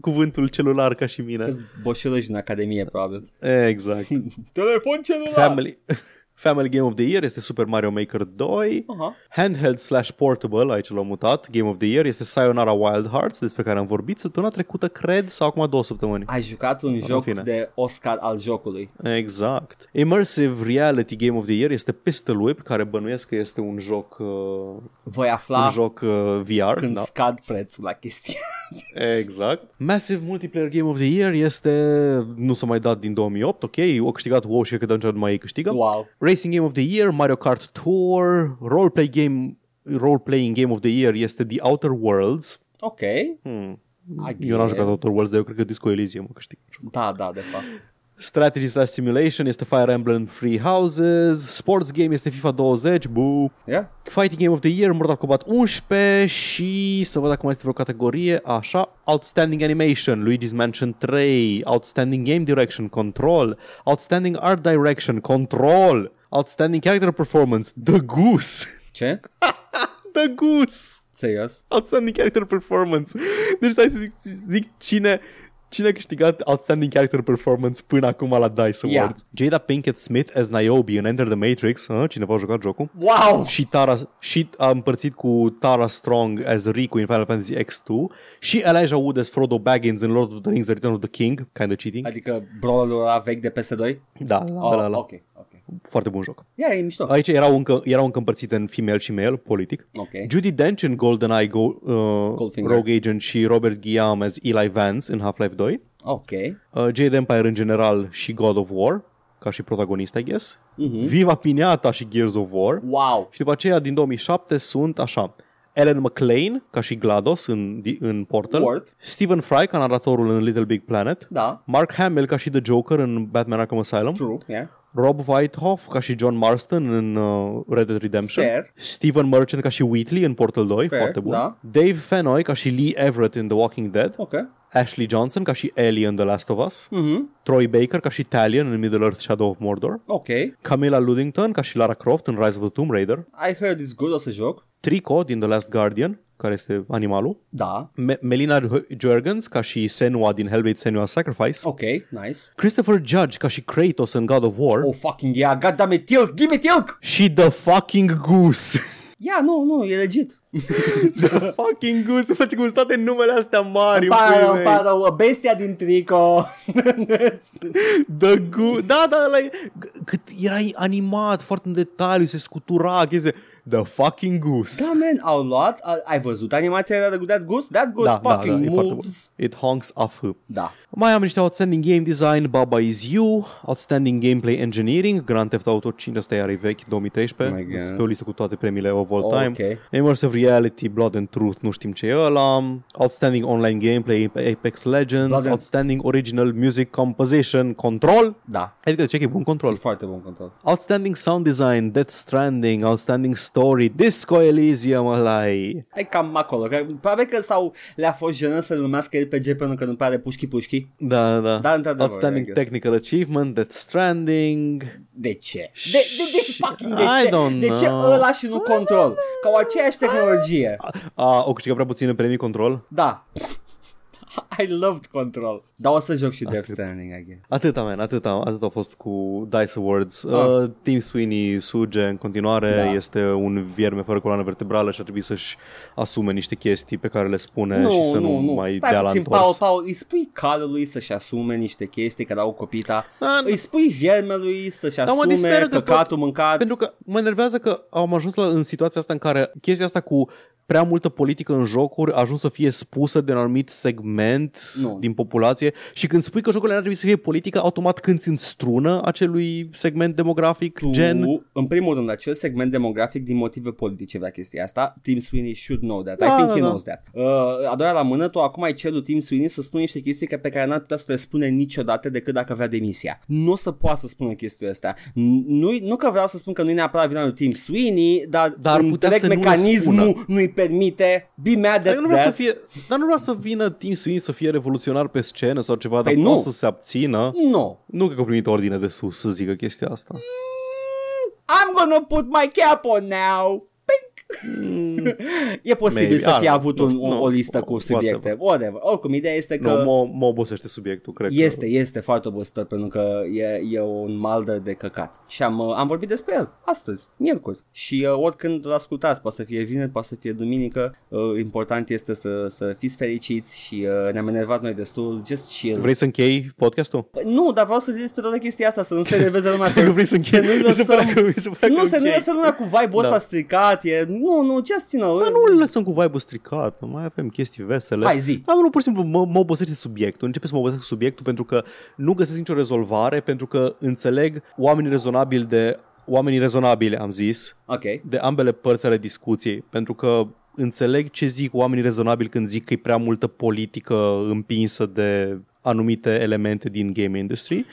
cuvântul celular ca și mine.
Că-s boșelăși din Academie, probabil.
Exact.
Telefon celular.
Family, Family Game of the Year este Super Mario Maker 2.
Aha.
Handheld slash Portable, aici l-am mutat, Game of the Year, este Sayonara Wild Hearts, despre care am vorbit săptămâna trecută, cred, sau acum două săptămâni.
Ai jucat un
În
joc
fine.
de Oscar al jocului.
Exact. Immersive Reality Game of the Year este Pistol Whip, care bănuiesc că este un joc uh,
Voi
un
afla
joc uh, VR.
când
da.
scad prețul la chestia.
Exact. Massive Multiplayer Game of the Year este, nu s-a mai dat din 2008, ok, au câștigat WoW și cred că de atunci nu mai ei câștigă.
Wow.
Racing Game of the Year, Mario Kart Tour, Roleplay Game, Role Playing Game of the Year este The Outer Worlds.
Ok.
Hmm.
I
Eu n-am jucat
guess.
Outer Worlds, dar eu cred că Disco Elysium a câștigat.
Da, da, de fapt.
Strategy slash Simulation este Fire Emblem Free Houses, Sports Game este FIFA 20, bu.
Yeah?
Fighting Game of the Year, Mortal Kombat 11 și să văd dacă mai este vreo categorie, așa, Outstanding Animation, Luigi's Mansion 3, Outstanding Game Direction, Control, Outstanding Art Direction, Control, Outstanding Character Performance, The Goose,
Ce?
The Goose,
Serios?
Outstanding Character Performance. Deci stai să zic, zic cine, cine a câștigat Outstanding Character Performance până acum la DICE Awards.
Ia.
Jada Pinkett Smith as Niobe în Enter the Matrix, ah, cineva a jucat jocul.
Wow!
Și, Tara, și a împărțit cu Tara Strong as Riku în Final Fantasy X2 și Elijah Wood as Frodo Baggins în Lord of the Rings The Return of the King, kind of cheating.
Adică brawlerul ăla vechi de PS2?
Da, da,
Oh,
da, da, da.
ok, ok.
foarte bun joc.
Ia, e mișto.
Aici erau încă, erau încă împărțite în female și male, politic.
Ok.
Judy Dench în GoldenEye Go, uh,
Goldfinger.
Rogue Agent și Robert Guillaume as Eli Vance în Half-Life 2,
Ok.
uh, Jade Empire în general și God of War, ca și protagonist, I guess,
Mhm.
Viva Pinata și Gears of War
Wow.
și după aceea din 2007 sunt așa Ellen McLean ca și GLaDOS în, în Portal,
Ward.
Stephen Fry ca naratorul în Little Big Planet,
Da.
Mark Hamill ca și The Joker în Batman Arkham Asylum,
True. Yeah.
Rob Whitehoff ca și John Marston în uh, Red Dead Redemption,
Fair.
Steven Merchant ca și Wheatley în Portal 2,
Fair,
foarte bun,
da.
Dave Fennoy ca și Lee Everett în The Walking Dead,
Ok.
Ashley Johnson ca și Ellie în The Last of Us,
Mhm.
Troy Baker ca și Talion în Middle-earth Shadow of Mordor,
Ok.
Camilla Ludington ca și Lara Croft în Rise of the Tomb Raider,
I heard it's good, o să joc.
Trico din The Last Guardian, care este animalul,
Da.
Me- Melina Jurgens ca și Senua din Hellblade Senua's Sacrifice,
Ok, nice.
Christopher Judge ca și Kratos în God of War
Oh, fucking yeah, god damn it, Tilk, give me Tilk!
și The Fucking Goose.
Ia, nu, nu, e legit.
The Fucking Goose, îmi place cum sunt toate numele astea mari,
Îmi
în
pare
puii
rău,
mei.
îmi pare rău, bestia din Trico.
The Goose, da, da, ăla e... C- cât era animat, foarte în detaliu, se scutura, chestia. The Fucking Goose.
da, man, au luat, a- ai văzut animația era de That Goose? That Goose fucking
Da, e foarte bun.
moves.
It honks a F.
Da.
Mai am niște Outstanding Game Design, Baba Is You, Outstanding Gameplay Engineering, Grand Theft Auto 5, asta iar e vechi, 2013,
My God.
Sunt pe o listă cu toate premiile of all
Ok.
time. Immersive Reality, Blood and Truth, nu știm ce e ăla, Outstanding Online Gameplay, Apex Legends,
Blood and-
Outstanding Original Music Composition, Control,
Da.
adică ce că e bun
E
control.
foarte bun control.
Outstanding Sound Design, Death Stranding, Outstanding Story, Disco Elysium ăla e.
E cam acolo. că- Probabil că sau le-a fost jenă să numească RPG pentru că nu prea are pușchi-pușchi.
Da, da, da.
Da, într-adevăr, I
Outstanding
guess.
Technical Achievement, Death Stranding,
De ce? De, de, de fucking de
I
ce?
don't
de ce
know.
ăla și nu control? Că au aceeași tehnologie.
A, o câștigă prea puține premii control?
Da. I loved control. Dar o să joc și Death
cred.
Stranding again.
Atâta, man, atâta, atât a fost cu DICE Awards.
Ah.
Uh, Tim Sweeney suge în continuare,
Da.
este un vierme fără coloană vertebrală și ar trebui să-și asume niște chestii pe care le spune și să nu, mai
Stai
dea la
puțin,
întors.
Paul, Paul, îi spui calului să-și asume niște chestii care au copita.
Ah,
Îi spui viermelui să-și
mă disperă
asume
că
căcatul mâncat.
Pentru că mă enervează că am ajuns la, în situația asta în care chestia asta cu prea multă politică în jocuri a ajuns să fie spusă de un anumit segment
Nu.
din populație și când spui că jocurile ar trebui să fie politică, automat când în strună acelui segment demografic,
tu,
gen...
în primul rând, acel segment demografic din motive politice avea chestia asta. Tim Sweeney should know that. I
Da,
think
da,
he
da.
knows that. Uh, a doua la mână, tu acum ai cerut Tim Sweeney să spună niște chestii că- pe care n-ar putea să le spune niciodată decât dacă avea demisia. Nu o să poată să spună chestiile astea. Nu, nu că vreau să spun că nu e neapărat vina lui Tim Sweeney, dar,
Dar putea
întreg
să nu le
mecanismul
spună.
nu-i permite. Be mad
Dar
at
eu nu vreau să
that.
fie, dar nu vreau să vină Tim Sweeney să fie revoluționar pe scenă sau ceva,
Păi
dar
nu.
nu. să se abțină.
No.
Nu cred că a primit ordine de sus să zică chestia asta.
I'm gonna put my cap on now.
Mm,
E posibil
Maybe.
să
Ah,
fie
nu,
avut
nu
un,
știu,
un,
nu.
o listă cu
Whatever.
subiecte. Whatever. Oricum, ideea este că...
nu, mă, mă obosește subiectul, cred
Este,
că.
este foarte obositor pentru că e, e un malder de căcat. Și am, uh, am vorbit despre el astăzi, miercuri. Și uh, oricând îl ascultați, poate să fie vineri, poate să fie duminică. Uh, important este să, să fiți fericiți și uh, ne-am enervat noi destul. Just chill.
Vrei să închei podcastul?
Păi Nu, dar vreau să zic despre toată chestia asta, să nu se enerveze lumea.
Dacă
să,
vrei să închei,
nu-i
mi se pare
lăsăm-
că- mi se
să
pare că
nu se
închei.
enerveze lumea cu vibe-ul
Da.
ăsta stricat. E, nu, nu, just, you know.
Dar nu îl lăsăm cu vibe stricat, mai avem chestii vesele.
Hai, zi.
Dar nu, pur și simplu, mă, mă obosește subiectul, începe să mă obosească subiectul pentru că nu găsesc nicio rezolvare, pentru că înțeleg oamenii rezonabili de oamenii rezonabili, am zis,
Ok.
de ambele părți ale discuției, pentru că înțeleg ce zic oamenii rezonabili când zic că e prea multă politică împinsă de anumite elemente din game industry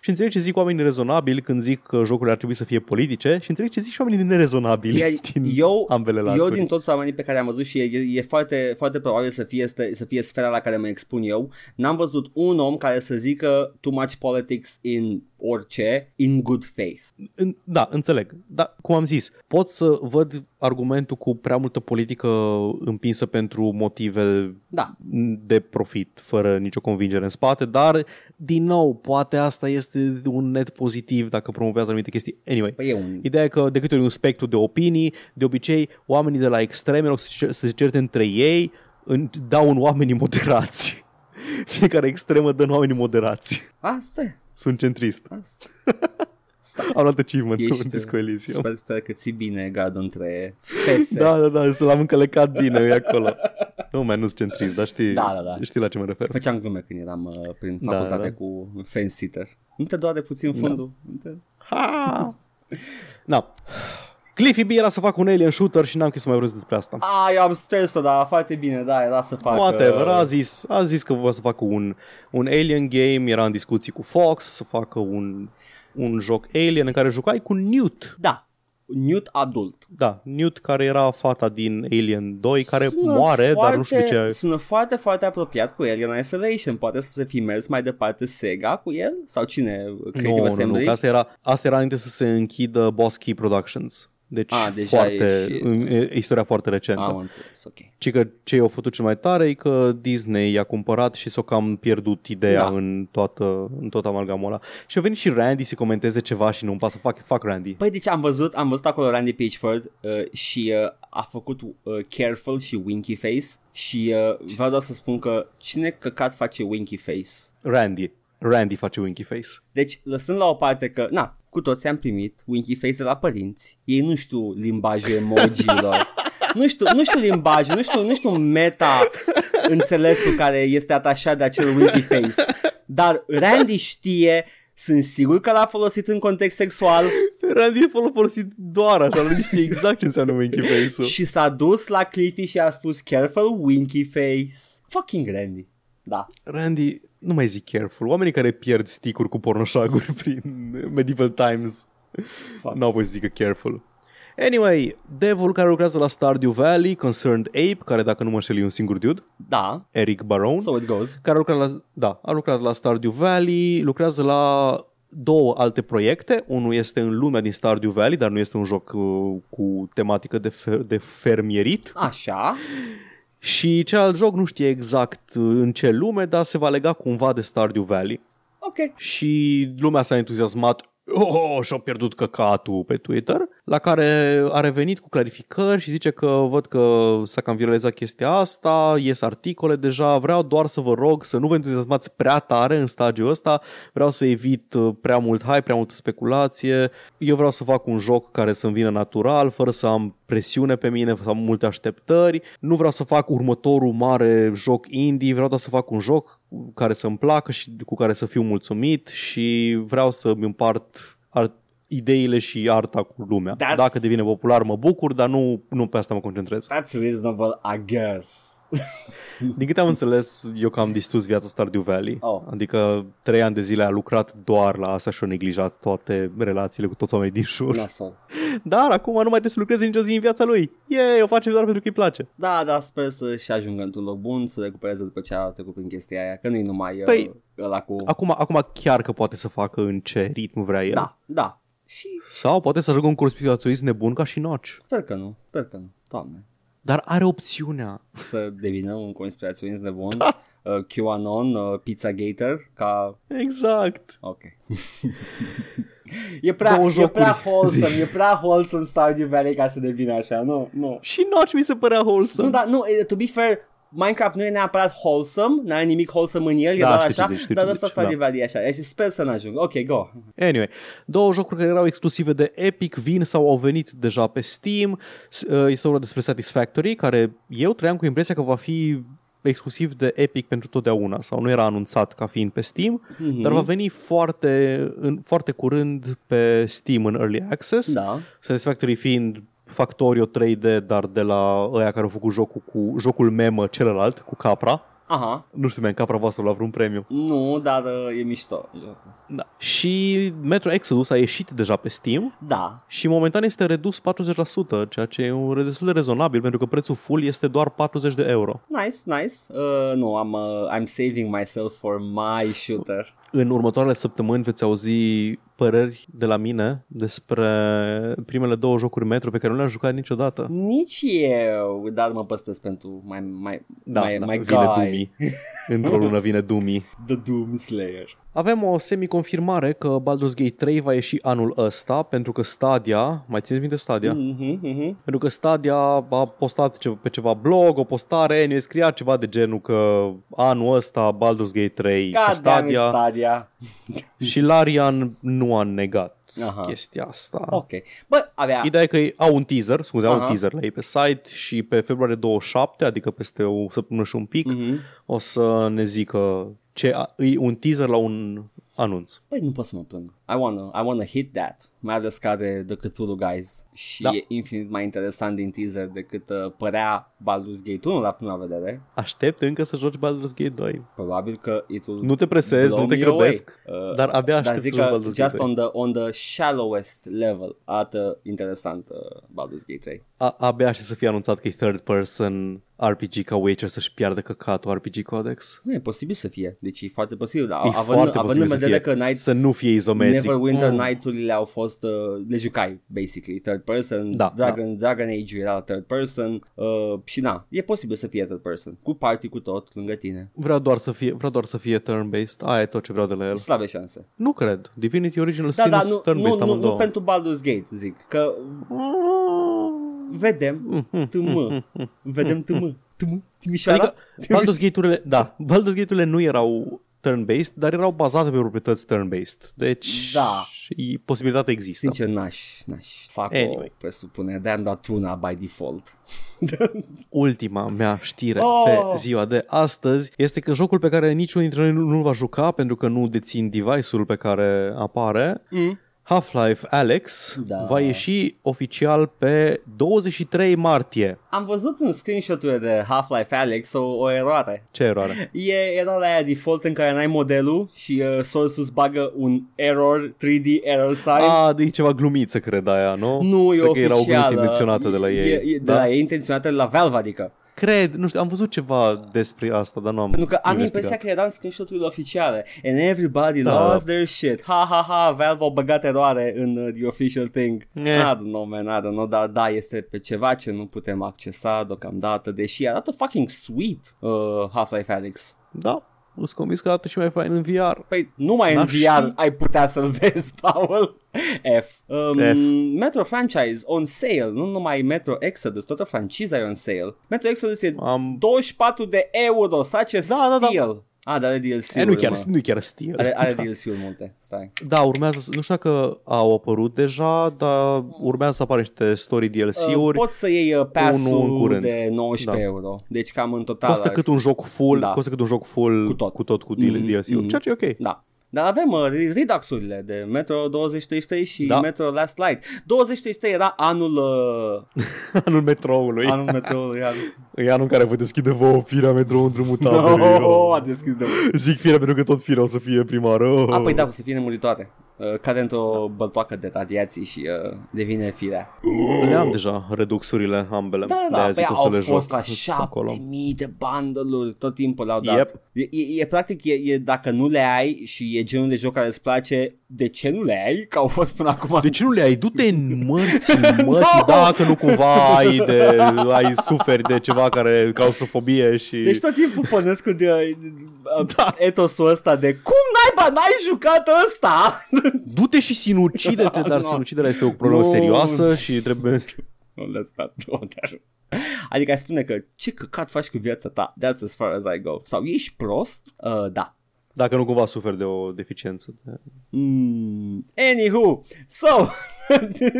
și înțeleg ce zic oamenii rezonabili când zic că jocurile ar trebui să fie politice și înțeleg ce zic și oamenii nerezonabili
E-
din
eu-
ambele
Eu
laturi.
din toți oamenii pe care am văzut și e, e foarte, foarte probabil să fie, este, să fie sfera la care mă expun eu, n-am văzut un om care să zică too much politics in orice, in good faith.
În- Da, înțeleg. Dar, cum am zis, pot să văd argumentul cu prea multă politică împinsă pentru motive
Da.
de profit, fără nicio convingere în spate, dar, din nou, poate asta este un net pozitiv dacă promovează anumite chestii. Anyway,
Păi e un...
Ideea e că de câte ori e un spectru de opinii, de obicei oamenii de la extreme au să se cer- să se certe între ei, în, dau în oamenii moderați. Fiecare extremă dă în oamenii moderați.
Asta e,
Sunt centrist.
asta Stai.
Am luat achievement
Ești,
în Disco Elysium.
Sper, sper că ții bine gardul între fese.
Da, da, da, să l-am încălecat bine, e acolo. Nu, mai nu-s centrist, dar știi,
Da, da, da.
știi la ce mă refer.
Făceam glume când eram uh, prin
Da,
facultate
da.
cu fan sitter. Nu te doare puțin fundul? Nu te...
Ha! Na. Cliffy B era să fac un alien shooter și n-am chef să mai vorbesc despre asta.
A, eu am stress-o, dar foarte bine, da, era să fac...
Whatever, a zis, a zis că vrea să facă un, un alien game, era în discuții cu Fox, să facă un, un joc alien în care jucai cu Newt.
Da, Newt adult.
Da, Newt care era fata din Alien 2, care moare, dar nu știu de ce.
Sună foarte, foarte apropiat cu Alien Isolation. Poate să se fi mers mai departe Sega cu el? Sau cine? uh,
Nu,
Creative
nu, nu,
Assembly?
că asta era, asta era înainte să se închidă Boss Key Productions. Deci,
Ah, deja
foarte,
e și- Ah,
e, e istoria foarte recentă.
Am înțeles, ok.
Ci că ce i-au făcut cel mai tare e că Disney i-a cumpărat și s-o cam pierdut ideea
Da.
da. în, toată, în tot amalgamul ăla. Și a venit și Randy să comenteze ceva și nu-mi pasă. Fac, fac Randy.
Păi deci am văzut, am văzut acolo Randy Pitchford uh, și uh, a făcut uh, Careful și Winky Face și uh, vreau doar să spun că cine căcat face Winky Face?
Randy. Randy face winky face.
Deci, lăsând la o parte că, na, cu toți am primit Winky Face de la părinți. Ei nu știu limbajul emojiilor. Nu știu, nu știu limbajul, nu știu, nu știu meta înțelesul care este atașat de acel Winky Face. Dar Randy știe, sunt sigur că l-a folosit în context sexual
Randy e fol- folosit doar așa, nu știe exact ce înseamnă winky face-ul.
și s-a dus la Cliffy și a spus Careful Winky Face. Fucking Randy. Da.
Randy, nu mai zic careful. Oamenii care pierd sticuri cu pornoșaguri prin Medieval Times
Fuck.
n-au voie să zică careful. Anyway, devul care lucrează la Stardew Valley, Concerned Ape, care dacă nu mă înșel e un singur dude,
Da.
Eric Barone,
So it goes.
care a lucrat la, da, a lucrat la Stardew Valley, lucrează la două alte proiecte. Unul este în lumea din Stardew Valley, dar nu este un joc uh, cu tematică de, fer- de fermierit.
Așa.
Și celălalt joc nu știe exact uh, în ce lume, dar se va lega cumva de Stardew Valley.
Ok.
Și lumea s-a entuziasmat Oh, și-a pierdut căcatul pe Twitter, la care a revenit cu clarificări și zice că văd că s-a cam viralizat chestia asta, ies articole deja, vreau doar să vă rog să nu vă entuziasmați prea tare în stadiul ăsta, vreau să evit uh, prea mult hype, prea multă speculație, eu vreau să fac un joc care să-mi vină natural, fără să am presiune pe mine, să am multe așteptări, nu vreau să fac următorul mare joc indie, vreau doar să fac un joc care să-mi placă și cu care să fiu mulțumit și vreau să-mi împart ar- ideile și arta cu lumea.
That's-
Dacă devine popular mă bucur, dar nu, nu pe asta mă concentrez.
That's reasonable, I guess.
Din câte am înțeles, eu că am distrus viața Stardew Valley.
Oh.
Adică trei ani de zile a lucrat doar la asta și a neglijat toate relațiile cu toți oamenii din jur.
Nasol.
Dar acum nu mai trebuie să lucreze nicio zi în viața lui. Ei, o face doar pentru că îi place.
Da, da, sper să-și ajungă într-un loc bun, să recupereze după ce a trecut prin chestia aia, că nu-i numai păi,
Păi,
ăla cu...
Acum, acum chiar că poate să facă în ce ritm vrea el.
Da, da. Și
Sau poate să ajungă un conspiraționist nebun ca și Notch.
sper că nu, sper că nu, doamne.
Dar are opțiunea.
Să devină un conspiraționist nebun, uh, QAnon, uh, Pizzagator, ca...
Exact.
Ok. e prea,
Două
e
jocuri,
prea wholesome, e prea wholesome Stardew Valley ca să devină așa, nu, nu.
Și Notch mi se părea wholesome.
Nu, dar nu, e, to be fair, Minecraft nu e neapărat wholesome, n-are nimic wholesome în el, e
Da,
doar
știu ce
așa,
zici, știu
dar
ce
asta
zici, da.
Stardew Valley e așa, și sper să n-ajung. Ok, go.
Anyway, două jocuri care erau exclusive de Epic vin sau au venit deja pe Steam. S- uh, Este vorba despre Satisfactory, care eu trăiam cu impresia că va fi exclusiv de Epic pentru totdeauna sau nu era anunțat ca fiind pe Steam,
Mhm.
dar va veni foarte, în, foarte curând pe Steam în Early Access.
Da.
Satisfactory fiind Factorio 3D, dar de la ăia care au făcut jocul, cu, jocul memă celălalt, cu capra.
Aha.
Nu știu, mi-am capra voastră la vreun premiu.
Nu, dar uh, e mișto. jocul.
Da. Și Metro Exodus a ieșit deja pe Steam
Da.
și momentan este redus 40%, ceea ce e un destul de rezonabil pentru că prețul full este doar 40 de euro.
Nice, nice. Uh, nu, am, uh, I'm saving myself for my shooter.
În următoarele săptămâni veți auzi păreri de la mine despre primele două jocuri Metro pe care nu le-am jucat niciodată.
Nici eu, dar mă păstrez pentru my, my,
Da,
my,
da
my
vine
guy,
Dumi. Într-o lună vine Dumi.
the Doom Slayer.
Avem o semi-confirmare că Baldur's Gate 3 va ieși anul ăsta pentru că Stadia, mai țineți minte Stadia? Mm.
Mhm, mhm.
Pentru că Stadia a postat ce, pe ceva blog, o postare, ne scria ceva de genul că anul ăsta Baldur's Gate 3 pe
God damn it,
Stadia
Stadia.
și Larian nu a negat
Aha.
chestia asta.
Ok. Bă, avea...
Ideea Da. e că ei au un teaser, scuze, au un
Aha.
teaser la ei pe site și pe februarie 27, adică peste o săptămână și un pic,
Mhm.
o să ne zică ce a, e un teaser la un anunț.
Băi, nu pot să mă plâng. I wanna, I wanna hit that. Mai ales că are The Cthulhu Guys și
Da.
e infinit mai interesant din teaser decât uh, părea Baldur's Gate 1 la prima vedere.
Aștept încă să joci Baldur's Gate 2.
Probabil că it will
Nu te presez,
blow
nu te
me
grăbesc,
away. Uh,
dar abia
dar
aștept să
zic
joci
că
Baldur's Gate
just
2.
on the, on the shallowest level arată interesant uh, Baldur's Gate 3.
A, abia aștept să fie anunțat că e third person RPG ca Witcher să-și piardă căcatul RPG Codex.
Nu, e posibil să fie. Deci e foarte posibil. Dar
E
având,
foarte
având
posibil
în
să
vedere
fie.
că Night
Să nu fie izometric.
Neverwinter
Mm.
Night-urile au fost, uh, le jucai, basically, third person,
Da,
Dragon, Dragon Age era third person uh, și na, e posibil să fie third person, cu party, cu tot, lângă tine.
Vreau doar să fie, vreau doar să fie turn-based. Aia e tot ce vreau de la el.
Slabe șanse.
Nu cred. Divinity Original
Da,
Sin
da,
da,
nu, nu,
turn-based
nu, nu
amândouă.
pentru Baldur's Gate, zic, că vedem,
Mm,
tâmă, vedem tâmă, tâmă, Timișoara.
Adică Baldur's Gate-urile, da, Baldur's Gate-urile nu erau turn-based, dar erau bazate pe proprietăți turn-based. Deci,
Da.
și posibilitatea există.
Sincer, n-aș, n-aș. Fac anyway.
Anyway.
o presupune de am dat una by default.
Ultima mea știre
Oh!
oh! pe ziua de astăzi este că jocul pe care niciunul dintre noi nu- nu-l va juca pentru că nu dețin device-ul pe care apare,
Mm.
Half-Life Alex
Da.
va ieși oficial pe 23 martie.
Am văzut în screenshot-urile de Half-Life Alex o, o eroare.
Ce eroare?
E eroarea aia default în care n-ai modelul și uh, source îți bagă un error, 3D error sign.
A, e ceva glumiță, cred aia, nu?
nu, e
Ah, cred că era o
oficială.
glumiță intenționată de la ei,
E, e, de
da?
la ei intenționată la Valve, adică.
Cred, nu știu, am văzut ceva despre asta, dar nu am
Pentru că am
investigat.
impresia că era în screenshot-urile oficiale. And everybody
Da.
lost their shit. Ha, ha, ha, Valve au băgat eroare în uh, the official thing.
Eh.
I don't know, man, I don't know, dar da, este pe ceva ce nu putem accesa deocamdată, deși arată fucking sweet uh, Half-Life Alex.
Da, sunt convins că arată și mai fain în VR.
Păi numai în
N-aș
VR
ști.
ai putea să-l vezi, Paul. F. Um,
F.
Metro Franchise on sale, nu numai Metro Exodus, toată franciza e on sale. Metro Exodus e
Am...
24 de euro, sace
Da, da, da.
steal. A, dar are DLC-uri,
E, nu chiar,
mă.
nu chiar stil.
Are, are
da.
DLC-uri multe, stai.
da, urmează, să- nu știu dacă au apărut deja, dar urmează să apară niște story DLC-uri.
Poți să iei uh, pass-ul
Unul în curând. Da.
de 19 euro, deci cam în total.
costă
ar-
cât un joc full,
Da.
da. costă cât un joc full
Cu tot.
cu, tot, Mm-hmm. cu
Mhm,
DLC-uri,
mhm.
ceea ce e ok.
Da. Dar avem uh, Redux-urile de Metro 2033 și
Da.
Metro Last Light. 2033 era anul uh,
Anul metroului.
anul metroului anul.
E anul în care vă deschide vouă firea metrou îndrumutat.
No, oh, a deschis de
Zic firea pentru că tot firea o să fie primară.
A, păi da, o să fie nemuritoare. Uh, Cade într-o băltoacă de radiații și uh, devine firea.
Le am deja reduxurile ambele.
Da, da,
De-aia
da,
zic
păi
o să
au
le joc.
fost la
Sunt acolo.
7000 de bundle-uri, tot timpul le-au dat.
Yep.
E, e, e, practic, e, e, dacă nu le ai și e genul de joc care îți place, de ce nu le ai? Că au fost până acum.
De ce nu le ai? Du-te în mărți, în mărți,
No!
no! dacă nu cumva ai, de, ai suferi de ceva care claustrofobie și...
Deci tot timpul pornesc cu de, da. etosul ăsta de cum naiba n-ai jucat ăsta?
Du-te și sinucide-te, dar
No.
sinuciderea este o problemă
Nu.
serioasă și trebuie...
Nu le-a stat o dar. Adică aș spune că ce căcat faci cu viața ta? That's as far as I go. Sau ești prost? Uh, da.
Dacă nu cumva suferi de o deficiență.
Mm. Anywho, so,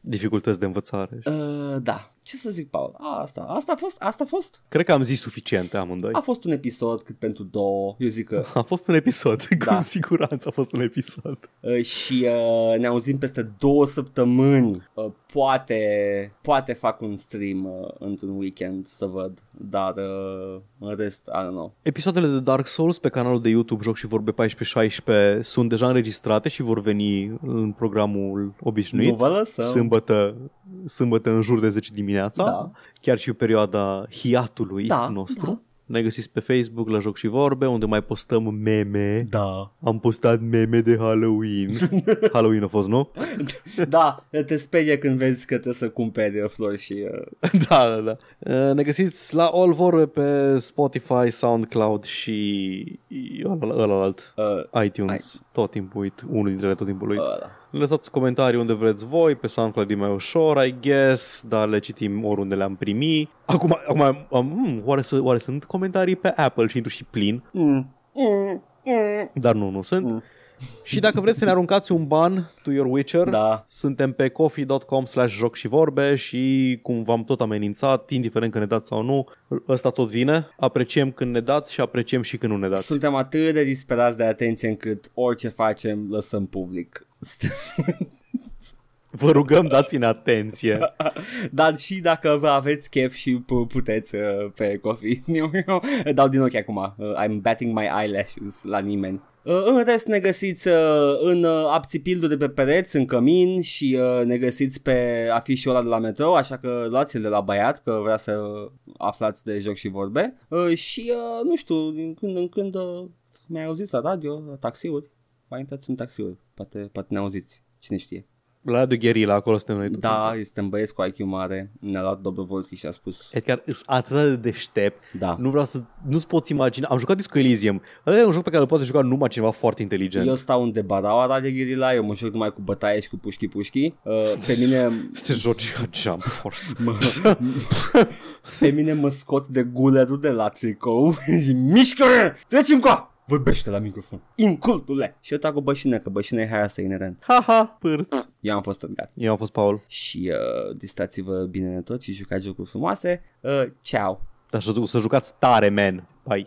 Dificultăți de învățare.
Uh, da. Ce să zic, Paul? A, asta. Asta a fost? Asta a fost?
Cred că am zis suficient amândoi.
A fost un episod cât pentru două. Eu zic că
A fost un episod,
Da.
cu siguranță a fost un episod.
Uh, și uh, ne auzim peste două săptămâni. Uh, poate, poate fac un stream uh, într-un weekend să văd, dar uh, în rest, I don't know.
Episoadele de Dark Souls pe canalul de YouTube Joc și Vorbe 14-16 sunt deja înregistrate și vor veni în programul obișnuit.
Nu vă lăsăm.
Sâmbătă, sâmbătă în jur de 10 dimineața,
Da.
chiar și perioada hiatului
Da,
nostru.
da.
Ne găsiți pe Facebook la Joc și Vorbe, unde mai postăm meme.
Da.
Am postat meme de Halloween. Halloween a fost, nu?
Da, te sperie când vezi că trebuie să cumperi uh, flori și... Uh,
da, da, da. Uh, Ne găsiți la All Vorbe pe Spotify, SoundCloud și ăla- ălalt.
uh,
iTunes,
iTunes. Ah.
tot timpul uit, unul dintre ele tot timpul uit.
ă, ăla.
Lăsați comentarii unde vreți voi, pe SoundCloud e mai ușor, I guess, dar le citim oriunde le-am primit. Acum, acum am, am, hmm, oare, să, oare sunt comentarii pe Apple și intru și plin,
Mm. Mm. Mm.
dar nu, nu sunt.
Mm.
Și dacă vreți să ne aruncați un ban to your Witcher,
Da.
suntem pe coffee.com slash joc și vorbe și cum v-am tot amenințat, indiferent că ne dați sau nu, ăsta tot vine. Apreciem când ne dați și apreciem și când nu ne dați.
Suntem atât de disperați de atenție încât orice facem lăsăm public.
Vă rugăm, dați-ne atenție.
Dar și dacă vă aveți chef și pu- puteți uh, pe coffee eu, eu dau din ochi acum uh, I'm batting my eyelashes la nimeni Uh, în rest ne găsiți uh, în uh, abțipildul de pe pereți, în cămin și uh, ne găsiți pe afișul ăla de la metrou, așa că luați-l de la băiat că vrea să aflați de joc și vorbe uh, și uh, nu știu, din când în când uh, mi-ai auzit la radio, la taxiuri, mai intrați în taxiuri, poate, poate ne auziți, cine știe.
La Radio Guerilla, acolo suntem noi.
Da, este un băieț cu IQ mare, ne-a luat Dobrovolski și a spus
Edgar, sunt atât de deștept,
da.
nu vreau să, nu-ți poți imagina, am jucat Disco Elysium, ăla e un joc pe care îl poate juca numai cineva foarte inteligent.
Eu stau în debaraua Radio Guerilla, eu mă joc numai cu bătaie și cu pușchi-pușchi. Uh, pe, mine,
Te joci ca Jump Force.
mă, pe mine mă scot de gulerul de la tricou și mișcă Treci încoa! Vorbește la microfon. Incultule! Și eu trag o bășină, că bășina e haia să inerent.
Haha, pârț.
Eu am fost gata.
Eu am fost Paul,
Și uh, distrați-vă bine de tot și jucați jocuri frumoase. Uh, ceau!
dar să, să jucați tare, man. Bye.